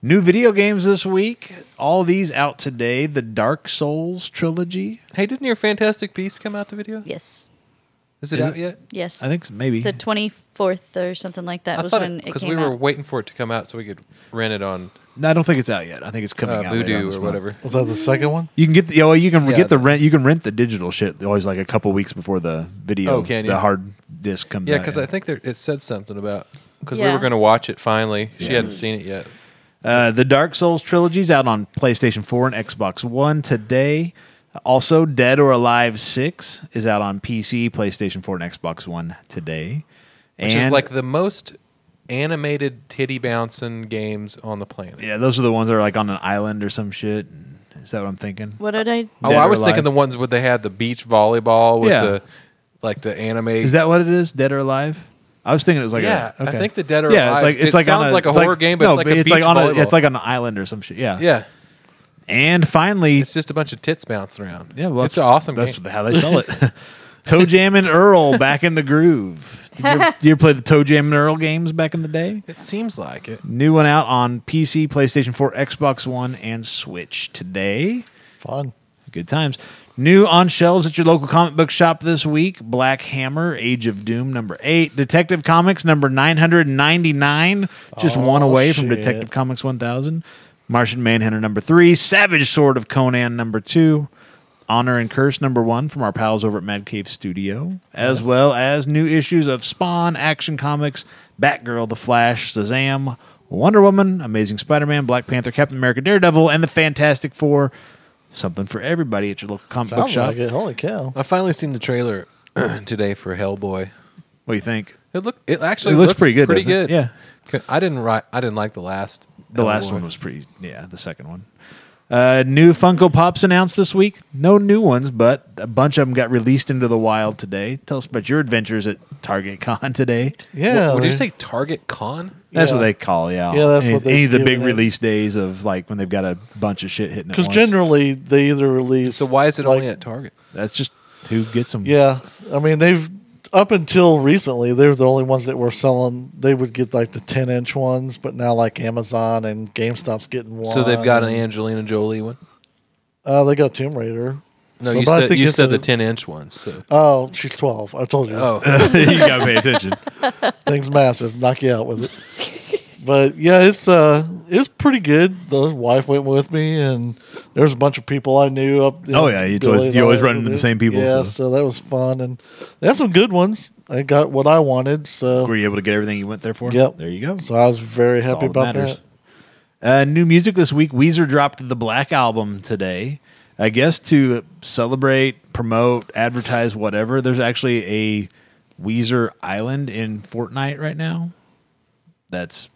[SPEAKER 1] New video games this week. All these out today. The Dark Souls trilogy.
[SPEAKER 4] Hey, didn't your Fantastic Beast come out the video?
[SPEAKER 3] Yes.
[SPEAKER 4] Is it
[SPEAKER 1] Is
[SPEAKER 4] out
[SPEAKER 1] it?
[SPEAKER 4] yet?
[SPEAKER 3] Yes.
[SPEAKER 1] I think s- maybe.
[SPEAKER 3] the 24th or something like that was when it
[SPEAKER 4] because
[SPEAKER 3] came
[SPEAKER 4] we were
[SPEAKER 3] out.
[SPEAKER 4] waiting for it to come out so we could rent it on
[SPEAKER 1] No, I don't think it's out yet. I think it's coming
[SPEAKER 4] uh,
[SPEAKER 1] out. later on
[SPEAKER 4] Voodoo
[SPEAKER 1] this
[SPEAKER 4] or
[SPEAKER 1] month.
[SPEAKER 4] whatever.
[SPEAKER 2] Was that the second one?
[SPEAKER 1] You can get the oh, you can
[SPEAKER 4] Yeah,
[SPEAKER 1] get the
[SPEAKER 4] the-
[SPEAKER 1] rent. You can rent the digital shit. Always like a couple weeks before the video.
[SPEAKER 4] Oh, can
[SPEAKER 1] the
[SPEAKER 4] you?
[SPEAKER 1] hard disk comes.
[SPEAKER 4] Yeah,
[SPEAKER 1] out,
[SPEAKER 4] because I think there, it said something about because we
[SPEAKER 3] Yeah.
[SPEAKER 4] were going to watch it finally. She
[SPEAKER 1] Yeah.
[SPEAKER 4] hadn't seen it yet.
[SPEAKER 1] Uh, the Dark Souls trilogy is out on PlayStation 4 and Xbox One today. Also, Dead or Alive 6 is out on PC, PlayStation 4, and Xbox One today.
[SPEAKER 4] Which
[SPEAKER 1] and
[SPEAKER 4] is like the most animated titty bouncing games on the planet.
[SPEAKER 1] yeah, those are the ones that are like on an island or some shit. Is that what I'm thinking?
[SPEAKER 3] What did I?
[SPEAKER 4] Oh,
[SPEAKER 1] Dead
[SPEAKER 4] I
[SPEAKER 1] or
[SPEAKER 4] was
[SPEAKER 1] Alive.
[SPEAKER 4] thinking the ones where they had the beach volleyball with
[SPEAKER 1] Yeah.
[SPEAKER 4] the like the anime.
[SPEAKER 1] Is that what it is? Dead or Alive? I was thinking it was like a-
[SPEAKER 4] Yeah, I
[SPEAKER 1] okay.
[SPEAKER 4] think the Dead or
[SPEAKER 1] yeah,
[SPEAKER 4] Alive-
[SPEAKER 1] it's like it's
[SPEAKER 4] it
[SPEAKER 1] like on
[SPEAKER 4] sounds like a
[SPEAKER 1] it's
[SPEAKER 4] horror game, but it's like a beach
[SPEAKER 1] on
[SPEAKER 4] volleyball.
[SPEAKER 1] it's like on an island or some shit. Yeah,
[SPEAKER 4] yeah,
[SPEAKER 1] And finally,
[SPEAKER 4] it's just a bunch of tits bouncing around.
[SPEAKER 1] Yeah, well,
[SPEAKER 4] it's an
[SPEAKER 1] that's-
[SPEAKER 4] awesome
[SPEAKER 1] That's
[SPEAKER 4] game.
[SPEAKER 1] how they sell it. Toe Jam and Earl back in the groove. Did you, ever, did you ever play the Toe Jam and Earl games back in the day?
[SPEAKER 4] It seems like it.
[SPEAKER 1] New one out on PC, PlayStation 4, Xbox One, and Switch today.
[SPEAKER 2] Fun.
[SPEAKER 1] Good times. New on shelves at your local comic book shop this week Black Hammer, Age of Doom, number eight. Detective Comics, number 999. Just one
[SPEAKER 2] Oh,
[SPEAKER 1] away from
[SPEAKER 2] shit.
[SPEAKER 1] Detective Comics 1000. Martian Manhunter, number three. Savage Sword of Conan, number two. Honor and Curse, number one, from our pals over at Mad Cave Studio, as well as new issues of Spawn, Action Comics, Batgirl, The Flash, Shazam, Wonder Woman, Amazing Spider Man, Black Panther, Captain America, Daredevil, and the Fantastic Four. something for everybody at your local comic book
[SPEAKER 2] Sounds
[SPEAKER 1] shop.
[SPEAKER 2] like it. Holy cow.
[SPEAKER 4] I finally seen the trailer today for Hellboy.
[SPEAKER 1] What do you think?
[SPEAKER 4] It look it actually
[SPEAKER 1] It looks pretty good,
[SPEAKER 4] Pretty
[SPEAKER 1] doesn't it?
[SPEAKER 4] good. Yeah. I didn't ri- I didn't like the last.
[SPEAKER 1] The last
[SPEAKER 4] Hellboy.
[SPEAKER 1] one was pretty. Yeah, the second one. Uh, new Funko Pops announced this week. No new ones, but a bunch of them got released into the wild today. Tell us about your adventures at Target Con today.
[SPEAKER 2] Yeah.
[SPEAKER 4] What, what did you
[SPEAKER 2] man.
[SPEAKER 4] say? Target Con.
[SPEAKER 1] That's what
[SPEAKER 2] Yeah.
[SPEAKER 1] they call yeah.
[SPEAKER 2] Yeah, that's
[SPEAKER 1] any,
[SPEAKER 2] what they
[SPEAKER 1] any of the
[SPEAKER 2] give
[SPEAKER 1] big
[SPEAKER 2] it.
[SPEAKER 1] release days of like when they've got a bunch of shit hitting. at
[SPEAKER 2] Because
[SPEAKER 1] once.
[SPEAKER 2] generally they either release.
[SPEAKER 4] So why is it
[SPEAKER 2] like-
[SPEAKER 4] only at Target?
[SPEAKER 1] that's just who gets them.
[SPEAKER 2] Yeah, I mean they've up until recently they were the only ones that were selling. They would get like the ten inch ones, but now like Amazon and GameStop's getting one.
[SPEAKER 4] So they've got an Angelina Jolie one.
[SPEAKER 2] Uh, they got Tomb Raider.
[SPEAKER 4] No,
[SPEAKER 2] So,
[SPEAKER 4] you
[SPEAKER 2] but I
[SPEAKER 4] said
[SPEAKER 2] think
[SPEAKER 4] you
[SPEAKER 2] it's
[SPEAKER 4] said
[SPEAKER 2] a-
[SPEAKER 4] the ten inch one. So
[SPEAKER 2] Oh, she's twelve. I told you.
[SPEAKER 1] Uh,
[SPEAKER 4] oh,
[SPEAKER 1] you gotta pay attention.
[SPEAKER 2] thing's massive. Knock you out with it. But yeah, it's uh, it's pretty good. The wife went with me, and there's a bunch of people I knew up.
[SPEAKER 1] Oh, yeah, you
[SPEAKER 2] Billy
[SPEAKER 1] always-
[SPEAKER 2] and
[SPEAKER 1] you
[SPEAKER 2] all
[SPEAKER 1] always
[SPEAKER 2] that.
[SPEAKER 1] run into the same people,
[SPEAKER 2] Yeah,
[SPEAKER 1] so.
[SPEAKER 2] so. that was fun, and they had some good ones. I got what I wanted, so
[SPEAKER 1] Were you able to get everything you went there for?
[SPEAKER 2] Yep.
[SPEAKER 1] There you go.
[SPEAKER 2] So I was very
[SPEAKER 1] That's
[SPEAKER 2] happy
[SPEAKER 1] all
[SPEAKER 2] about
[SPEAKER 1] matters.
[SPEAKER 2] that.
[SPEAKER 1] Uh, new music this week. Weezer dropped the Black album today. I guess to celebrate, promote, advertise, whatever. There's actually a Weezer Island in Fortnite right now. That's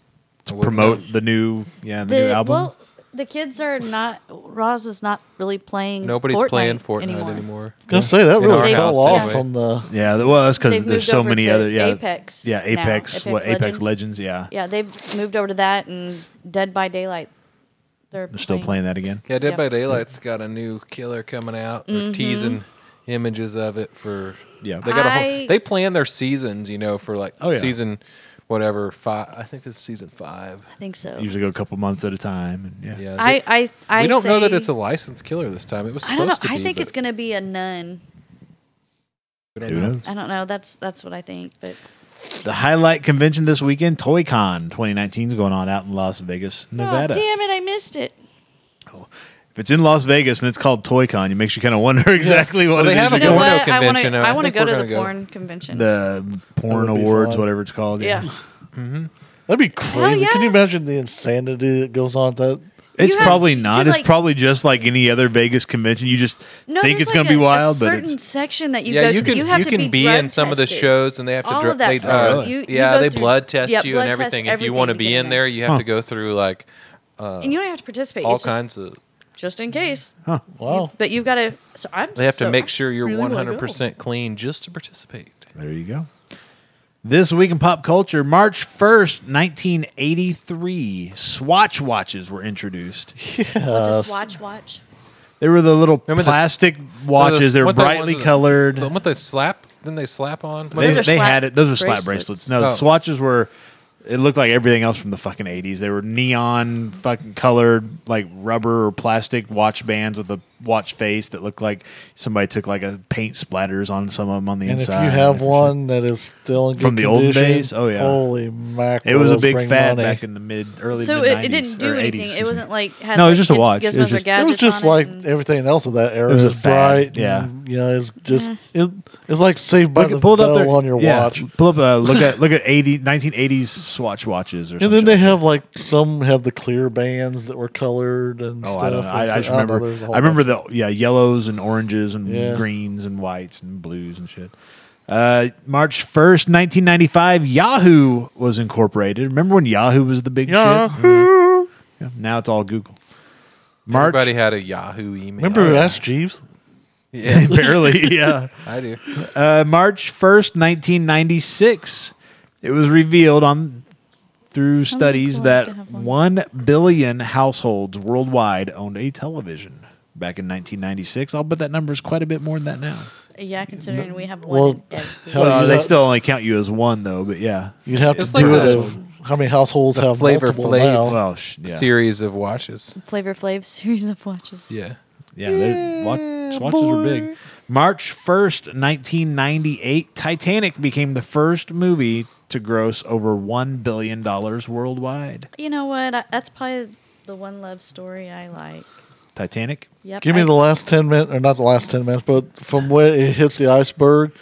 [SPEAKER 1] to promote the new yeah the, new
[SPEAKER 3] The,
[SPEAKER 1] album.
[SPEAKER 3] well, the kids are not. Roz is not really playing.
[SPEAKER 4] nobody's
[SPEAKER 3] Fortnite
[SPEAKER 4] playing Fortnite
[SPEAKER 2] I
[SPEAKER 4] anymore.
[SPEAKER 2] was gonna say that
[SPEAKER 4] In
[SPEAKER 2] really
[SPEAKER 3] our
[SPEAKER 2] fell
[SPEAKER 3] house,
[SPEAKER 2] off
[SPEAKER 4] anyway.
[SPEAKER 2] from the.
[SPEAKER 1] yeah, th- well that's because
[SPEAKER 3] They've
[SPEAKER 1] there's
[SPEAKER 3] moved
[SPEAKER 1] so
[SPEAKER 3] over
[SPEAKER 1] many
[SPEAKER 3] to
[SPEAKER 1] other yeah
[SPEAKER 3] Apex
[SPEAKER 1] yeah
[SPEAKER 3] now,
[SPEAKER 1] Apex,
[SPEAKER 3] Apex
[SPEAKER 1] what Apex
[SPEAKER 3] Legends.
[SPEAKER 1] Legends yeah,
[SPEAKER 3] Yeah, they've moved over to that and Dead by Daylight. They're,
[SPEAKER 1] they're still playing that again.
[SPEAKER 4] Yeah, Dead
[SPEAKER 3] Yep. Mm-hmm.
[SPEAKER 4] by Daylight's got a new killer coming out. They're teasing images of it for
[SPEAKER 1] Yeah.
[SPEAKER 4] They got a
[SPEAKER 3] I-
[SPEAKER 4] whole, they plan their seasons, you know, for like
[SPEAKER 1] Oh, yeah.
[SPEAKER 4] season whatever five. I think this is season five.
[SPEAKER 3] I think so.
[SPEAKER 1] Usually go a couple months at a time and yeah.
[SPEAKER 4] Yeah,
[SPEAKER 3] I I I
[SPEAKER 4] we don't know that
[SPEAKER 3] say-
[SPEAKER 4] it's a licensed killer this time. It was
[SPEAKER 3] I
[SPEAKER 4] supposed
[SPEAKER 3] don't know.
[SPEAKER 4] to be.
[SPEAKER 3] I think
[SPEAKER 4] but
[SPEAKER 3] it's gonna be a nun.
[SPEAKER 4] we don't
[SPEAKER 1] Who
[SPEAKER 4] know.
[SPEAKER 1] knows?
[SPEAKER 3] I don't know. That's that's what I think. But
[SPEAKER 1] The highlight convention this weekend, ToyCon 2019 is going on out in Las Vegas, Nevada.
[SPEAKER 3] oh, damn it, I missed it.
[SPEAKER 1] if it's in Las Vegas and it's called ToyCon, it makes you kind of wonder exactly what
[SPEAKER 4] Well,
[SPEAKER 1] it
[SPEAKER 4] they
[SPEAKER 1] is
[SPEAKER 4] have
[SPEAKER 1] you're
[SPEAKER 4] a
[SPEAKER 3] You know
[SPEAKER 1] going-
[SPEAKER 4] porno
[SPEAKER 3] what? I want
[SPEAKER 4] convention,
[SPEAKER 3] to.
[SPEAKER 4] and I
[SPEAKER 3] I want to
[SPEAKER 4] think
[SPEAKER 3] go
[SPEAKER 4] we're
[SPEAKER 3] to
[SPEAKER 4] gonna
[SPEAKER 3] the
[SPEAKER 4] go.
[SPEAKER 3] porn convention.
[SPEAKER 1] the porn
[SPEAKER 2] That would be
[SPEAKER 1] awards,
[SPEAKER 2] fun.
[SPEAKER 1] whatever it's called.
[SPEAKER 3] yeah.
[SPEAKER 1] Yeah,
[SPEAKER 2] That'd be crazy. Can
[SPEAKER 3] Oh, yeah.
[SPEAKER 2] you imagine the insanity that goes on at that?
[SPEAKER 1] it's
[SPEAKER 3] You have-
[SPEAKER 1] probably not.
[SPEAKER 3] dude,
[SPEAKER 1] it's
[SPEAKER 3] like-
[SPEAKER 1] probably just like any other Vegas convention. You just
[SPEAKER 3] No,
[SPEAKER 1] think it's
[SPEAKER 3] there's like
[SPEAKER 1] going to be
[SPEAKER 3] a-
[SPEAKER 1] wild,
[SPEAKER 3] a
[SPEAKER 1] but
[SPEAKER 3] certain
[SPEAKER 1] it's
[SPEAKER 3] section that you
[SPEAKER 4] yeah,
[SPEAKER 3] go
[SPEAKER 4] you
[SPEAKER 3] to.
[SPEAKER 4] can
[SPEAKER 3] you, have to
[SPEAKER 4] can be,
[SPEAKER 3] drug
[SPEAKER 4] in some of the
[SPEAKER 3] tested.
[SPEAKER 4] shows, and they have to
[SPEAKER 3] All
[SPEAKER 4] dr-
[SPEAKER 3] of that
[SPEAKER 4] they,
[SPEAKER 3] stuff.
[SPEAKER 1] Oh,
[SPEAKER 4] uh,
[SPEAKER 1] really?
[SPEAKER 3] You- you
[SPEAKER 4] yeah
[SPEAKER 3] go
[SPEAKER 4] they
[SPEAKER 3] through-
[SPEAKER 4] blood test
[SPEAKER 3] yeah,
[SPEAKER 4] you
[SPEAKER 3] blood
[SPEAKER 4] and
[SPEAKER 3] test
[SPEAKER 4] everything. If you want to
[SPEAKER 3] everything
[SPEAKER 4] be
[SPEAKER 3] get
[SPEAKER 4] in there, you have to go through like
[SPEAKER 3] and you don't have to participate.
[SPEAKER 4] all
[SPEAKER 3] it's just,
[SPEAKER 4] kinds of.
[SPEAKER 3] just in case.
[SPEAKER 1] Oh.
[SPEAKER 2] Wow.
[SPEAKER 3] But you've got to. So I'm.
[SPEAKER 4] They have
[SPEAKER 3] so-
[SPEAKER 4] to make sure you're
[SPEAKER 2] really
[SPEAKER 4] one
[SPEAKER 2] wanna
[SPEAKER 4] hundred percent clean just to participate.
[SPEAKER 1] there you go. This week in pop culture, March 1st, 1983, Swatch watches were introduced.
[SPEAKER 3] Just
[SPEAKER 1] Uh,
[SPEAKER 3] watch, watch.
[SPEAKER 1] They were the little
[SPEAKER 4] Remember the-
[SPEAKER 1] plastic
[SPEAKER 4] What are
[SPEAKER 1] watches.
[SPEAKER 4] those-
[SPEAKER 1] They're
[SPEAKER 4] what the ones
[SPEAKER 1] brightly
[SPEAKER 4] that-
[SPEAKER 1] colored.
[SPEAKER 4] The- What they slap? Then they slap on. What
[SPEAKER 1] they,
[SPEAKER 4] is it?
[SPEAKER 3] Those are
[SPEAKER 1] they
[SPEAKER 3] slap
[SPEAKER 1] had it. Those are slap
[SPEAKER 3] bracelets.
[SPEAKER 1] bracelets. No,
[SPEAKER 4] Oh.
[SPEAKER 1] the swatches were. It looked like everything else from the fucking eighties. They were neon, fucking colored, like rubber or plastic watch bands with a watch face that looked like somebody took like a paint splatters on some of them on the
[SPEAKER 2] And if you
[SPEAKER 1] inside.
[SPEAKER 2] have one that is still in good
[SPEAKER 1] From the old
[SPEAKER 2] condition,
[SPEAKER 1] days? Oh, yeah.
[SPEAKER 2] Holy mackerel!
[SPEAKER 1] it was a
[SPEAKER 2] those
[SPEAKER 1] big
[SPEAKER 2] bring
[SPEAKER 1] fad
[SPEAKER 2] money.
[SPEAKER 1] back in the mid early.
[SPEAKER 3] So
[SPEAKER 1] mid
[SPEAKER 3] it, it didn't do anything. it wasn't like had
[SPEAKER 1] No, it was
[SPEAKER 3] like
[SPEAKER 1] just a
[SPEAKER 3] gid-
[SPEAKER 1] watch. It was
[SPEAKER 3] Gizmos or
[SPEAKER 1] just-
[SPEAKER 2] It
[SPEAKER 3] gadgets
[SPEAKER 2] was just
[SPEAKER 3] on
[SPEAKER 2] like
[SPEAKER 3] and- Mm-hmm.
[SPEAKER 2] everything else of that era.
[SPEAKER 1] It was a
[SPEAKER 2] bright.
[SPEAKER 1] fad, yeah.
[SPEAKER 2] and, you know, it's just it, it's like Saved by
[SPEAKER 1] Look-
[SPEAKER 2] the
[SPEAKER 1] pulled
[SPEAKER 2] Bell
[SPEAKER 1] up their,
[SPEAKER 2] on your
[SPEAKER 1] yeah,
[SPEAKER 2] watch.
[SPEAKER 1] Pull up, uh, look at look at 80, 1980s Swatch watches, or
[SPEAKER 2] And
[SPEAKER 1] something.
[SPEAKER 2] then they have like some have the clear bands that were colored and
[SPEAKER 1] Oh,
[SPEAKER 2] stuff.
[SPEAKER 1] I don't know. I,
[SPEAKER 2] It's
[SPEAKER 1] I
[SPEAKER 2] like,
[SPEAKER 1] just
[SPEAKER 2] oh, no,
[SPEAKER 1] remember.
[SPEAKER 2] there's a whole
[SPEAKER 1] I remember the yeah yellows and oranges and
[SPEAKER 2] Yeah.
[SPEAKER 1] greens and whites and blues and shit. Uh, March first, nineteen ninety five, Yahoo was incorporated. Remember when Yahoo was the big shit? Yeah, now it's all Google. March
[SPEAKER 4] Everybody had a Yahoo email.
[SPEAKER 2] Remember
[SPEAKER 4] Oh, yeah.
[SPEAKER 2] Ask Jeeves?
[SPEAKER 4] Yes,
[SPEAKER 1] barely. Yeah,
[SPEAKER 4] I do.
[SPEAKER 1] uh, March first, nineteen ninety six. It was revealed on through studies
[SPEAKER 3] cool
[SPEAKER 1] that
[SPEAKER 3] to have
[SPEAKER 1] one billion households worldwide owned a television back in 1996. I'll bet that number is quite a bit more than that now.
[SPEAKER 3] yeah, considering we have
[SPEAKER 2] Well,
[SPEAKER 3] one. in every-
[SPEAKER 2] hell,
[SPEAKER 1] Well,
[SPEAKER 2] you'd
[SPEAKER 1] they
[SPEAKER 2] have-
[SPEAKER 1] still only count you as one, though. But yeah.
[SPEAKER 2] You'd have to
[SPEAKER 4] It's like
[SPEAKER 2] do it
[SPEAKER 4] the-
[SPEAKER 2] if how many households
[SPEAKER 4] the
[SPEAKER 2] have
[SPEAKER 4] Flavor
[SPEAKER 2] multiple
[SPEAKER 4] Flav.
[SPEAKER 2] now.
[SPEAKER 1] Well, sh- yeah,
[SPEAKER 4] Series of watches.
[SPEAKER 3] Flavor Flav series of watches.
[SPEAKER 4] Yeah.
[SPEAKER 1] yeah. they- wa- swatches were big. March first, nineteen ninety-eight, Titanic became the first movie to gross over one billion dollars worldwide.
[SPEAKER 3] You know what? I, that's probably the one love story I like.
[SPEAKER 1] Titanic.
[SPEAKER 3] Yep.
[SPEAKER 2] Give me
[SPEAKER 3] I-
[SPEAKER 2] the last ten minutes, or not the last ten minutes, but from when it hits the iceberg,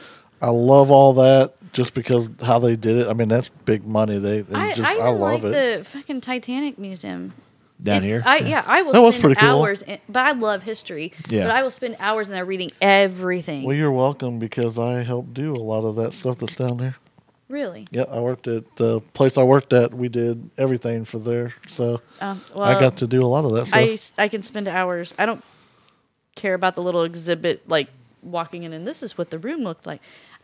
[SPEAKER 2] I love all that just because how they did it. I mean, that's big money. They, they
[SPEAKER 3] I,
[SPEAKER 2] just, I,
[SPEAKER 3] I, didn't
[SPEAKER 2] love
[SPEAKER 3] like
[SPEAKER 2] it.
[SPEAKER 3] the fucking Titanic museum.
[SPEAKER 1] down
[SPEAKER 3] It-
[SPEAKER 1] here.
[SPEAKER 3] I, yeah, I will
[SPEAKER 2] That was
[SPEAKER 3] spend
[SPEAKER 2] pretty cool.
[SPEAKER 3] hours, in, but I love history.
[SPEAKER 1] Yeah.
[SPEAKER 3] But I will spend hours in there reading everything.
[SPEAKER 2] Well, you're welcome because I helped do a lot of that stuff that's down there.
[SPEAKER 3] really?
[SPEAKER 2] Yeah, I worked at the place I worked at. We did everything for there, so
[SPEAKER 3] Um,
[SPEAKER 2] I got to do a lot of that stuff.
[SPEAKER 3] I, s- I can spend hours. I don't care about the little exhibit, like walking in and this is what the room looked like.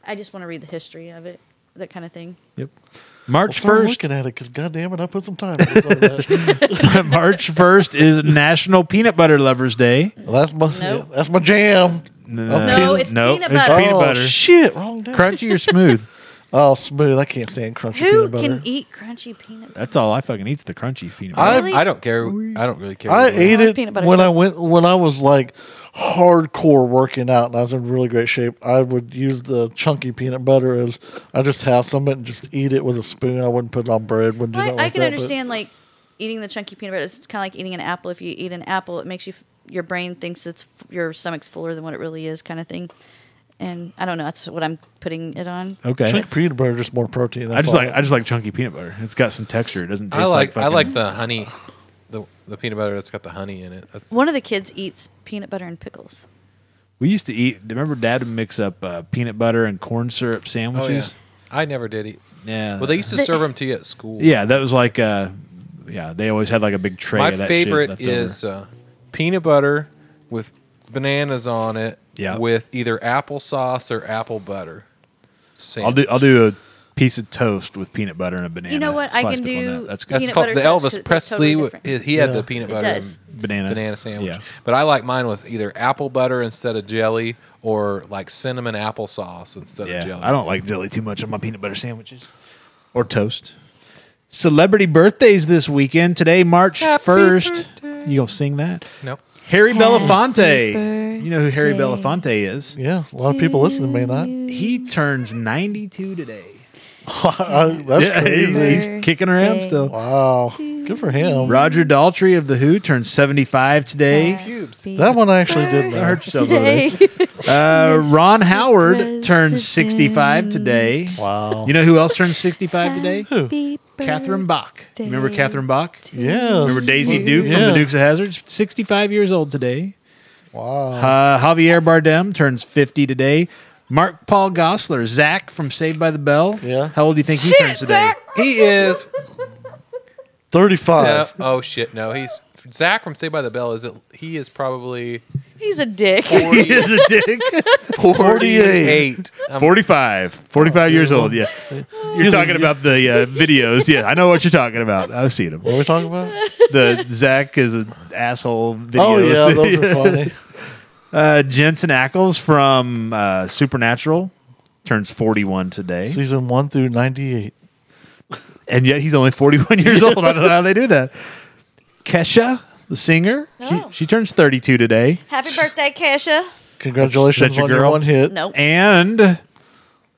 [SPEAKER 3] I just want to read the history of it, that kind of thing.
[SPEAKER 1] yep.
[SPEAKER 2] Well,
[SPEAKER 1] March
[SPEAKER 2] start
[SPEAKER 1] 1st.
[SPEAKER 2] looking at it because goddamn it, I put some time. into that.
[SPEAKER 1] March 1st is National Peanut Butter Lovers Day.
[SPEAKER 2] that's my
[SPEAKER 3] Nope.
[SPEAKER 2] that's my jam.
[SPEAKER 3] No, it's
[SPEAKER 1] Nope,
[SPEAKER 3] peanut
[SPEAKER 1] it's
[SPEAKER 3] butter.
[SPEAKER 1] peanut
[SPEAKER 2] oh
[SPEAKER 1] butter.
[SPEAKER 2] shit, wrong day.
[SPEAKER 1] Crunchy or smooth?
[SPEAKER 2] oh smooth, I can't stand crunchy
[SPEAKER 3] Who
[SPEAKER 2] peanut butter.
[SPEAKER 3] can eat crunchy peanut butter?
[SPEAKER 1] That's all I fucking eat's the crunchy peanut butter.
[SPEAKER 2] I-
[SPEAKER 3] Really?
[SPEAKER 4] I don't care. I don't really care.
[SPEAKER 2] I
[SPEAKER 4] either way.
[SPEAKER 2] ate
[SPEAKER 3] I like
[SPEAKER 2] it
[SPEAKER 3] peanut butter
[SPEAKER 2] when
[SPEAKER 3] too.
[SPEAKER 2] I went when I was like hardcore working out and I was in really great shape. I would use the chunky peanut butter as I just have some of it and just eat it with a spoon. I wouldn't put it on bread. Wouldn't do
[SPEAKER 3] I,
[SPEAKER 2] that.
[SPEAKER 3] I
[SPEAKER 2] like
[SPEAKER 3] can
[SPEAKER 2] that, but-
[SPEAKER 3] understand like eating the chunky peanut butter. It's kind of like eating an apple. If you eat an apple, it makes you f- your brain thinks it's your stomach's fuller than what it really is, kind of thing. And I don't know. That's what I'm putting it on.
[SPEAKER 1] okay.
[SPEAKER 2] Chunky peanut butter just more protein. That's
[SPEAKER 1] I just
[SPEAKER 2] all.
[SPEAKER 1] like I just like chunky peanut butter. It's got some texture. It doesn't taste
[SPEAKER 4] I like. I
[SPEAKER 1] fucking-
[SPEAKER 4] like the honey, the the peanut butter that's got the honey in it. That's oh,
[SPEAKER 3] One of the kids eats peanut butter and pickles.
[SPEAKER 1] We used to eat. Remember, Dad would mix up uh, peanut butter and corn syrup
[SPEAKER 4] Oh, yeah.
[SPEAKER 1] sandwiches.
[SPEAKER 4] I never did eat.
[SPEAKER 1] yeah.
[SPEAKER 4] Well, they used to
[SPEAKER 3] They-
[SPEAKER 4] serve them to you at school.
[SPEAKER 1] Yeah, that was like. Uh, yeah, they always had like a big tray.
[SPEAKER 4] My
[SPEAKER 1] of that shit
[SPEAKER 4] favorite
[SPEAKER 1] left
[SPEAKER 4] is
[SPEAKER 1] over.
[SPEAKER 4] uh, peanut butter with bananas on it.
[SPEAKER 1] Yeah.
[SPEAKER 4] With either applesauce or apple butter.
[SPEAKER 1] I'll do. I'll do a piece of toast with peanut butter and a banana.
[SPEAKER 3] You know what? I
[SPEAKER 1] sliced
[SPEAKER 3] can
[SPEAKER 1] up on
[SPEAKER 3] do-
[SPEAKER 1] That. That's good.
[SPEAKER 4] That's
[SPEAKER 3] peanut
[SPEAKER 4] called
[SPEAKER 3] butter
[SPEAKER 4] the
[SPEAKER 3] crunch 'cause
[SPEAKER 4] Elvis
[SPEAKER 3] it's
[SPEAKER 4] Presley.
[SPEAKER 3] totally
[SPEAKER 4] wa-
[SPEAKER 3] different.
[SPEAKER 4] he had
[SPEAKER 2] Yeah.
[SPEAKER 4] the peanut
[SPEAKER 3] It
[SPEAKER 4] butter and
[SPEAKER 3] does.
[SPEAKER 1] Banana.
[SPEAKER 4] banana sandwich.
[SPEAKER 1] Yeah.
[SPEAKER 4] But I like mine with either apple butter instead of jelly or like cinnamon applesauce instead of
[SPEAKER 1] Yeah,
[SPEAKER 4] jelly.
[SPEAKER 1] I don't like jelly too much on my peanut butter sandwiches or toast. Celebrity birthdays this weekend. Today, March first. You gonna sing that?
[SPEAKER 4] Nope.
[SPEAKER 1] Harry Belafonte. You know who Harry Belafonte is?
[SPEAKER 2] Yeah, a lot of people listening may not.
[SPEAKER 1] He turns ninety-two today.
[SPEAKER 2] that's
[SPEAKER 1] Yeah, he's,
[SPEAKER 2] crazy.
[SPEAKER 1] he's kicking around still.
[SPEAKER 2] Wow, good for him.
[SPEAKER 1] Roger Daltrey of The Who turned 75 today.
[SPEAKER 4] Cubes.
[SPEAKER 2] That one I actually did.
[SPEAKER 1] I
[SPEAKER 2] Know.
[SPEAKER 1] hurt yourself over there. Uh, Ron Howard turned 65 today.
[SPEAKER 2] Wow.
[SPEAKER 1] You know who else turned 65 today?
[SPEAKER 2] Who?
[SPEAKER 1] Catherine Bach. You Remember Catherine Bach?
[SPEAKER 2] Yeah.
[SPEAKER 1] Remember Daisy Duke from
[SPEAKER 2] Yeah.
[SPEAKER 1] The Dukes of Hazzard? 65 years old today.
[SPEAKER 2] Wow.
[SPEAKER 1] Uh, Javier Bardem turns 50 today. Mark Paul Gossler, Zach from Saved by the Bell.
[SPEAKER 2] Yeah.
[SPEAKER 1] How old do you think he turns today?
[SPEAKER 4] He is.
[SPEAKER 2] Thirty-five.
[SPEAKER 4] no, oh shit! No, he's Zach from Saved by the Bell. Is it? He is probably
[SPEAKER 3] He's a dick.
[SPEAKER 4] 40,
[SPEAKER 1] He is a dick.
[SPEAKER 2] 48.
[SPEAKER 4] I'm
[SPEAKER 1] 45. 45 years old, yeah. You're talking about the uh, videos. Yeah, I know what you're talking about. I've seen them.
[SPEAKER 2] What are we talking about?
[SPEAKER 1] The Zach is an asshole videos.
[SPEAKER 2] Oh yeah, those are funny.
[SPEAKER 1] uh, Jensen Ackles from uh, Supernatural turns 41 today.
[SPEAKER 2] Season one through ninety-eight.
[SPEAKER 1] and yet he's only 41 years old. I don't know how they do that. Kesha, the singer,
[SPEAKER 3] Oh.
[SPEAKER 1] she, she turns 32 today.
[SPEAKER 3] Happy birthday, Kesha.
[SPEAKER 1] That's
[SPEAKER 2] Congratulations
[SPEAKER 1] your
[SPEAKER 2] on your
[SPEAKER 1] girl?
[SPEAKER 2] one hit.
[SPEAKER 3] Nope.
[SPEAKER 1] And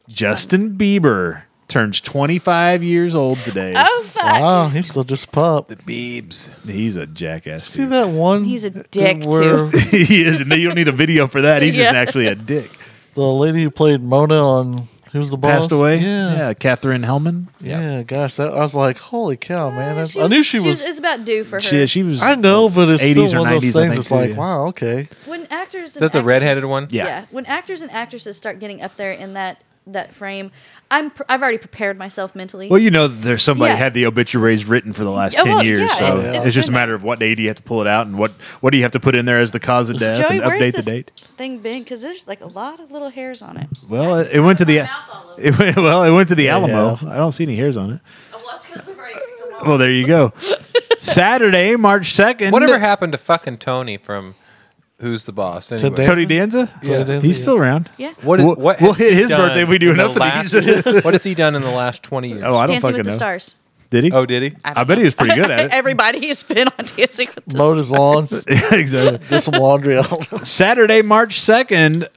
[SPEAKER 1] Justin Bieber turns 25 years old today.
[SPEAKER 3] oh fuck.
[SPEAKER 2] Wow, he's still just pop.
[SPEAKER 4] Biebs.
[SPEAKER 1] He's a jackass.
[SPEAKER 2] See
[SPEAKER 1] dude.
[SPEAKER 2] that one?
[SPEAKER 3] He's a dick,
[SPEAKER 2] where
[SPEAKER 1] he is. and You don't need a video for that. He's just
[SPEAKER 3] Yeah.
[SPEAKER 1] actually a dick.
[SPEAKER 2] The lady who played Mona on Who's the Boss
[SPEAKER 1] Passed away.
[SPEAKER 2] Yeah.
[SPEAKER 1] Catherine Hellman.
[SPEAKER 2] Yeah, gosh, that, I was like, holy cow, man! That's,
[SPEAKER 3] She
[SPEAKER 2] I
[SPEAKER 3] was-
[SPEAKER 2] knew she, was.
[SPEAKER 3] It's about due for her.
[SPEAKER 1] She, she was.
[SPEAKER 2] I know, but it's
[SPEAKER 1] 80s or
[SPEAKER 2] still one of
[SPEAKER 1] 90s, I
[SPEAKER 2] those things.
[SPEAKER 1] think,
[SPEAKER 2] It's
[SPEAKER 1] too,
[SPEAKER 2] like,
[SPEAKER 1] yeah.
[SPEAKER 2] wow, okay.
[SPEAKER 3] When actors
[SPEAKER 4] Is that the redheaded one?
[SPEAKER 1] Yeah.
[SPEAKER 3] Yeah. When actors and actresses start getting up there in that that frame, I'm pr- I've already prepared myself mentally.
[SPEAKER 1] Well, you know, that there's somebody
[SPEAKER 3] Yeah.
[SPEAKER 1] had the obituaries written for the last
[SPEAKER 3] Oh,
[SPEAKER 1] ten
[SPEAKER 3] well,
[SPEAKER 1] years,
[SPEAKER 3] yeah,
[SPEAKER 1] so
[SPEAKER 3] it's-
[SPEAKER 1] it's,
[SPEAKER 3] it's
[SPEAKER 1] just a
[SPEAKER 3] been-
[SPEAKER 1] matter of what day do you have to pull it out, and what what do you have to put in there as the cause of death,
[SPEAKER 3] Joey,
[SPEAKER 1] and
[SPEAKER 3] where's
[SPEAKER 1] update the
[SPEAKER 3] this
[SPEAKER 1] date.
[SPEAKER 3] thing been? Because there's like a lot of little hairs on it.
[SPEAKER 1] Well, it, it went to the
[SPEAKER 3] mouth all over.
[SPEAKER 1] it went, well, it went to the Alamo.
[SPEAKER 2] yeah.
[SPEAKER 1] I don't see any hairs on it.
[SPEAKER 3] Well, that's because we've already picked them
[SPEAKER 1] Well, there you go. Saturday, March second.
[SPEAKER 4] Whatever happened to fucking Tony from Who's the Boss? Anyway.
[SPEAKER 2] Today-
[SPEAKER 1] Tony Danza?
[SPEAKER 2] Yeah. Danza,
[SPEAKER 1] he's
[SPEAKER 2] yeah.
[SPEAKER 1] still around.
[SPEAKER 3] Yeah.
[SPEAKER 4] What, is-
[SPEAKER 1] We'll-
[SPEAKER 4] what
[SPEAKER 1] we'll
[SPEAKER 4] has
[SPEAKER 1] hit
[SPEAKER 4] he
[SPEAKER 1] his birthday.
[SPEAKER 4] done
[SPEAKER 1] We do
[SPEAKER 4] in the
[SPEAKER 1] enough of
[SPEAKER 4] last- what has he done in the last 20 years?
[SPEAKER 1] Oh, I don't
[SPEAKER 3] Dancing with
[SPEAKER 1] fucking
[SPEAKER 3] the
[SPEAKER 1] know.
[SPEAKER 3] Stars.
[SPEAKER 1] Did he?
[SPEAKER 4] Oh, did he?
[SPEAKER 1] I bet he was pretty good at it.
[SPEAKER 3] E, Everybody has been on Dancing with the
[SPEAKER 2] Mowed
[SPEAKER 3] Stars.
[SPEAKER 2] his lawn,
[SPEAKER 1] exactly.
[SPEAKER 2] did some laundry out.
[SPEAKER 1] Saturday, March 2nd,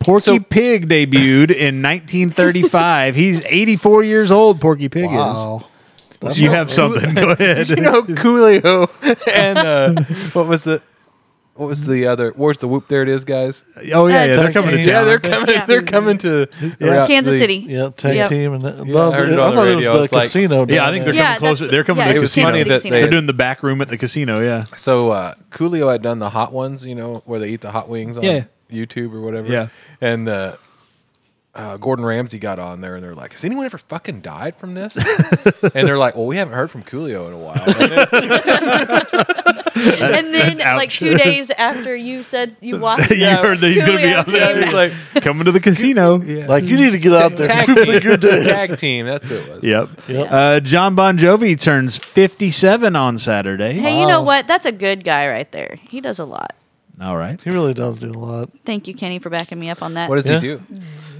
[SPEAKER 1] Porky
[SPEAKER 4] So-
[SPEAKER 1] Pig debuted in 1935. He's 84 years old, Porky Pig
[SPEAKER 2] wow.
[SPEAKER 1] is. You have something. Go ahead.
[SPEAKER 4] You know Coolio and uh, what was the What was the other? Where's the whoop? There it is, guys.
[SPEAKER 1] Oh yeah,
[SPEAKER 3] Uh,
[SPEAKER 1] yeah, they're coming to
[SPEAKER 2] Yeah,
[SPEAKER 1] town.
[SPEAKER 4] Yeah, they're
[SPEAKER 1] aren't they?
[SPEAKER 4] coming.
[SPEAKER 3] Yeah.
[SPEAKER 4] They're coming to
[SPEAKER 2] Yeah.
[SPEAKER 3] Kansas
[SPEAKER 4] the-
[SPEAKER 3] City.
[SPEAKER 2] Yeah, tag
[SPEAKER 3] Yep.
[SPEAKER 2] team and that,
[SPEAKER 4] Yeah, I heard it on
[SPEAKER 2] I
[SPEAKER 4] the
[SPEAKER 2] thought it was
[SPEAKER 4] radio.
[SPEAKER 2] the
[SPEAKER 4] It's like-
[SPEAKER 2] casino.
[SPEAKER 1] Yeah, I
[SPEAKER 2] down
[SPEAKER 1] think
[SPEAKER 2] there.
[SPEAKER 1] they're
[SPEAKER 3] Yeah,
[SPEAKER 1] coming close.
[SPEAKER 3] that's-
[SPEAKER 1] They're coming
[SPEAKER 3] yeah,
[SPEAKER 1] to
[SPEAKER 3] it
[SPEAKER 1] the
[SPEAKER 4] was
[SPEAKER 1] casino.
[SPEAKER 4] funny that
[SPEAKER 1] they're
[SPEAKER 4] they-
[SPEAKER 1] doing the back room at the casino. Yeah,
[SPEAKER 4] So uh, Coolio had done the hot ones, you know, where they eat the hot wings on
[SPEAKER 1] Yeah.
[SPEAKER 4] YouTube or whatever.
[SPEAKER 1] Yeah.
[SPEAKER 4] And uh, uh, Gordon Ramsay got on there and they're like, "Has anyone ever fucking died from this?" and they're like, "Well, we haven't heard from Coolio in a while." And then-
[SPEAKER 3] and then like
[SPEAKER 1] ouch.
[SPEAKER 3] two days after you said you walked,
[SPEAKER 1] you heard that he's going to be
[SPEAKER 3] Julio
[SPEAKER 1] on
[SPEAKER 3] came
[SPEAKER 1] there.
[SPEAKER 3] back.
[SPEAKER 4] he's like,
[SPEAKER 1] coming to the casino. Yeah.
[SPEAKER 2] Like you need to get out there.
[SPEAKER 4] tag
[SPEAKER 2] and prove that you're
[SPEAKER 4] team,
[SPEAKER 2] dead.
[SPEAKER 4] tag team. That's who it was.
[SPEAKER 1] Yep.
[SPEAKER 2] Yep.
[SPEAKER 1] Uh, John Bon Jovi turns 57 on Saturday.
[SPEAKER 3] Hey, you know what? That's a good guy right there. He does a lot.
[SPEAKER 1] All right.
[SPEAKER 2] He really does do a lot.
[SPEAKER 3] Thank you, Kenny, for backing me up on that.
[SPEAKER 4] What does
[SPEAKER 2] Yeah.
[SPEAKER 4] he do?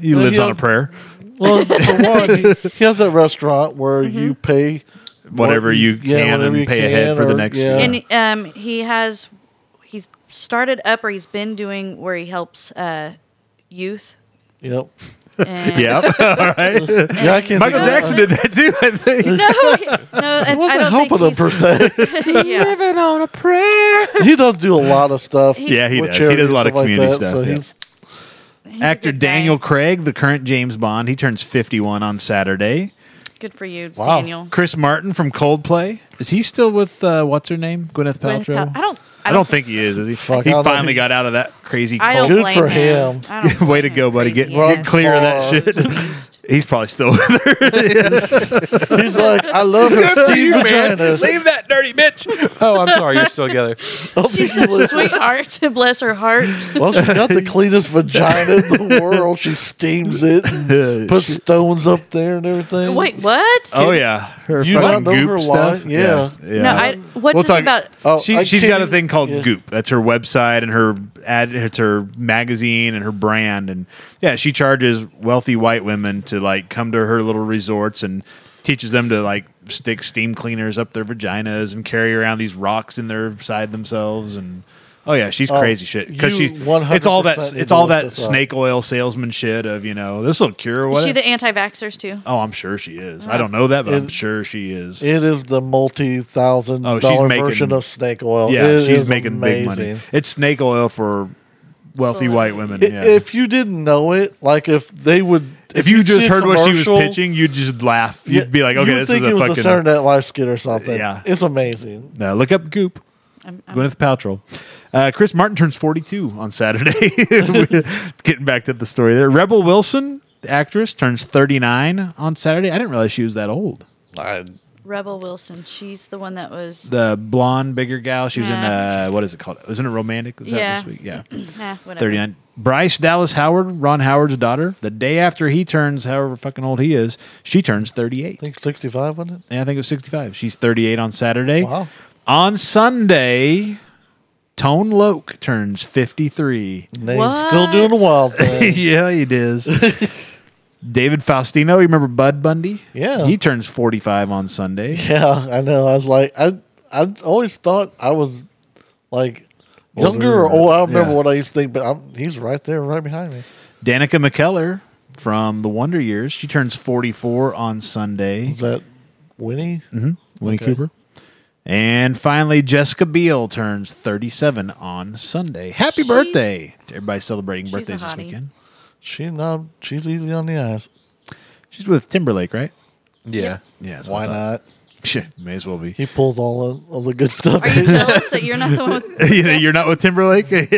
[SPEAKER 1] He
[SPEAKER 2] Well,
[SPEAKER 1] lives
[SPEAKER 2] he
[SPEAKER 1] on a
[SPEAKER 2] has-
[SPEAKER 1] prayer.
[SPEAKER 2] Well, for one, he, he has that restaurant where
[SPEAKER 3] Mm-hmm.
[SPEAKER 2] you pay
[SPEAKER 1] Whatever
[SPEAKER 2] what-
[SPEAKER 1] you
[SPEAKER 2] yeah,
[SPEAKER 1] can
[SPEAKER 2] whatever
[SPEAKER 1] and
[SPEAKER 2] you
[SPEAKER 1] pay
[SPEAKER 2] can
[SPEAKER 1] ahead for the
[SPEAKER 2] or-
[SPEAKER 1] next.
[SPEAKER 2] yeah.
[SPEAKER 1] Yeah.
[SPEAKER 3] and um, he has he's started up or he's been doing where he helps uh, youth.
[SPEAKER 2] Yep.
[SPEAKER 3] And
[SPEAKER 1] Yep. All right.
[SPEAKER 2] Yeah, I
[SPEAKER 1] Michael
[SPEAKER 2] can't. think of-
[SPEAKER 1] Jackson did that too, I think.
[SPEAKER 3] No, he- no, I,
[SPEAKER 2] I wasn't
[SPEAKER 3] I don't
[SPEAKER 2] helping him
[SPEAKER 3] think
[SPEAKER 2] per se.
[SPEAKER 3] he's, yeah.
[SPEAKER 4] Living on a prayer.
[SPEAKER 2] He does do a lot of stuff.
[SPEAKER 1] Yeah, he
[SPEAKER 2] with
[SPEAKER 1] does. He does a lot
[SPEAKER 2] charity
[SPEAKER 1] of
[SPEAKER 2] and
[SPEAKER 1] community
[SPEAKER 2] that,
[SPEAKER 1] stuff, yeah.
[SPEAKER 2] he's-
[SPEAKER 3] He's a
[SPEAKER 1] Actor
[SPEAKER 3] good guy.
[SPEAKER 1] Daniel Craig, the current James Bond, he turns 51 on Saturday.
[SPEAKER 3] Good for you,
[SPEAKER 2] Wow.
[SPEAKER 3] Daniel.
[SPEAKER 1] Chris Martin from Coldplay. Is he still with uh, what's her name? Gwyneth
[SPEAKER 3] Gwyneth
[SPEAKER 1] Paltrow?
[SPEAKER 3] Pal- I don't.
[SPEAKER 1] I don't think he is. Is he?
[SPEAKER 2] Fuck,
[SPEAKER 1] he
[SPEAKER 2] I don't-
[SPEAKER 1] finally got out of that crazy.
[SPEAKER 3] I
[SPEAKER 1] cult.
[SPEAKER 3] don't
[SPEAKER 2] Good
[SPEAKER 3] blame
[SPEAKER 2] for
[SPEAKER 3] him.
[SPEAKER 2] him.
[SPEAKER 3] I don't blame
[SPEAKER 1] Way to
[SPEAKER 3] him.
[SPEAKER 1] go, buddy.
[SPEAKER 3] Crazy
[SPEAKER 1] Get- get
[SPEAKER 3] ass.
[SPEAKER 1] clear of that shit. He's probably still with her.
[SPEAKER 2] He's like, I love her Steve vagina.
[SPEAKER 4] Leave that dirty bitch. Oh, I'm sorry. You're still together.
[SPEAKER 3] She's such a sweetheart. Bless her heart.
[SPEAKER 2] Oh, Well, she got the cleanest vagina in the world. She steams it, and puts stones up there and everything.
[SPEAKER 3] Wait, what?
[SPEAKER 1] Oh yeah, her
[SPEAKER 2] You
[SPEAKER 1] fucking
[SPEAKER 2] not know
[SPEAKER 1] goop
[SPEAKER 2] her
[SPEAKER 1] stuff.
[SPEAKER 2] lie? Yeah.
[SPEAKER 1] yeah.
[SPEAKER 3] No, I, what's
[SPEAKER 1] We'll
[SPEAKER 3] this
[SPEAKER 1] talk-
[SPEAKER 3] about?
[SPEAKER 2] Oh,
[SPEAKER 1] she,
[SPEAKER 2] I
[SPEAKER 1] she's got a
[SPEAKER 2] can't-
[SPEAKER 1] thing called
[SPEAKER 2] yeah.
[SPEAKER 1] Goop. That's her website and her ad. It's her magazine and her brand. And yeah, she charges wealthy white women to like come to her little resorts and teaches them to like stick steam cleaners up their vaginas and carry around these rocks in their side themselves. And oh yeah, she's crazy shit because
[SPEAKER 2] you
[SPEAKER 1] she's it's all that
[SPEAKER 2] 100% need
[SPEAKER 1] it's
[SPEAKER 2] to
[SPEAKER 1] all
[SPEAKER 2] look
[SPEAKER 1] that
[SPEAKER 2] this up.
[SPEAKER 1] snake oil salesman shit of you know this will cure what.
[SPEAKER 3] Is she the anti-vaxxers too?
[SPEAKER 1] Oh, I'm sure she is. I don't know that, but I'm
[SPEAKER 2] It-
[SPEAKER 1] sure she is.
[SPEAKER 2] It is the multi thousand
[SPEAKER 1] Oh,
[SPEAKER 2] dollar
[SPEAKER 1] she's making-
[SPEAKER 2] version of snake oil.
[SPEAKER 1] yeah,
[SPEAKER 2] It
[SPEAKER 1] she's
[SPEAKER 2] is
[SPEAKER 1] making big money.
[SPEAKER 2] amazing.
[SPEAKER 1] It's snake oil for wealthy
[SPEAKER 3] Celebrity.
[SPEAKER 1] white women.
[SPEAKER 2] I-
[SPEAKER 1] yeah.
[SPEAKER 2] If you didn't know it, like if they would,
[SPEAKER 1] if you
[SPEAKER 2] you'd see
[SPEAKER 1] just
[SPEAKER 2] a
[SPEAKER 1] heard what she was
[SPEAKER 2] commercial,
[SPEAKER 1] pitching, you'd just laugh. You'd
[SPEAKER 2] yeah,
[SPEAKER 1] be like,
[SPEAKER 2] you
[SPEAKER 1] okay,
[SPEAKER 2] would
[SPEAKER 1] this is
[SPEAKER 2] think
[SPEAKER 1] a
[SPEAKER 2] it was
[SPEAKER 1] fucking.
[SPEAKER 2] a Saturday Night Live skit or something.
[SPEAKER 1] Yeah.
[SPEAKER 2] it's amazing.
[SPEAKER 1] No, look up Goop.
[SPEAKER 3] I'm-
[SPEAKER 2] Oh.
[SPEAKER 3] I'm-
[SPEAKER 1] Gwyneth Paltrow. Uh, Chris Martin turns 42 on Saturday. Getting back to the story there. Rebel Wilson, the actress, turns 39 on Saturday. I didn't realize she was that old.
[SPEAKER 2] I,
[SPEAKER 3] Rebel Wilson. She's the one that was.
[SPEAKER 1] The blonde, bigger gal. She was
[SPEAKER 3] Yeah.
[SPEAKER 1] in, uh, what is it called? Wasn't it romantic? Was
[SPEAKER 3] Yeah.
[SPEAKER 1] that this week? Yeah.
[SPEAKER 3] nah, whatever.
[SPEAKER 1] 39. Bryce Dallas Howard, Ron Howard's daughter, the day after he turns, however fucking old he is, she turns 38.
[SPEAKER 2] think sixty five wasn't
[SPEAKER 1] And I think it was 65. She's 38 on Saturday.
[SPEAKER 2] Wow.
[SPEAKER 1] On Sunday, Tone Loke turns 53.
[SPEAKER 2] it? And he's still doing the
[SPEAKER 3] What?
[SPEAKER 2] wild thing.
[SPEAKER 1] yeah, he does. David Faustino, you remember Bud Bundy?
[SPEAKER 2] Yeah.
[SPEAKER 1] He turns 45 on Sunday.
[SPEAKER 2] yeah, I know. I was like, I I always thought I was like younger or
[SPEAKER 1] Older,
[SPEAKER 2] old. I don't remember
[SPEAKER 1] yeah.
[SPEAKER 2] what I used to think, but I'm, he's right there, right behind me.
[SPEAKER 1] Danica McKellar from The Wonder Years, she turns 44 on Sunday.
[SPEAKER 2] Is that Winnie?
[SPEAKER 1] Mm-hmm. Winnie
[SPEAKER 2] Okay.
[SPEAKER 1] Cooper. And finally, Jessica Biel turns 37 on Sunday. Happy
[SPEAKER 3] She's-
[SPEAKER 1] birthday to everybody celebrating
[SPEAKER 3] she's a
[SPEAKER 1] birthdays this
[SPEAKER 3] hottie.
[SPEAKER 1] weekend.
[SPEAKER 2] She not. She's easy on the eyes.
[SPEAKER 1] She's with Timberlake, right?
[SPEAKER 4] Yeah.
[SPEAKER 1] Yeah. that's what
[SPEAKER 2] Why
[SPEAKER 1] I thought.
[SPEAKER 2] not?
[SPEAKER 1] Shit, may as well be.
[SPEAKER 2] He pulls all of, all the good stuff.
[SPEAKER 3] Are you jealous that you're not the one? With
[SPEAKER 1] You know, You're not with Timberlake?
[SPEAKER 3] Fuck
[SPEAKER 1] her.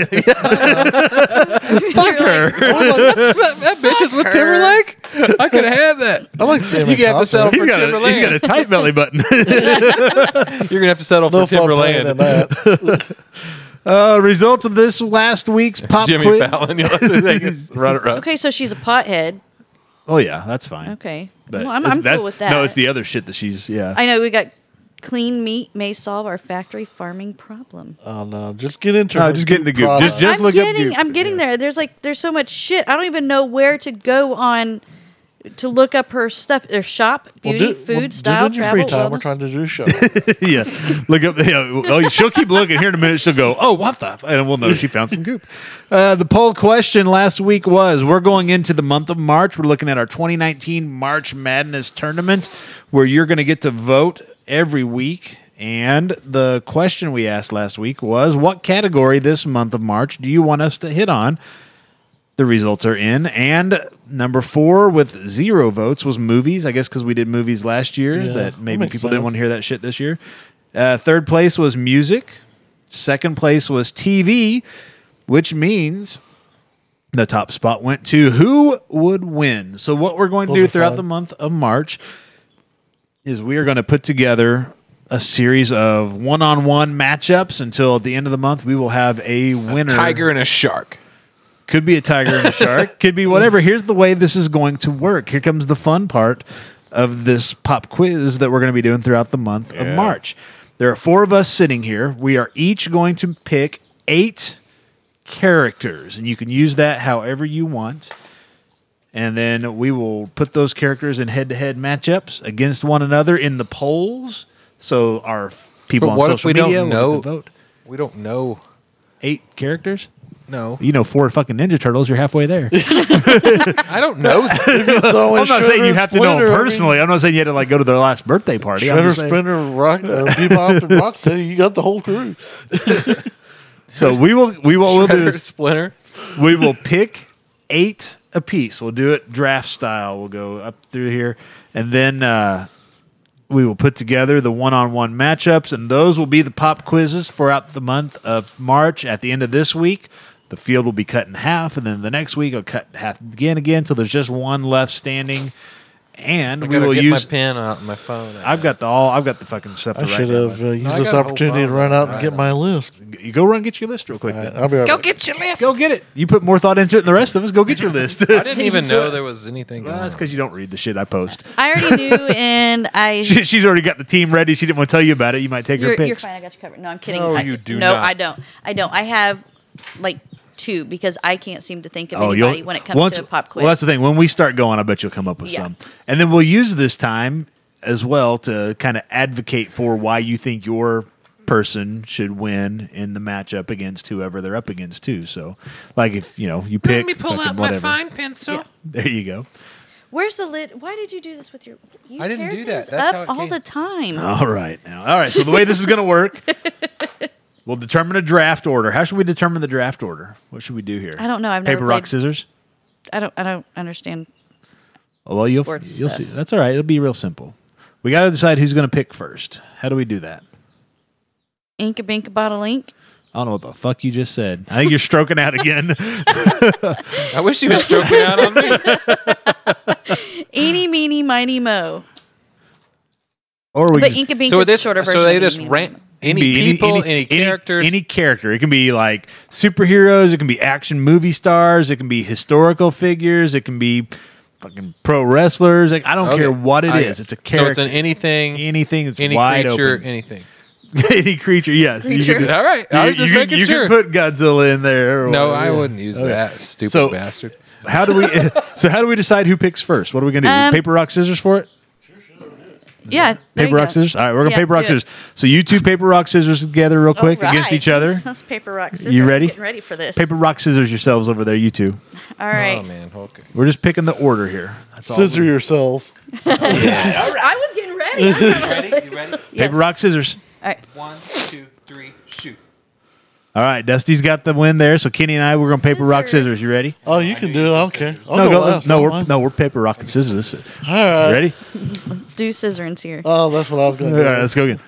[SPEAKER 4] that, that bitch is with Timberlake. I could have that.
[SPEAKER 2] I like Sam.
[SPEAKER 4] You
[SPEAKER 2] in
[SPEAKER 4] could have to
[SPEAKER 2] concert.
[SPEAKER 4] settle
[SPEAKER 1] He's
[SPEAKER 4] for
[SPEAKER 1] got, a, he's got a
[SPEAKER 4] Timberlake.
[SPEAKER 1] tight belly button.
[SPEAKER 4] You're gonna have to settle
[SPEAKER 2] No
[SPEAKER 4] for
[SPEAKER 2] fun playing in
[SPEAKER 4] Timberland.
[SPEAKER 2] that.
[SPEAKER 1] uh, results of this last week's pop
[SPEAKER 4] Jimmy
[SPEAKER 1] quiz.
[SPEAKER 4] Fallon. You'll have to think it's run it run.
[SPEAKER 3] Okay, so she's a pothead.
[SPEAKER 1] Oh, yeah, that's fine.
[SPEAKER 3] Okay,
[SPEAKER 1] But
[SPEAKER 3] well, I'm,
[SPEAKER 1] it's-
[SPEAKER 3] I'm
[SPEAKER 1] that's-
[SPEAKER 3] cool with that.
[SPEAKER 1] No, it's the other shit that she's, yeah.
[SPEAKER 3] I know we got clean meat may solve our factory farming problem.
[SPEAKER 2] Oh no! Just get into.
[SPEAKER 1] No,
[SPEAKER 2] her
[SPEAKER 1] just get into
[SPEAKER 2] new
[SPEAKER 1] Goop. Just-
[SPEAKER 2] product.
[SPEAKER 1] just-
[SPEAKER 3] I'm
[SPEAKER 1] look up
[SPEAKER 3] getting,
[SPEAKER 1] Goop.
[SPEAKER 3] I'm getting there. There's like there's so much shit. I don't even know where to go on to look up her stuff. Her shop,
[SPEAKER 2] Well,
[SPEAKER 3] beauty,
[SPEAKER 2] do-
[SPEAKER 3] food,
[SPEAKER 2] well, do it
[SPEAKER 3] style,
[SPEAKER 2] in your
[SPEAKER 3] travel,
[SPEAKER 2] Free time. We're
[SPEAKER 3] wellness.
[SPEAKER 2] trying to do a show.
[SPEAKER 1] yeah. Look up. Yeah. Oh, she'll keep looking. Here in a minute, she'll go, oh, what the? F-? And we'll know she found some goop. Uh, the poll question last week was we're going into the month of March. We're looking at our 2019 March Madness tournament where you're going to get to vote every week And the question we asked last week was what category this month of March do you want us to hit on? The results are in. And number four with zero votes was movies. I guess because we did movies last year
[SPEAKER 2] Yeah,
[SPEAKER 1] that
[SPEAKER 2] that
[SPEAKER 1] maybe
[SPEAKER 2] makes
[SPEAKER 1] people didn't
[SPEAKER 2] sense.
[SPEAKER 1] want to hear that shit this year. Uh, third place was music. Second place was TV, which means the top spot went to who would win. So what we're going to
[SPEAKER 2] Those
[SPEAKER 1] do
[SPEAKER 2] are
[SPEAKER 1] throughout
[SPEAKER 2] fun.
[SPEAKER 1] the month of March is we are going to put together a series of one-on-one matchups until at the end of the month we will have a winner.
[SPEAKER 4] Tiger and a shark.
[SPEAKER 1] Could be a tiger and a shark. Could be whatever. Here's the way this is going to work. Here comes the fun part of this pop quiz that we're going to be doing throughout the month of March. There are four of us sitting here. We are each going to pick eight characters, and you can use that however you want. And then we will put those characters in head to head matchups against one another in the polls. So our f- people
[SPEAKER 4] But
[SPEAKER 1] on
[SPEAKER 4] what if
[SPEAKER 1] social
[SPEAKER 4] we don't
[SPEAKER 1] media will
[SPEAKER 4] know-
[SPEAKER 1] get to vote.
[SPEAKER 4] We don't know.
[SPEAKER 1] Eight characters?
[SPEAKER 4] No,
[SPEAKER 1] You know, four fucking Ninja Turtles, you're halfway there.
[SPEAKER 4] I don't know.
[SPEAKER 1] I'm not saying you have to know him personally. I am not saying you had to like go to their last birthday party. I'm
[SPEAKER 2] Shredder,
[SPEAKER 1] just saying-
[SPEAKER 2] Spinner, Rock, uh, Bebop, and Rocksteady. You got the whole crew.
[SPEAKER 1] So we will we will we'll do
[SPEAKER 4] Shredder,
[SPEAKER 1] is
[SPEAKER 4] Splinter.
[SPEAKER 1] we will pick eight apiece. We'll do it draft style. We'll go up through here, and then uh, we will put together the one-on-one matchups, and those will be the pop quizzes throughout the month of March. At the end of this week, the field will be cut in half, and then the next week I'll cut in half again, again. So there's just one left standing, and
[SPEAKER 4] I
[SPEAKER 1] we
[SPEAKER 4] gotta
[SPEAKER 1] will
[SPEAKER 4] get
[SPEAKER 1] use.
[SPEAKER 4] my pen out and my phone. out.
[SPEAKER 1] I've got the all. I've got the fucking stuff. To
[SPEAKER 2] I
[SPEAKER 1] write
[SPEAKER 2] should
[SPEAKER 1] down with.
[SPEAKER 2] have uh, used
[SPEAKER 4] I
[SPEAKER 2] this
[SPEAKER 4] got a whole
[SPEAKER 2] opportunity to
[SPEAKER 4] phone
[SPEAKER 2] run out and
[SPEAKER 4] right
[SPEAKER 2] get
[SPEAKER 4] now.
[SPEAKER 2] my list.
[SPEAKER 1] You go run and get your list real quick.
[SPEAKER 2] All
[SPEAKER 1] then.
[SPEAKER 2] right, I'll be right
[SPEAKER 5] Go
[SPEAKER 2] back.
[SPEAKER 5] get your list.
[SPEAKER 1] Go get it. You put more thought into it than the rest of us. Go get your list.
[SPEAKER 4] I didn't even know there was anything. Going
[SPEAKER 1] Well, that's
[SPEAKER 4] on.
[SPEAKER 1] because you don't read the shit I post.
[SPEAKER 3] I already do, and I.
[SPEAKER 1] She, she's already got the team ready. She didn't want to tell you about it. You might take
[SPEAKER 3] you're,
[SPEAKER 1] her
[SPEAKER 3] you're
[SPEAKER 1] picks.
[SPEAKER 3] fine. I got you covered. No, I'm kidding.
[SPEAKER 4] No,
[SPEAKER 3] I,
[SPEAKER 4] you do
[SPEAKER 3] No,
[SPEAKER 4] not.
[SPEAKER 3] I don't. I don't. I have like two because I can't seem to think of
[SPEAKER 1] Oh, you'll-
[SPEAKER 3] anybody when it comes
[SPEAKER 1] once-
[SPEAKER 3] to pop quiz.
[SPEAKER 1] Well, that's the thing. When we start going, I bet you'll come up with
[SPEAKER 3] Yeah.
[SPEAKER 1] some, and then we'll use this time as well to kind of advocate for why you think your person should win in the matchup against whoever they're up against too. So, like if you know you pick, fucking whatever.
[SPEAKER 5] pencil.
[SPEAKER 3] Yeah.
[SPEAKER 1] There you go.
[SPEAKER 3] Where's the lid? Why did you do this with your? You
[SPEAKER 4] I didn't
[SPEAKER 3] tear
[SPEAKER 4] do that.
[SPEAKER 3] things
[SPEAKER 4] That's how
[SPEAKER 3] up
[SPEAKER 4] it
[SPEAKER 3] all
[SPEAKER 4] came.
[SPEAKER 3] the time.
[SPEAKER 1] All right, now. All right. So the way this is going to work, we'll determine a draft order. How should we determine the draft order? What should we do here?
[SPEAKER 3] I don't know. I've never
[SPEAKER 1] Paper, rock,
[SPEAKER 3] played-
[SPEAKER 1] scissors.
[SPEAKER 3] I don't. I don't understand.
[SPEAKER 1] Oh, well, you'll
[SPEAKER 3] sports
[SPEAKER 1] you'll see.
[SPEAKER 3] stuff.
[SPEAKER 1] That's all right. It'll be real simple. We got to decide who's going to pick first. How do we do that?
[SPEAKER 3] Ink a bink a bottle ink.
[SPEAKER 1] I don't know what the fuck you just said. I think you're stroking out again.
[SPEAKER 4] I wish he was joking out on me.
[SPEAKER 3] Eeny meeny miny mo.
[SPEAKER 1] or we
[SPEAKER 3] But
[SPEAKER 1] can
[SPEAKER 3] ink a bink
[SPEAKER 4] so
[SPEAKER 3] is
[SPEAKER 4] this,
[SPEAKER 3] a shorter version.
[SPEAKER 4] so they
[SPEAKER 3] of
[SPEAKER 4] just
[SPEAKER 3] eeny, meeny,
[SPEAKER 4] rant
[SPEAKER 3] miny,
[SPEAKER 4] any
[SPEAKER 1] be
[SPEAKER 4] people, any, characters.
[SPEAKER 1] any, character. It can be like superheroes. It can be action movie stars. It can be historical figures. It can be fucking pro wrestlers. Like I don't
[SPEAKER 4] Okay.
[SPEAKER 1] care what it is.
[SPEAKER 4] I got
[SPEAKER 1] It's a
[SPEAKER 4] So
[SPEAKER 1] character.
[SPEAKER 4] it's an anything,
[SPEAKER 1] anything that's
[SPEAKER 4] any
[SPEAKER 1] wide
[SPEAKER 4] creature,
[SPEAKER 1] open.
[SPEAKER 4] anything.
[SPEAKER 1] any creature, yes. You
[SPEAKER 3] Creature.
[SPEAKER 1] could,
[SPEAKER 4] All right, I was
[SPEAKER 1] you-
[SPEAKER 4] just
[SPEAKER 1] you-
[SPEAKER 4] making
[SPEAKER 1] you could
[SPEAKER 4] sure.
[SPEAKER 1] put Godzilla in there. or
[SPEAKER 4] no,
[SPEAKER 1] whatever,
[SPEAKER 4] I
[SPEAKER 1] yeah.
[SPEAKER 4] wouldn't use that stupid
[SPEAKER 1] So-
[SPEAKER 4] bastard.
[SPEAKER 1] How do we? so how do we decide who picks first? What are we gonna do?
[SPEAKER 3] Um,
[SPEAKER 1] paper rock scissors for it.
[SPEAKER 3] miny. Yeah. there
[SPEAKER 1] Paper
[SPEAKER 3] you
[SPEAKER 1] rock
[SPEAKER 3] go.
[SPEAKER 1] scissors. All right, we're gonna
[SPEAKER 3] Yeah,
[SPEAKER 1] paper rock
[SPEAKER 3] do it.
[SPEAKER 1] scissors. So you two paper rock scissors together real quick
[SPEAKER 3] All
[SPEAKER 1] against
[SPEAKER 3] Oh, right.
[SPEAKER 1] each other.
[SPEAKER 3] That's paper rock scissors.
[SPEAKER 1] You
[SPEAKER 3] I'm
[SPEAKER 1] ready?
[SPEAKER 3] getting ready for this.
[SPEAKER 1] Paper rock scissors yourselves over there, you two.
[SPEAKER 3] All right.
[SPEAKER 4] Oh man, okay.
[SPEAKER 1] We're just picking the order here. That's all
[SPEAKER 2] Scissor
[SPEAKER 1] we're-
[SPEAKER 2] yourselves.
[SPEAKER 3] I was getting ready.
[SPEAKER 5] ready? You ready?
[SPEAKER 3] Yes.
[SPEAKER 1] Paper rock scissors.
[SPEAKER 3] All right.
[SPEAKER 5] One, two, three, shoot.
[SPEAKER 1] All right, Dusty's got the win there. So Kenny and I, we're gonna paper rock
[SPEAKER 3] Scissor.
[SPEAKER 1] scissors. You ready?
[SPEAKER 2] Oh, you can do it. I don't care. I'll
[SPEAKER 1] no,
[SPEAKER 2] go
[SPEAKER 1] let's-
[SPEAKER 2] last.
[SPEAKER 1] no,
[SPEAKER 2] Uh, don't
[SPEAKER 1] we're
[SPEAKER 2] mind.
[SPEAKER 1] no, we're paper rock and scissors. This is-
[SPEAKER 2] All
[SPEAKER 1] you
[SPEAKER 2] right.
[SPEAKER 1] ready?
[SPEAKER 3] Let's do scissorings here.
[SPEAKER 2] Oh, that's what I was going
[SPEAKER 1] All
[SPEAKER 2] to do.
[SPEAKER 1] right, let's go again.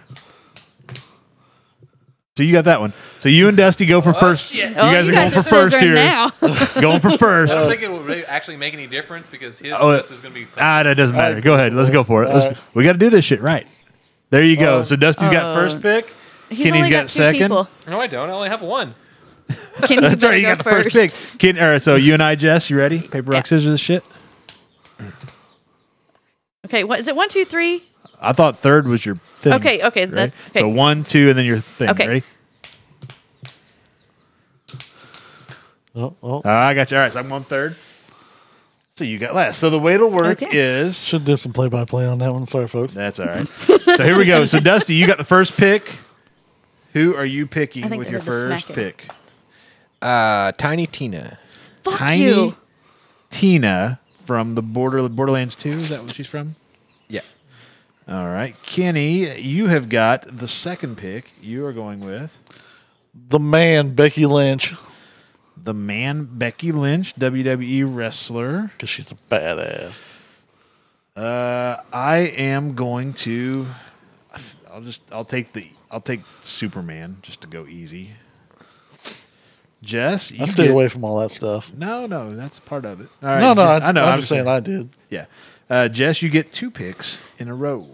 [SPEAKER 1] So you got that one. So you and Dusty go for first.
[SPEAKER 5] shit.
[SPEAKER 1] You
[SPEAKER 3] Oh,
[SPEAKER 1] guys are going for
[SPEAKER 3] your
[SPEAKER 1] first
[SPEAKER 3] scissoring
[SPEAKER 1] here.
[SPEAKER 3] now.
[SPEAKER 1] Going for first.
[SPEAKER 4] I think it will really actually make any difference because his
[SPEAKER 1] Oh,
[SPEAKER 4] list is going to be.
[SPEAKER 1] ah, that doesn't matter.
[SPEAKER 2] right,
[SPEAKER 1] Go ahead. Let's go for it. Let's,
[SPEAKER 2] All right. Oh.
[SPEAKER 1] We got to do this shit right. There you go. So Dusty's got first pick.
[SPEAKER 3] Uh, He's
[SPEAKER 1] Kenny's
[SPEAKER 3] only
[SPEAKER 1] got
[SPEAKER 3] got two
[SPEAKER 1] second.
[SPEAKER 3] People.
[SPEAKER 4] No, I don't. I only have one.
[SPEAKER 3] Kenny, you
[SPEAKER 1] That's right.
[SPEAKER 3] better
[SPEAKER 1] You
[SPEAKER 3] go
[SPEAKER 1] got the first, pick. Ken, all right. So you and I, Jess, you ready? Paper, rock,
[SPEAKER 3] Yeah.
[SPEAKER 1] scissors, this shit.
[SPEAKER 3] Okay, what is it? One, two, three.
[SPEAKER 1] I thought third was your thing.
[SPEAKER 3] Okay, okay,
[SPEAKER 1] right?
[SPEAKER 3] that's- okay.
[SPEAKER 1] So one, two, and then your thing.
[SPEAKER 3] Okay.
[SPEAKER 1] Ready?
[SPEAKER 2] Oh, oh.
[SPEAKER 1] Ah, I got you. All right. So I'm on third. So you got last. So the way it'll work
[SPEAKER 3] Okay.
[SPEAKER 1] is.
[SPEAKER 2] Should do some play by play on that one. Sorry, folks.
[SPEAKER 1] That's all right. so here we go. So Dusty, you got the first pick. Who are you
[SPEAKER 3] I
[SPEAKER 1] picking
[SPEAKER 3] think
[SPEAKER 1] with
[SPEAKER 3] I
[SPEAKER 1] your
[SPEAKER 3] did the
[SPEAKER 1] first
[SPEAKER 3] smack it.
[SPEAKER 1] pick?
[SPEAKER 4] Uh, Tiny Tina.
[SPEAKER 3] Fuck you.
[SPEAKER 1] Tina from the border Borderlands Two. Is that what she's from?
[SPEAKER 4] Yeah.
[SPEAKER 1] All right, Kenny, you have got the second pick. You are going with
[SPEAKER 2] The man, Becky Lynch,
[SPEAKER 1] the man Becky Lynch, WWE wrestler.
[SPEAKER 2] because she's a badass.
[SPEAKER 1] Uh, I am going to. I'll just. I'll take the. I'll take Superman just to go easy. Jess, you
[SPEAKER 2] I stayed
[SPEAKER 1] get-
[SPEAKER 2] away from all that stuff.
[SPEAKER 1] No, no, that's part of it. All right,
[SPEAKER 2] no, no,
[SPEAKER 1] Je-
[SPEAKER 2] I,
[SPEAKER 1] know.
[SPEAKER 2] I'm, just saying I did.
[SPEAKER 1] Yeah, uh, Jess, you get two picks in a row.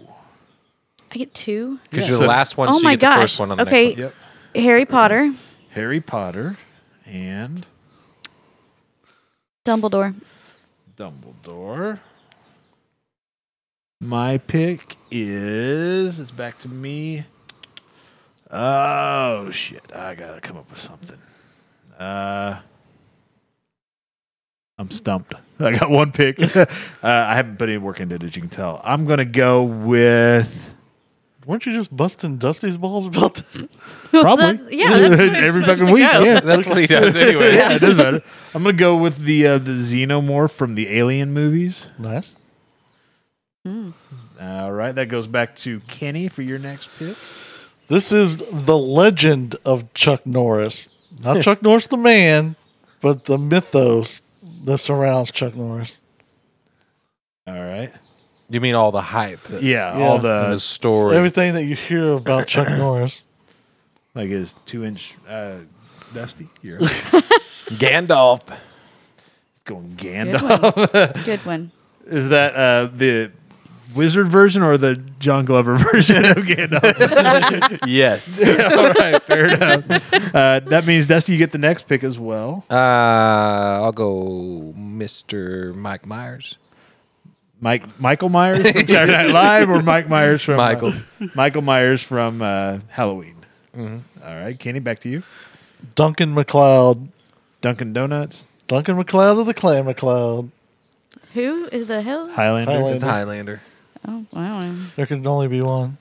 [SPEAKER 3] I get two.
[SPEAKER 4] Because
[SPEAKER 1] Yeah.
[SPEAKER 4] you're
[SPEAKER 1] So-
[SPEAKER 4] the last one,
[SPEAKER 3] oh
[SPEAKER 4] so
[SPEAKER 3] my
[SPEAKER 4] you get
[SPEAKER 3] gosh.
[SPEAKER 4] the first one on the
[SPEAKER 3] okay.
[SPEAKER 4] next one.
[SPEAKER 1] Yep.
[SPEAKER 3] Harry Potter,
[SPEAKER 1] Harry Potter and
[SPEAKER 3] Dumbledore.
[SPEAKER 1] Dumbledore. My pick is it's back to me. Oh shit! I gotta come up with something. Uh, I'm stumped. I got one pick. uh, I haven't put any work into it, as you can tell. I'm gonna go with
[SPEAKER 2] Weren't you just busting Dusty's balls about that?
[SPEAKER 1] probably.
[SPEAKER 3] That- yeah, that's where it's
[SPEAKER 1] every
[SPEAKER 3] supposed
[SPEAKER 1] fucking
[SPEAKER 3] to
[SPEAKER 1] week.
[SPEAKER 3] go.
[SPEAKER 1] Yeah,
[SPEAKER 4] That's what he does anyway.
[SPEAKER 1] yeah, it doesn't matter. I'm gonna go with the uh, the xenomorph from the Alien movies.
[SPEAKER 2] Nice.
[SPEAKER 1] All right, that goes back to Kenny for your next pick.
[SPEAKER 2] This is the legend of Chuck Norris. Not Chuck Norris the man, but the mythos that surrounds Chuck Norris.
[SPEAKER 1] All right.
[SPEAKER 4] You mean all the hype that,
[SPEAKER 1] Yeah,
[SPEAKER 2] Yeah.
[SPEAKER 1] all
[SPEAKER 4] and the
[SPEAKER 1] the
[SPEAKER 4] story.
[SPEAKER 2] Everything that you hear about Chuck Norris.
[SPEAKER 1] like his two inch uh, dusty. You're
[SPEAKER 4] Gandalf.
[SPEAKER 1] going
[SPEAKER 3] Good
[SPEAKER 1] Gandalf.
[SPEAKER 3] one. Good one.
[SPEAKER 1] Is that uh, the wizard version or the John Glover version of Gandalf?
[SPEAKER 4] Yes.
[SPEAKER 1] all right, fair enough. Uh, that means Dusty, you get the next pick as well.
[SPEAKER 4] Uh, I'll go Mr. Mike Myers.
[SPEAKER 1] Mike Michael Myers from Saturday Night Live or Mike Myers from uh,
[SPEAKER 4] Michael.
[SPEAKER 1] Michael Myers from uh, Halloween.
[SPEAKER 4] Mm-hmm.
[SPEAKER 1] All right, Kenny, back to you.
[SPEAKER 2] Duncan McLeod.
[SPEAKER 1] Dunkin' Donuts,
[SPEAKER 2] Duncan McLeod of the Clan McLeod.
[SPEAKER 3] Who is the hell?
[SPEAKER 1] Highlander.
[SPEAKER 2] Highlander.
[SPEAKER 4] It's Highlander.
[SPEAKER 3] Oh, wow.
[SPEAKER 2] There can only be one.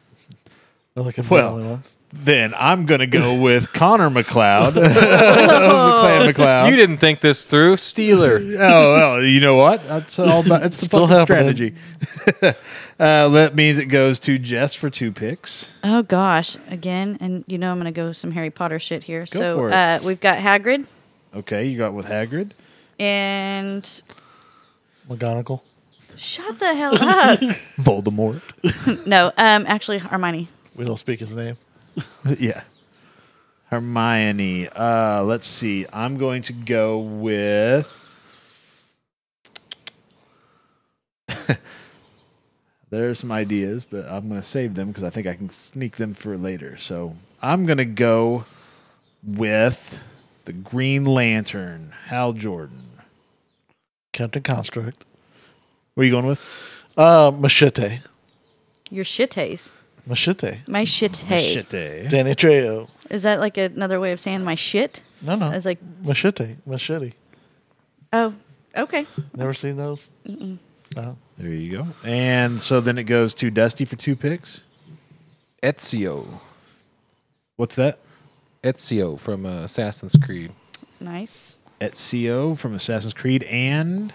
[SPEAKER 2] No, there can
[SPEAKER 1] Well,
[SPEAKER 2] be only one.
[SPEAKER 1] Then I'm gonna go with Connor McLeod. McLeod McLeod.
[SPEAKER 4] You didn't think this through, Uh, Steeler.
[SPEAKER 1] oh well, you know what? That's all about. It's the
[SPEAKER 2] Still
[SPEAKER 1] fucking strategy.
[SPEAKER 2] happening.
[SPEAKER 1] uh, that means it goes to Jess for two picks.
[SPEAKER 3] Oh gosh, again, and you know I'm gonna go some Harry Potter shit here.
[SPEAKER 1] Go
[SPEAKER 3] so
[SPEAKER 1] for it.
[SPEAKER 3] Uh, we've got Hagrid
[SPEAKER 1] Okay, you got with Hagrid.
[SPEAKER 3] and
[SPEAKER 2] McGonagall.
[SPEAKER 3] shut the hell up.
[SPEAKER 1] Voldemort.
[SPEAKER 3] no, um, actually Hermione.
[SPEAKER 2] We don't speak his name.
[SPEAKER 1] yeah. Hermione. Uh, let's see. I'm going to go with. There's some ideas, but I'm going to save them because I think I can sneak them for later. So I'm going to go with the Green Lantern, Hal Jordan.
[SPEAKER 2] Captain Construct.
[SPEAKER 1] What are you going with?
[SPEAKER 2] Uh, Machete.
[SPEAKER 3] Your shittes.
[SPEAKER 2] Machete.
[SPEAKER 3] My shit
[SPEAKER 1] Shit day.
[SPEAKER 2] Danny Trejo.
[SPEAKER 3] Is that like another way of saying my shit?
[SPEAKER 2] No, no.
[SPEAKER 3] I was like,
[SPEAKER 2] Machete. Machete.
[SPEAKER 3] oh, okay.
[SPEAKER 2] Never seen those? No.
[SPEAKER 1] There you go. And so then it goes to Dusty for two picks.
[SPEAKER 4] Ezio.
[SPEAKER 1] What's that?
[SPEAKER 4] Ezio from uh, Assassin's Creed.
[SPEAKER 3] Nice.
[SPEAKER 1] Ezio from Assassin's Creed and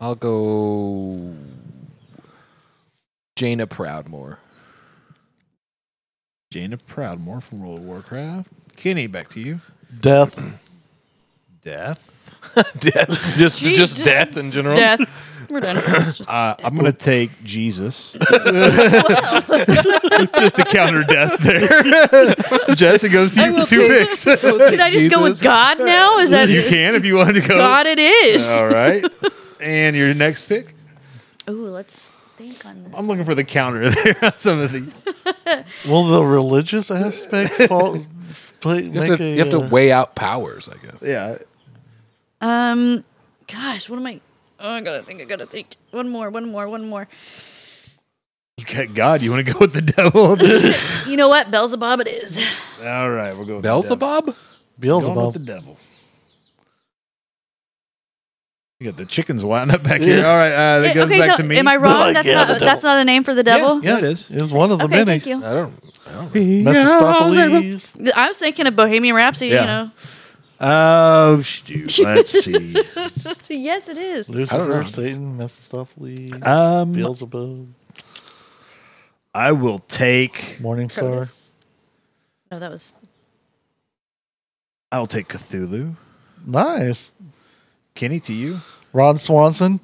[SPEAKER 4] I'll go Jaina Proudmore.
[SPEAKER 1] Jaina Proudmore from World of Warcraft. Kenny, back to you.
[SPEAKER 2] Death.
[SPEAKER 1] Death.
[SPEAKER 4] death. Just
[SPEAKER 3] Jeez,
[SPEAKER 4] just
[SPEAKER 3] just-
[SPEAKER 4] death in general.
[SPEAKER 3] Death. We're done. It's just-
[SPEAKER 1] Uh, I'm going to take Jesus. Just to counter death there. Jess, it goes to you for two picks.
[SPEAKER 3] Did I just go with God now? Is that
[SPEAKER 1] you Oh, can if you want to go.
[SPEAKER 3] God? It is.
[SPEAKER 1] All right. And your next pick?
[SPEAKER 3] Ooh, let's think on this.
[SPEAKER 1] I'm looking for the counter there on some of these.
[SPEAKER 2] Will the religious aspect fall? Play,
[SPEAKER 4] You
[SPEAKER 2] make
[SPEAKER 4] have, to,
[SPEAKER 2] a,
[SPEAKER 4] you have to
[SPEAKER 2] uh,
[SPEAKER 4] weigh out powers, I guess.
[SPEAKER 1] Yeah.
[SPEAKER 3] Um, gosh, what am I? Oh, I gotta think. I gotta think. One more. One more. One more.
[SPEAKER 1] You got God. You want to go with the devil?
[SPEAKER 3] You know what? Beelzebub. It is.
[SPEAKER 1] All right. We'll go with the devil.
[SPEAKER 4] Beelzebub?
[SPEAKER 1] Going with
[SPEAKER 2] Beelzebub.
[SPEAKER 1] the devil. You got the chickens winding up back here. All right, uh, that
[SPEAKER 3] Eh,
[SPEAKER 1] goes
[SPEAKER 3] okay,
[SPEAKER 1] back
[SPEAKER 3] tell-
[SPEAKER 1] to me.
[SPEAKER 3] am I wrong?
[SPEAKER 2] Like,
[SPEAKER 3] that's
[SPEAKER 2] yeah, the
[SPEAKER 3] not.
[SPEAKER 2] devil.
[SPEAKER 3] That's not a name for the devil.
[SPEAKER 1] Yeah, it is.
[SPEAKER 2] It was one of the many.
[SPEAKER 3] okay, thank you.
[SPEAKER 4] I don't, I don't know.
[SPEAKER 2] Mephistopheles.
[SPEAKER 3] I was thinking of Bohemian Rhapsody.
[SPEAKER 1] Yeah.
[SPEAKER 3] You know.
[SPEAKER 1] Oh, shoot. Let's see.
[SPEAKER 3] yes, it is.
[SPEAKER 2] Lucifer,
[SPEAKER 4] know.
[SPEAKER 2] Satan, Mephistopheles.
[SPEAKER 1] Um,
[SPEAKER 2] Beelzebub.
[SPEAKER 1] I will take
[SPEAKER 2] Morningstar.
[SPEAKER 3] No, that was
[SPEAKER 1] I'll take Cthulhu.
[SPEAKER 2] Nice.
[SPEAKER 1] Kenny to you.
[SPEAKER 2] Ron Swanson.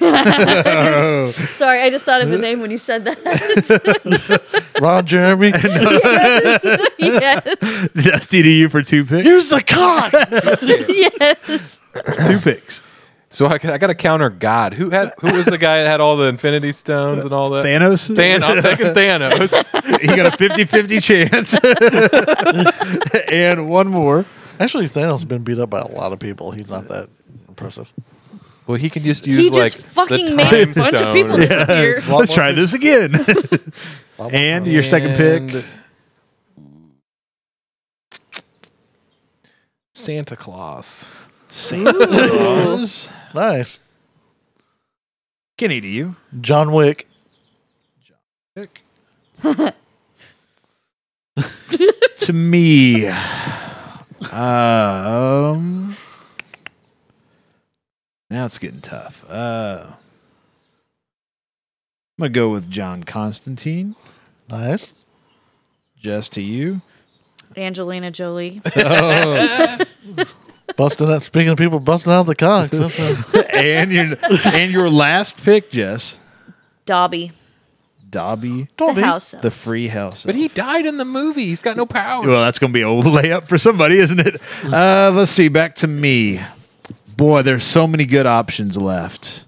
[SPEAKER 3] sorry. I just thought of his name when you said that.
[SPEAKER 2] Ron Jeremy.
[SPEAKER 3] yes,
[SPEAKER 1] Dusty to you for two picks.
[SPEAKER 2] Here's the cock.
[SPEAKER 3] yes.
[SPEAKER 1] two picks.
[SPEAKER 4] So I, got- I got to counter God. Who had who was the guy that had all the Infinity Stones and all that?
[SPEAKER 1] Thanos.
[SPEAKER 4] Thanos. I'm taking Thanos.
[SPEAKER 1] you got a 50-50 chance. and one more.
[SPEAKER 2] Actually, Thanos has been beat up by a lot of people. He's not that impressive.
[SPEAKER 4] Well, he can just use
[SPEAKER 3] He
[SPEAKER 4] like
[SPEAKER 3] just fucking
[SPEAKER 4] the
[SPEAKER 3] made
[SPEAKER 4] time
[SPEAKER 3] a bunch
[SPEAKER 4] stone
[SPEAKER 3] of people
[SPEAKER 4] or-
[SPEAKER 3] disappear.
[SPEAKER 1] Let's try this again. and your second pick.
[SPEAKER 4] And Santa Claus.
[SPEAKER 1] Santa Claus.
[SPEAKER 2] Nice.
[SPEAKER 1] Kenny to you.
[SPEAKER 2] John Wick.
[SPEAKER 1] to me. Um, now it's getting tough. Uh, I'm gonna go with John Constantine.
[SPEAKER 2] Nice.
[SPEAKER 1] Just to you.
[SPEAKER 3] Angelina Jolie.
[SPEAKER 2] Busting out. Speaking of people busting out the cocks. That's a,
[SPEAKER 1] and your and your last pick, Jess
[SPEAKER 3] Dobby.
[SPEAKER 1] Dobby,
[SPEAKER 3] The
[SPEAKER 2] don't be.
[SPEAKER 3] house.
[SPEAKER 1] the free house.
[SPEAKER 4] But he died in the movie. He's got no power.
[SPEAKER 1] well, that's gonna be a layup for somebody, isn't it? Uh, let's see. Back to me. Boy, there's so many good options left.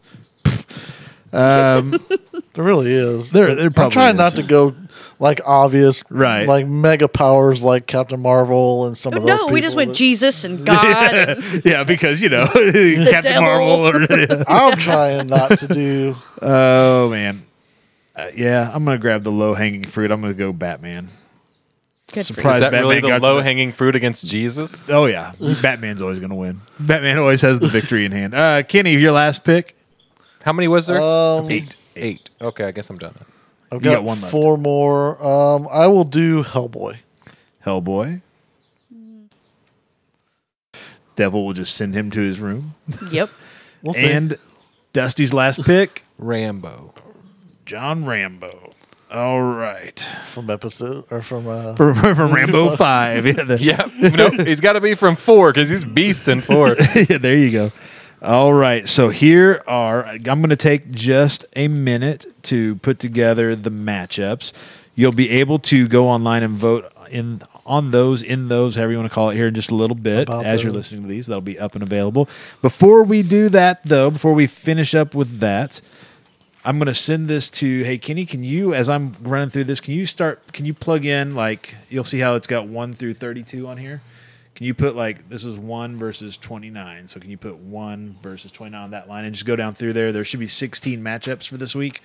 [SPEAKER 2] There really is.
[SPEAKER 1] There- there
[SPEAKER 2] I'm
[SPEAKER 1] probably
[SPEAKER 2] trying
[SPEAKER 1] is.
[SPEAKER 2] not to go like obvious,
[SPEAKER 1] Right.
[SPEAKER 2] Like mega powers, like Captain Marvel and some of those.
[SPEAKER 3] No, we just
[SPEAKER 2] people
[SPEAKER 3] went
[SPEAKER 2] that-
[SPEAKER 3] Jesus and God. and-
[SPEAKER 1] Yeah, because you know Captain
[SPEAKER 3] devil.
[SPEAKER 1] Marvel. Or,
[SPEAKER 2] I'm trying not to do.
[SPEAKER 1] Oh man, uh, yeah. I'm gonna grab the low hanging fruit. I'm gonna go Batman.
[SPEAKER 3] Good for
[SPEAKER 1] Surprise.
[SPEAKER 4] Is
[SPEAKER 3] you.
[SPEAKER 4] that really
[SPEAKER 1] Batman
[SPEAKER 4] the
[SPEAKER 1] got to-
[SPEAKER 4] low hanging fruit against Jesus?
[SPEAKER 1] Oh yeah, Batman's always gonna win. Batman always has the victory in hand. Uh, Kenny, your last pick.
[SPEAKER 4] How many was there?
[SPEAKER 2] Um,
[SPEAKER 4] Eight. Eight. Okay, I guess I'm done. then.
[SPEAKER 2] I've
[SPEAKER 1] You
[SPEAKER 2] got,
[SPEAKER 1] got one left.
[SPEAKER 2] four more. Um, I will do Hellboy.
[SPEAKER 1] Hellboy. Devil will just send him to his room.
[SPEAKER 3] Yep.
[SPEAKER 2] We'll see.
[SPEAKER 1] And Dusty's last pick,
[SPEAKER 4] Rambo.
[SPEAKER 1] John Rambo. All right,
[SPEAKER 2] from episode or from uh,
[SPEAKER 1] from, from Rambo Five. Yeah, the-
[SPEAKER 4] Yeah. no, he's got to be from four because he's beast in four.
[SPEAKER 1] yeah, there you go. All right. So here are, I'm going to take just a minute to put together the matchups. You'll be able to go online and vote in on those, in those, however you want to call it here in just a little bit
[SPEAKER 2] About
[SPEAKER 1] as you're
[SPEAKER 2] those.
[SPEAKER 1] listening to these. That'll be up and available. Before we do that, though, before we finish up with that, I'm going to send this to, hey, Kenny, can you, as I'm running through this, can you start, can you plug in, like, you'll see how it's got 1 through 32 on here? Can you put, like, this is 1 versus 29. So can you put 1 versus 29 on that line and just go down through there? There should be 16 matchups for this week.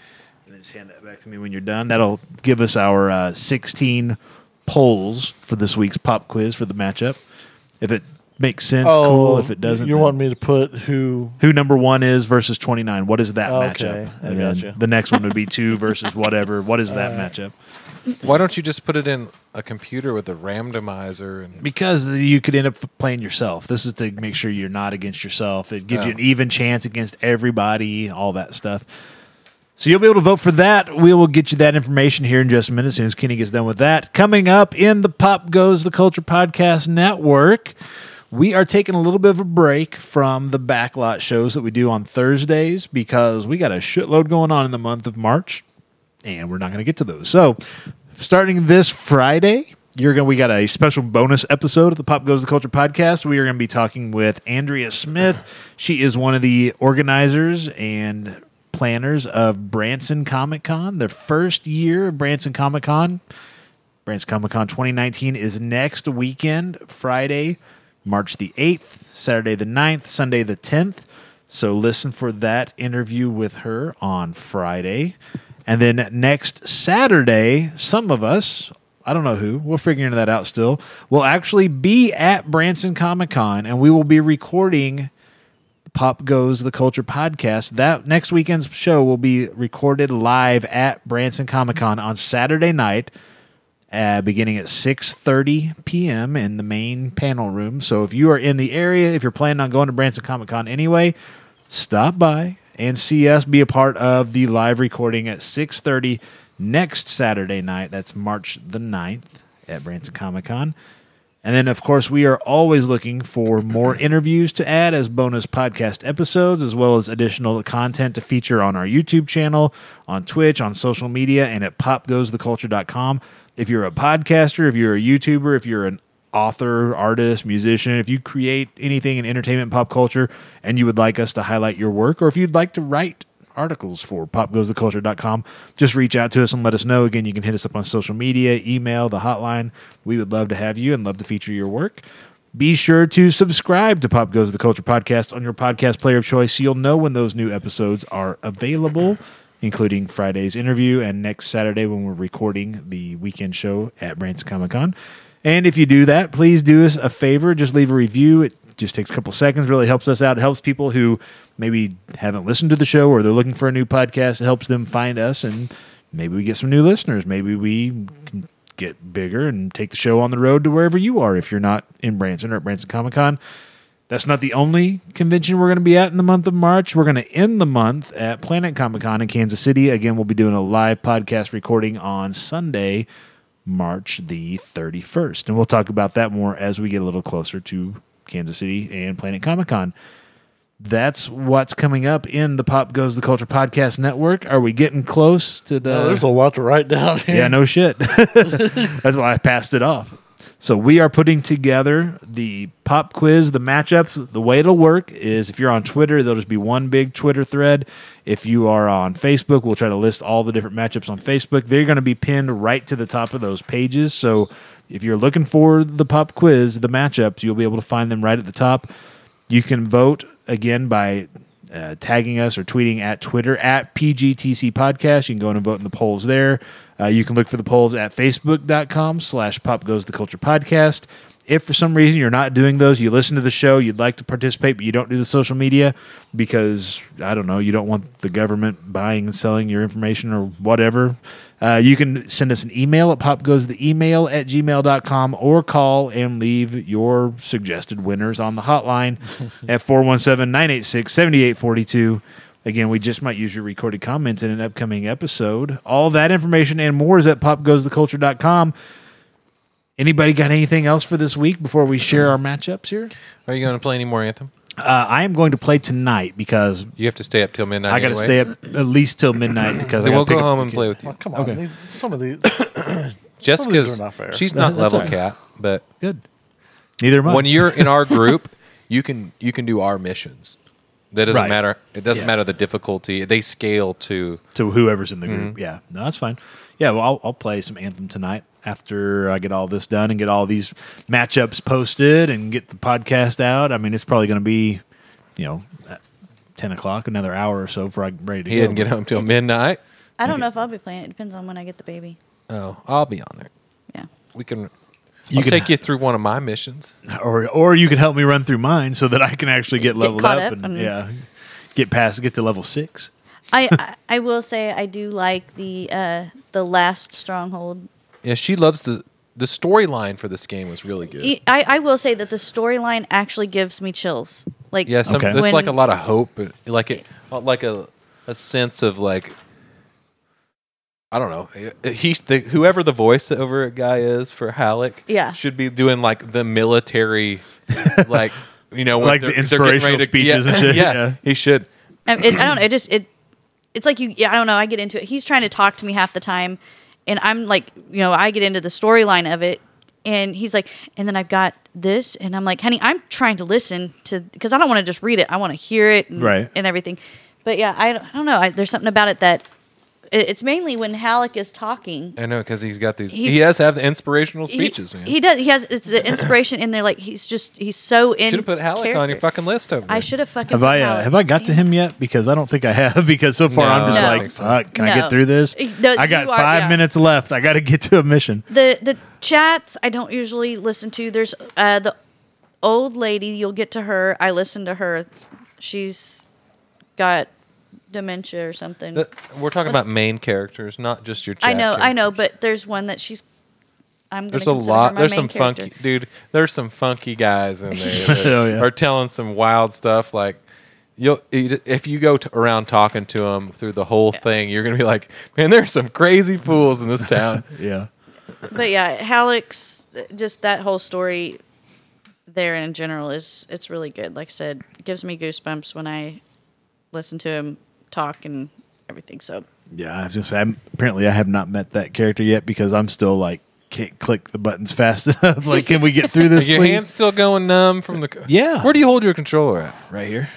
[SPEAKER 1] And then just hand that back to me when you're done. That'll give us our uh, 16 polls for this week's pop quiz for the matchup. If it makes sense,
[SPEAKER 2] Oh,
[SPEAKER 1] cool. If it doesn't,
[SPEAKER 2] you
[SPEAKER 1] then-
[SPEAKER 2] want me to put who?
[SPEAKER 1] who number one is versus 29. What is that
[SPEAKER 2] Okay,
[SPEAKER 1] matchup?
[SPEAKER 2] I
[SPEAKER 1] then
[SPEAKER 2] gotcha.
[SPEAKER 1] The next one would be two versus whatever. What is that matchup?
[SPEAKER 4] Why don't you just put it in a computer with a randomizer and
[SPEAKER 1] Because you could end up playing yourself. This is to make sure you're not against yourself. It gives you
[SPEAKER 4] Oh.
[SPEAKER 1] an even chance against everybody, all that stuff. So you'll be able to vote for that. We will get you that information here in just a minute as soon as Kenny gets done with that. Coming up in the Pop Goes the Culture Podcast Network, we are taking a little bit of a break from the backlot shows that we do on Thursdays because we got a shitload going on in the month of March and we're not going to get to those. So, starting this Friday, you're going to we got a special bonus episode of the Pop Goes the Culture podcast. We are going to be talking with Andrea Smith. She is one of the organizers and planners of Branson Comic Con. Their first year of Branson Comic Con. Branson Comic Con 2019 is next weekend, Friday, March the 8th, Saturday the 9th, Sunday the 10th. So listen for that interview with her on Friday. And then next Saturday, some of us, I don't know who, we're figuring that out still, will actually be at Branson Comic Con and we will be recording Pop Goes the Culture podcast. That next weekend's show will be recorded live at Branson Comic Con on Saturday night uh, beginning at 6.30 p.m. in the main panel room. So if you are in the area, if you're planning on going to Branson Comic Con anyway, stop by and see us be a part of the live recording at 6.30 next Saturday night. That's March the 9th at Branson Comic Con. And then, of course, we are always looking for more interviews to add as bonus podcast episodes, as well as additional content to feature on our YouTube channel, on Twitch, on social media, and at popgoestheculture.com. If you're a podcaster, if you're a YouTuber, if you're an author, artist, musician, if you create anything in entertainment and pop culture and you would like us to highlight your work, or if you'd like to write articles for popgoestheculture.com. Just reach out to us and let us know. Again, you can hit us up on social media, email, the hotline. We would love to have you and love to feature your work. Be sure to subscribe to Pop Goes the Culture podcast on your podcast player of choice so you'll know when those new episodes are available, including Friday's interview and next Saturday when we're recording the weekend show at Branson Comic Con. And if you do that, please do us a favor. Just leave a review. It just takes a couple seconds, really helps us out. It helps people who maybe haven't listened to the show or they're looking for a new podcast. It helps them find us, and maybe we get some new listeners. Maybe we can get bigger and take the show on the road to wherever you are if you're not in Branson or at Branson Comic Con. That's not the only convention we're going to be at in the month of March. We're going to end the month at Planet Comic Con in Kansas City. Again, we'll be doing a live podcast recording on Sunday, March the 31st. And we'll talk about that more as we get a little closer to Kansas City and Planet Comic Con. That's what's coming up in the Pop Goes the Culture Podcast Network. Are we getting close to the.
[SPEAKER 2] Oh, there's a lot to write down here.
[SPEAKER 1] Yeah, no shit. That's why I passed it off. So we are putting together the pop quiz, the matchups. The way it'll work is if you're on Twitter, there'll just be one big Twitter thread. If you are on Facebook, we'll try to list all the different matchups on Facebook. They're going to be pinned right to the top of those pages. So if you're looking for the pop quiz, the matchups, you'll be able to find them right at the top. You can vote again by uh, tagging us or tweeting at Twitter at PGTC Podcast. You can go in and vote in the polls there. Uh, you can look for the polls at facebook.com slash pop goes the culture podcast. If for some reason you're not doing those, you listen to the show, you'd like to participate, but you don't do the social media because, I don't know, you don't want the government buying and selling your information or whatever, uh, you can send us an email at popgoestheemail at gmail.com or call and leave your suggested winners on the hotline at 417 986 7842. Again, we just might use your recorded comments in an upcoming episode. All that information and more is at popgoestheculture.com. Anybody got anything else for this week before we share our matchups here?
[SPEAKER 4] Are you going to play any more Anthem?
[SPEAKER 1] Uh, I am going to play tonight because
[SPEAKER 4] You have to stay up till midnight.
[SPEAKER 1] I got to
[SPEAKER 4] anyway.
[SPEAKER 1] stay up at least till midnight because
[SPEAKER 4] They
[SPEAKER 1] I gotta
[SPEAKER 4] won't
[SPEAKER 1] pick
[SPEAKER 4] go
[SPEAKER 1] up
[SPEAKER 4] home
[SPEAKER 1] the
[SPEAKER 4] and
[SPEAKER 1] kid.
[SPEAKER 4] play with you.
[SPEAKER 2] Oh, come on. They- Some of these.
[SPEAKER 4] Jessica's
[SPEAKER 2] are not fair.
[SPEAKER 4] she's not
[SPEAKER 1] That's
[SPEAKER 4] level
[SPEAKER 1] all right.
[SPEAKER 4] cat, but
[SPEAKER 1] Good. Neither am I.
[SPEAKER 4] when you're in our group, you can you can do our missions. That doesn't
[SPEAKER 1] Right.
[SPEAKER 4] matter. It doesn't
[SPEAKER 1] Yeah.
[SPEAKER 4] matter the difficulty. They scale to
[SPEAKER 1] to whoever's in the group.
[SPEAKER 4] Mm-hmm.
[SPEAKER 1] Yeah, no, that's fine. Yeah, well, I'll, I'll play some Anthem tonight after I get all this done and get all these matchups posted and get the podcast out. I mean, it's probably going to be, you know, at 10 o'clock, another hour or so before I'm ready to
[SPEAKER 4] he
[SPEAKER 1] go.
[SPEAKER 4] didn't get home till midnight.
[SPEAKER 3] I don't know if I'll be playing. It depends on when I get the baby.
[SPEAKER 4] Oh, I'll be on there.
[SPEAKER 3] Yeah.
[SPEAKER 4] We can.
[SPEAKER 1] You
[SPEAKER 4] I'll
[SPEAKER 1] can-
[SPEAKER 4] take you through one of my missions.
[SPEAKER 1] Or, or you can help me run through mine so that I can actually get, leveled
[SPEAKER 3] caught
[SPEAKER 1] up,
[SPEAKER 3] up
[SPEAKER 1] and,
[SPEAKER 3] and-
[SPEAKER 1] yeah, get past, get to level six.
[SPEAKER 3] I, I I will say I do like the uh the last stronghold.
[SPEAKER 4] Yeah, she loves the the storyline for this game was really good.
[SPEAKER 3] E- I I will say that the storyline actually gives me chills. Like
[SPEAKER 4] Yeah, some,
[SPEAKER 1] Okay.
[SPEAKER 4] there's like a
[SPEAKER 3] When-
[SPEAKER 4] lot of hope, and like it, like a a sense of like I don't know. eh, He the, whoever the voiceover guy is for Halleck,
[SPEAKER 3] Yeah.
[SPEAKER 4] should be doing like the military, like you know, when
[SPEAKER 1] Like the
[SPEAKER 4] they're- they're getting ready
[SPEAKER 1] inspirational
[SPEAKER 4] to-
[SPEAKER 1] speeches
[SPEAKER 4] yeah,
[SPEAKER 1] and shit,
[SPEAKER 4] Yeah,
[SPEAKER 1] yeah.
[SPEAKER 4] he should.
[SPEAKER 3] I, it, I don't know. It just it it's like you. Yeah, I don't know. I get into it. He's trying to talk to me half the time, and I'm like, you know, I get into the storyline of it, and he's like, and then I've got this, and I'm like, honey, I'm trying to listen to because I don't want to just read it. I want to hear it, and,
[SPEAKER 1] Right.
[SPEAKER 3] and everything. But yeah, I, don't- I don't know. I, there's something about it that it, it's mainly when Halleck is talking
[SPEAKER 4] I know because he's got these. he
[SPEAKER 3] He's-
[SPEAKER 4] has to have the inspirational speeches,
[SPEAKER 3] he,
[SPEAKER 4] man.
[SPEAKER 3] He does. He has it's the inspiration in there. Like he's just he's so in.
[SPEAKER 4] should have put Halleck on your
[SPEAKER 3] character.
[SPEAKER 4] fucking list over there.
[SPEAKER 3] I should have fucking.
[SPEAKER 1] Have
[SPEAKER 3] put
[SPEAKER 1] I uh,
[SPEAKER 3] Halleck.
[SPEAKER 1] have I got to him yet? Because I don't think I have. Because so far
[SPEAKER 4] No,
[SPEAKER 1] I'm just
[SPEAKER 3] I don't
[SPEAKER 1] like,
[SPEAKER 4] think so.
[SPEAKER 1] fuck, can I get
[SPEAKER 3] No.
[SPEAKER 1] through this?
[SPEAKER 3] No,
[SPEAKER 1] I got
[SPEAKER 3] you are-
[SPEAKER 1] five
[SPEAKER 3] yeah.
[SPEAKER 1] minutes left. I got to get to a mission.
[SPEAKER 3] the the chats I don't usually listen to. There's uh, the old lady. You'll get to her. I listen to her. She's got dementia or something.
[SPEAKER 4] That- we're talking about main characters, not just your. Chat
[SPEAKER 3] I know. I know.
[SPEAKER 4] characters.
[SPEAKER 3] But there's one that she's. I'm
[SPEAKER 4] There's a
[SPEAKER 3] gonna consider her
[SPEAKER 4] lot.
[SPEAKER 3] my
[SPEAKER 4] There's
[SPEAKER 3] main
[SPEAKER 4] some
[SPEAKER 3] character.
[SPEAKER 4] funky dude. There's some funky guys in there that
[SPEAKER 1] Oh, yeah.
[SPEAKER 4] are telling some wild stuff like You'll you- if you go t- around talking to them through the whole thing, you're gonna be like, man, there's some crazy fools in this town.
[SPEAKER 1] Yeah.
[SPEAKER 3] But yeah, Halleck's just that whole story there in general is it's really good. Like I said, it gives me goosebumps when I listen to him talk and everything. So
[SPEAKER 1] Yeah, I was gonna say. I'm, apparently, I have not met that character yet because I'm still like can't click the buttons fast enough. like, can we get through this?
[SPEAKER 4] Your
[SPEAKER 1] please?
[SPEAKER 4] hand's still going numb from the. c-
[SPEAKER 1] Yeah.
[SPEAKER 4] Where do you hold your controller at?
[SPEAKER 1] right here.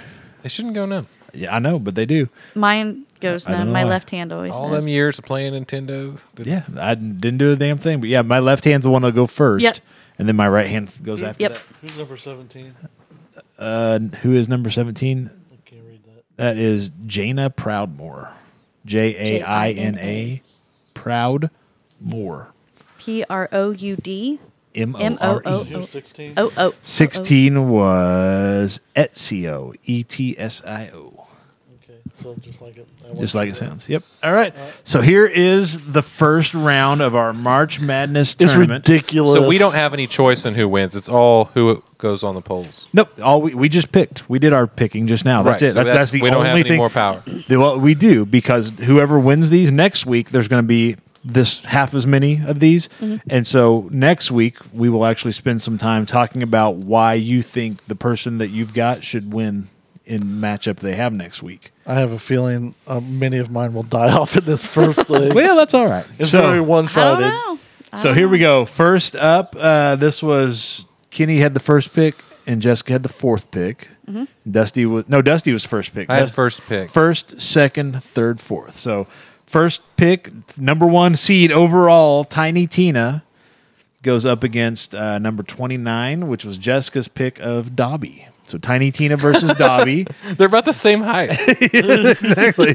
[SPEAKER 4] They shouldn't go numb.
[SPEAKER 1] Yeah, I know, but they do.
[SPEAKER 3] mine goes
[SPEAKER 1] I don't
[SPEAKER 3] numb.
[SPEAKER 1] know
[SPEAKER 3] My
[SPEAKER 1] why.
[SPEAKER 3] left hand always
[SPEAKER 4] All
[SPEAKER 3] does.
[SPEAKER 4] them years of playing Nintendo. did-
[SPEAKER 1] Yeah, I didn't do a damn thing. But yeah, my left hand's the one that'll go first,
[SPEAKER 3] Yep.
[SPEAKER 1] and then my right hand goes after
[SPEAKER 3] Yep.
[SPEAKER 2] Who's number 17?
[SPEAKER 1] that. Who is number seventeen?
[SPEAKER 2] I can't read that.
[SPEAKER 1] That is Jaina Proudmore. J A I N A Proud Moore.
[SPEAKER 3] P R O U D Oh,
[SPEAKER 1] M
[SPEAKER 3] M
[SPEAKER 1] O
[SPEAKER 3] O
[SPEAKER 1] R
[SPEAKER 3] O
[SPEAKER 1] E.
[SPEAKER 2] He was 16.
[SPEAKER 3] O O.
[SPEAKER 1] 16 was Ezio, E T S I O.
[SPEAKER 2] Okay. So just like it. I
[SPEAKER 1] Just
[SPEAKER 2] wasn't
[SPEAKER 1] like it
[SPEAKER 2] there.
[SPEAKER 1] sounds. Yep. All right. So here is the first round of our March Madness
[SPEAKER 2] It's
[SPEAKER 1] tournament.
[SPEAKER 2] ridiculous.
[SPEAKER 4] So we don't have any choice in who wins. It's all who goes on the polls.
[SPEAKER 1] Nope. All we, we just picked. We did our picking just now. That's
[SPEAKER 4] Right,
[SPEAKER 1] it.
[SPEAKER 4] so
[SPEAKER 1] that's, that's, the
[SPEAKER 4] we
[SPEAKER 1] only
[SPEAKER 4] don't have any
[SPEAKER 1] thing.
[SPEAKER 4] more power.
[SPEAKER 1] The- Well, we do because whoever wins these next week, there's going to be this half as many of these,
[SPEAKER 4] Mm-hmm.
[SPEAKER 1] and so next week we will actually spend some time talking about why you think the person that you've got should win in matchup they have next week.
[SPEAKER 2] I have a feeling uh, many of mine will die off in this first league.
[SPEAKER 1] Well, that's all right.
[SPEAKER 2] it's
[SPEAKER 1] so,
[SPEAKER 2] very one
[SPEAKER 3] I don't
[SPEAKER 2] sided.
[SPEAKER 3] know.
[SPEAKER 1] so here we go. First up, uh, this was Kenny had the first pick and Jessica had the fourth pick. Dusty was no, Dusty was first pick.
[SPEAKER 4] I had
[SPEAKER 1] Dust-
[SPEAKER 4] first pick.
[SPEAKER 1] First, second, third, fourth. So first pick, number one seed overall, Tiny Tina goes up against uh, number twenty nine, which was Jessica's pick of Dobby. So Tiny Tina versus Dobby.
[SPEAKER 4] They're about the same height.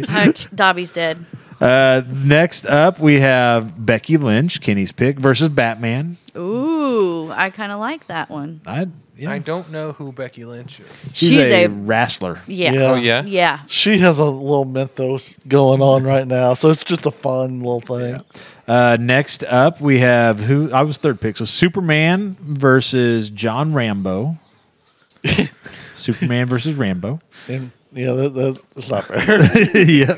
[SPEAKER 3] Heck, Dobby's dead.
[SPEAKER 1] Uh, next up, we have Becky Lynch, Kenny's pick versus Batman.
[SPEAKER 3] Ooh, I kind of like that one.
[SPEAKER 1] I yeah.
[SPEAKER 4] I don't know who Becky Lynch is.
[SPEAKER 1] She's,
[SPEAKER 3] She's
[SPEAKER 1] a,
[SPEAKER 3] a-
[SPEAKER 1] wrestler.
[SPEAKER 3] Yeah.
[SPEAKER 2] Yeah.
[SPEAKER 4] Oh yeah.
[SPEAKER 3] Yeah.
[SPEAKER 2] She has a little mythos going on right now. So it's just a fun little thing.
[SPEAKER 1] Uh, next up, we have who I was third pick. So Superman versus John Rambo. Superman versus Rambo.
[SPEAKER 2] And yeah, that, that, that's not fair.
[SPEAKER 1] yeah.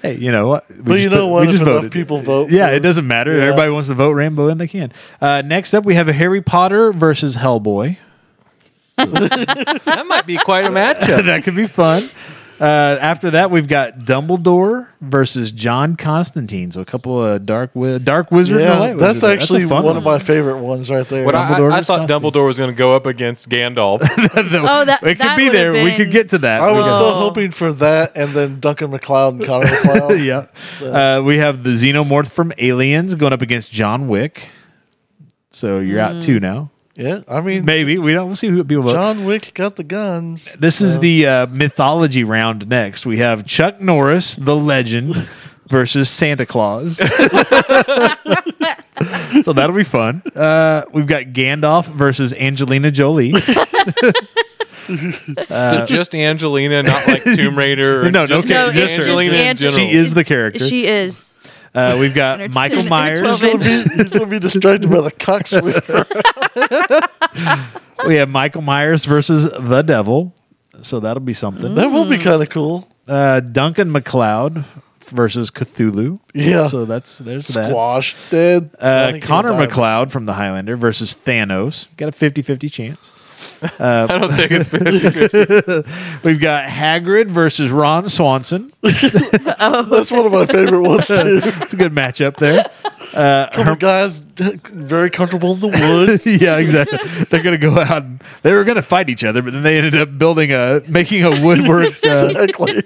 [SPEAKER 1] Hey, you know what? We
[SPEAKER 2] But you
[SPEAKER 1] just
[SPEAKER 2] know
[SPEAKER 1] put-
[SPEAKER 2] what?
[SPEAKER 1] We
[SPEAKER 2] If
[SPEAKER 1] just
[SPEAKER 2] enough
[SPEAKER 1] voted.
[SPEAKER 2] people vote
[SPEAKER 1] Yeah,
[SPEAKER 2] for-
[SPEAKER 1] it doesn't matter.
[SPEAKER 2] Yeah.
[SPEAKER 1] Everybody wants to vote Rambo, and they can. Uh, next up, we have a Harry Potter versus Hellboy.
[SPEAKER 4] that might be quite a matchup.
[SPEAKER 1] that could be fun. Uh, after that, we've got Dumbledore versus John Constantine. So a couple of dark, wi- dark wizard. and a
[SPEAKER 2] yeah,
[SPEAKER 1] light
[SPEAKER 2] that's
[SPEAKER 1] wizard. a
[SPEAKER 2] actually
[SPEAKER 1] fun
[SPEAKER 2] one, of my favorite ones right there.
[SPEAKER 4] What I,
[SPEAKER 1] Dumbledore
[SPEAKER 4] I
[SPEAKER 1] versus
[SPEAKER 4] thought
[SPEAKER 1] Constantine.
[SPEAKER 4] Dumbledore was going to go up against Gandalf.
[SPEAKER 3] Oh, that
[SPEAKER 1] It could
[SPEAKER 3] that
[SPEAKER 1] be
[SPEAKER 3] would've
[SPEAKER 1] there. We could
[SPEAKER 3] been-
[SPEAKER 1] get to that.
[SPEAKER 2] I was
[SPEAKER 1] We
[SPEAKER 2] so
[SPEAKER 3] Oh.
[SPEAKER 2] hoping for that and then Duncan McLeod and Connor McLeod.
[SPEAKER 1] could- yeah. Uh, we have the xenomorph from Aliens going up against John Wick. So you're out two now.
[SPEAKER 2] Yeah, I mean,
[SPEAKER 1] Maybe we don't. We'll see who people vote.
[SPEAKER 2] John Wick's got the guns.
[SPEAKER 1] This is the uh, mythology round. Next, we have Chuck Norris, the legend, versus Santa Claus. so that'll be fun. Uh, we've got Gandalf versus Angelina Jolie.
[SPEAKER 4] so just Angelina, not like Tomb Raider. Or
[SPEAKER 1] Uh, No, no
[SPEAKER 4] just
[SPEAKER 1] character,
[SPEAKER 3] No, it's
[SPEAKER 1] just her.
[SPEAKER 4] Angelina in
[SPEAKER 3] Ange-
[SPEAKER 4] general.
[SPEAKER 1] She is the character.
[SPEAKER 3] She is.
[SPEAKER 1] Uh, we've got
[SPEAKER 3] It's
[SPEAKER 1] Michael
[SPEAKER 3] in
[SPEAKER 1] Myers.
[SPEAKER 3] 12
[SPEAKER 2] He's gonna be, he's gonna be distracted by the cockswing.
[SPEAKER 1] We have Michael Myers versus the devil. So that'll be something.
[SPEAKER 2] that will be kind of cool.
[SPEAKER 1] Uh, Duncan McLeod versus Cthulhu.
[SPEAKER 2] Yeah.
[SPEAKER 1] So that's there's that.
[SPEAKER 2] Squash, dead. I
[SPEAKER 1] Uh,
[SPEAKER 2] think
[SPEAKER 1] Connor
[SPEAKER 2] he'll die.
[SPEAKER 1] McLeod from the Highlander versus Thanos. Got a 50 50 chance.
[SPEAKER 4] I don't think it's
[SPEAKER 1] We've got Hagrid versus Ron Swanson.
[SPEAKER 2] That's one of my favorite ones too.
[SPEAKER 1] It's a good matchup there.
[SPEAKER 2] Couple guys, very comfortable in the woods.
[SPEAKER 1] yeah, exactly. They're going to go out. And, they were going to fight each other, but then they ended up building a making a woodwork. Uh,
[SPEAKER 2] Exactly.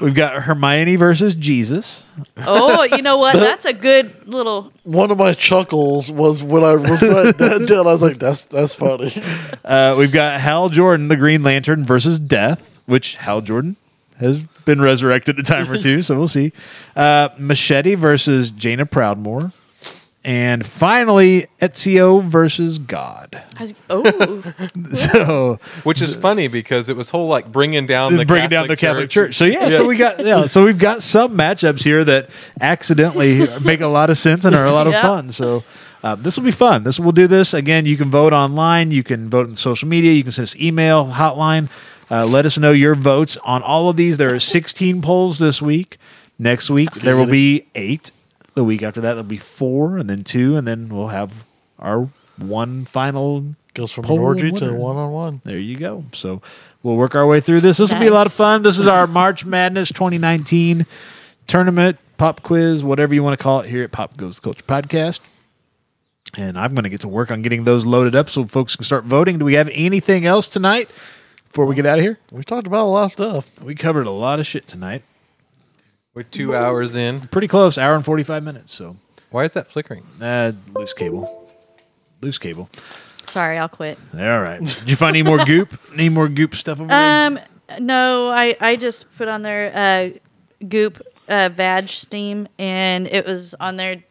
[SPEAKER 1] we've got Hermione versus Jesus.
[SPEAKER 3] Oh, you know what? That's a good little.
[SPEAKER 2] One of my chuckles was when I was writing that down. I was like, "That's that's funny."
[SPEAKER 1] Uh, we've got Hal Jordan, the Green Lantern, versus Death, which Hal Jordan has been resurrected a time or two, so we'll see. Uh, Machete versus Jaina Proudmore. And finally, Ezio versus God.
[SPEAKER 3] I was, oh,
[SPEAKER 1] So
[SPEAKER 4] Which is funny because it was whole like bringing down the
[SPEAKER 1] bringing
[SPEAKER 4] Catholic
[SPEAKER 1] down the Catholic Church. So yeah, so
[SPEAKER 4] Yeah.
[SPEAKER 1] we got yeah, so we've got some matchups here that accidentally make a lot of sense and are a lot of
[SPEAKER 3] Yeah.
[SPEAKER 1] fun. So uh, this will be fun. This we'll do this again. You can vote online. You can vote in social media. You can send us email hotline. Uh, let us know your votes on all of these. There are 16 polls this week. Next week, there will be eight. The week after that, there'll be four, and then two, and then we'll have our one final
[SPEAKER 2] Goes from
[SPEAKER 1] poll
[SPEAKER 2] an orgy to
[SPEAKER 1] winner.
[SPEAKER 2] one on one.
[SPEAKER 1] There you go. So we'll work our way through this. This will be a lot of
[SPEAKER 3] Nice.
[SPEAKER 1] fun. This is our March Madness 2019 tournament, pop quiz, whatever you want to call it, here at Pop Goes the Culture Podcast. And I'm going to get to work on getting those loaded up so folks can start voting. Do we have anything else tonight before we get out of here?
[SPEAKER 2] We talked about a lot of stuff.
[SPEAKER 1] We covered a lot of shit tonight.
[SPEAKER 4] We're two hours in.
[SPEAKER 1] Pretty close, hour and 45 minutes. So
[SPEAKER 4] Why is that flickering?
[SPEAKER 1] uh, loose cable. Loose cable.
[SPEAKER 3] Sorry, I'll quit.
[SPEAKER 1] All right. Did you find any more goop? Any more goop stuff over there?
[SPEAKER 3] Um, no, I, I just put on their uh, Goop uh, badge steam, and it was on their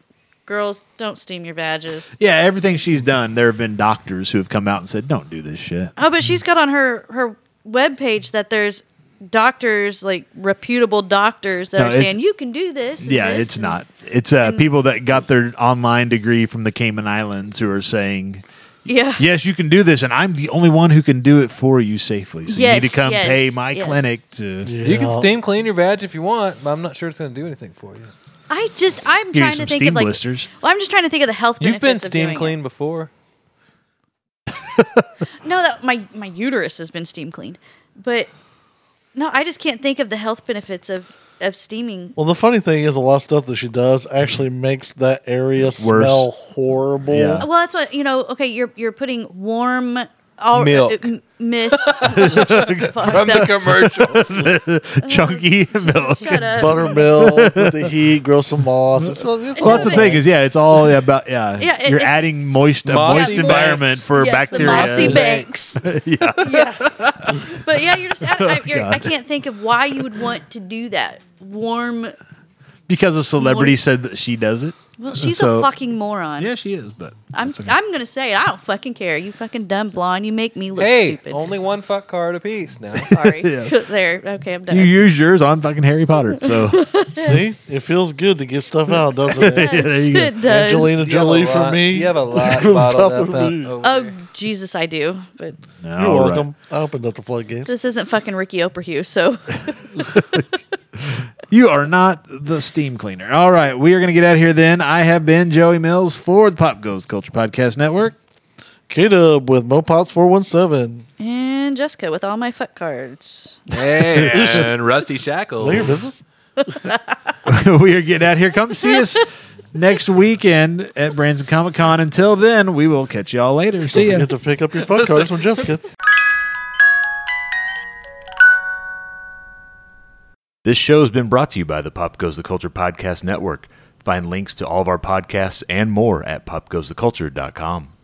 [SPEAKER 3] girls don't steam your badges.
[SPEAKER 1] Yeah, everything she's done, there have been doctors who have come out and said, "Don't do this shit."
[SPEAKER 3] Oh, but she's got on her her webpage that there's doctors like reputable doctors that
[SPEAKER 1] No,
[SPEAKER 3] are
[SPEAKER 1] it's-
[SPEAKER 3] saying you can do this. and
[SPEAKER 1] Yeah,
[SPEAKER 3] this
[SPEAKER 1] it's
[SPEAKER 3] and-"
[SPEAKER 1] not. It's uh, people that got their online degree from the Cayman Islands who are saying,
[SPEAKER 3] Yeah.
[SPEAKER 1] "Yes, you can do this, and I'm the only one who can do it for you safely." So you
[SPEAKER 3] Yes,
[SPEAKER 1] need to come
[SPEAKER 3] yes,
[SPEAKER 1] pay my
[SPEAKER 3] yes.
[SPEAKER 1] clinic to
[SPEAKER 4] You can
[SPEAKER 2] Yeah.
[SPEAKER 4] steam clean your badge if you want, but I'm not sure it's going to do anything for you.
[SPEAKER 3] I just I'm
[SPEAKER 1] give you
[SPEAKER 3] trying
[SPEAKER 1] some
[SPEAKER 3] to think
[SPEAKER 1] steam
[SPEAKER 3] of like
[SPEAKER 1] blisters.
[SPEAKER 3] well, I'm just trying to think of the health.
[SPEAKER 4] You've been
[SPEAKER 3] benefits of
[SPEAKER 4] steam
[SPEAKER 3] doing it.
[SPEAKER 4] cleaned before.
[SPEAKER 3] No, that my my uterus has been steam cleaned, but no, I just can't think of the health benefits of of steaming.
[SPEAKER 2] Well, the funny thing is, a lot of stuff that she does actually makes that area smell horrible.
[SPEAKER 1] Yeah.
[SPEAKER 3] Well, that's what you know. Okay, you're you're putting warm all,
[SPEAKER 4] Milk.
[SPEAKER 3] uh, m- mist
[SPEAKER 4] From the commercial.
[SPEAKER 3] Uh-huh.
[SPEAKER 1] Chunky milk.
[SPEAKER 3] Shut up.
[SPEAKER 2] Buttermilk with the heat, grow some moss. It's, it's
[SPEAKER 1] Well, that's the
[SPEAKER 2] horrible.
[SPEAKER 1] thing is, yeah, it's all about yeah.
[SPEAKER 3] Yeah, it-
[SPEAKER 1] you're
[SPEAKER 3] it's-
[SPEAKER 1] adding moist, a
[SPEAKER 4] Mossy
[SPEAKER 1] moist
[SPEAKER 4] banks.
[SPEAKER 1] environment for
[SPEAKER 3] Yes, the
[SPEAKER 1] bacteria.
[SPEAKER 3] mossy
[SPEAKER 1] to-
[SPEAKER 3] banks. yeah. But yeah, you're just. I,
[SPEAKER 1] Oh,
[SPEAKER 3] I, you're, I can't think of why you would want to do that. Warm.
[SPEAKER 1] because a celebrity
[SPEAKER 3] Moist.
[SPEAKER 1] said that she does it.
[SPEAKER 3] Well, she's
[SPEAKER 1] So-
[SPEAKER 3] a fucking moron.
[SPEAKER 1] Yeah, she is, but
[SPEAKER 3] I'm.
[SPEAKER 1] that's okay.
[SPEAKER 3] I'm gonna say it. I don't fucking care. You fucking dumb blonde. You make me look
[SPEAKER 4] hey, oh
[SPEAKER 3] stupid.
[SPEAKER 4] only one fuck card apiece now.
[SPEAKER 3] Sorry.
[SPEAKER 1] Yeah.
[SPEAKER 3] there. Okay, I'm done.
[SPEAKER 1] you use yours on fucking Harry Potter. So
[SPEAKER 2] See, it feels good to get stuff out, doesn't it?
[SPEAKER 1] Yeah, there
[SPEAKER 3] Yes,
[SPEAKER 1] you go.
[SPEAKER 3] it does.
[SPEAKER 2] Angelina
[SPEAKER 4] You have a
[SPEAKER 2] Jolie for
[SPEAKER 4] lot-
[SPEAKER 2] me.
[SPEAKER 4] You have a lot
[SPEAKER 2] Ruth
[SPEAKER 4] bottled
[SPEAKER 2] Butler
[SPEAKER 4] up
[SPEAKER 2] for
[SPEAKER 4] out
[SPEAKER 2] you.
[SPEAKER 4] over
[SPEAKER 3] Oh
[SPEAKER 4] there.
[SPEAKER 3] Jesus, I do. But
[SPEAKER 2] You're welcome. I opened up the floodgates.
[SPEAKER 3] this isn't fucking Ricky Operhue, so
[SPEAKER 1] You are not the steam cleaner. All right, we are going to get out of here then. I have been Joey Mills for the Pop Goes Culture Podcast Network.
[SPEAKER 2] K Dub with Mopots four one seven.
[SPEAKER 3] and Jessica with all my fuck cards.
[SPEAKER 4] Hey, and Rusty Shackles.
[SPEAKER 2] Is that your business?
[SPEAKER 1] we are getting out of here. Come see us next weekend at Branson Comic Con. Until then, we will catch y'all later.
[SPEAKER 2] Don't
[SPEAKER 1] See ya.
[SPEAKER 2] forget to pick up your phone cards from Jessica.
[SPEAKER 6] This show has been brought to you by the Pop Goes the Culture Podcast Network. Find links to all of our podcasts and more at popgoestheculture.com.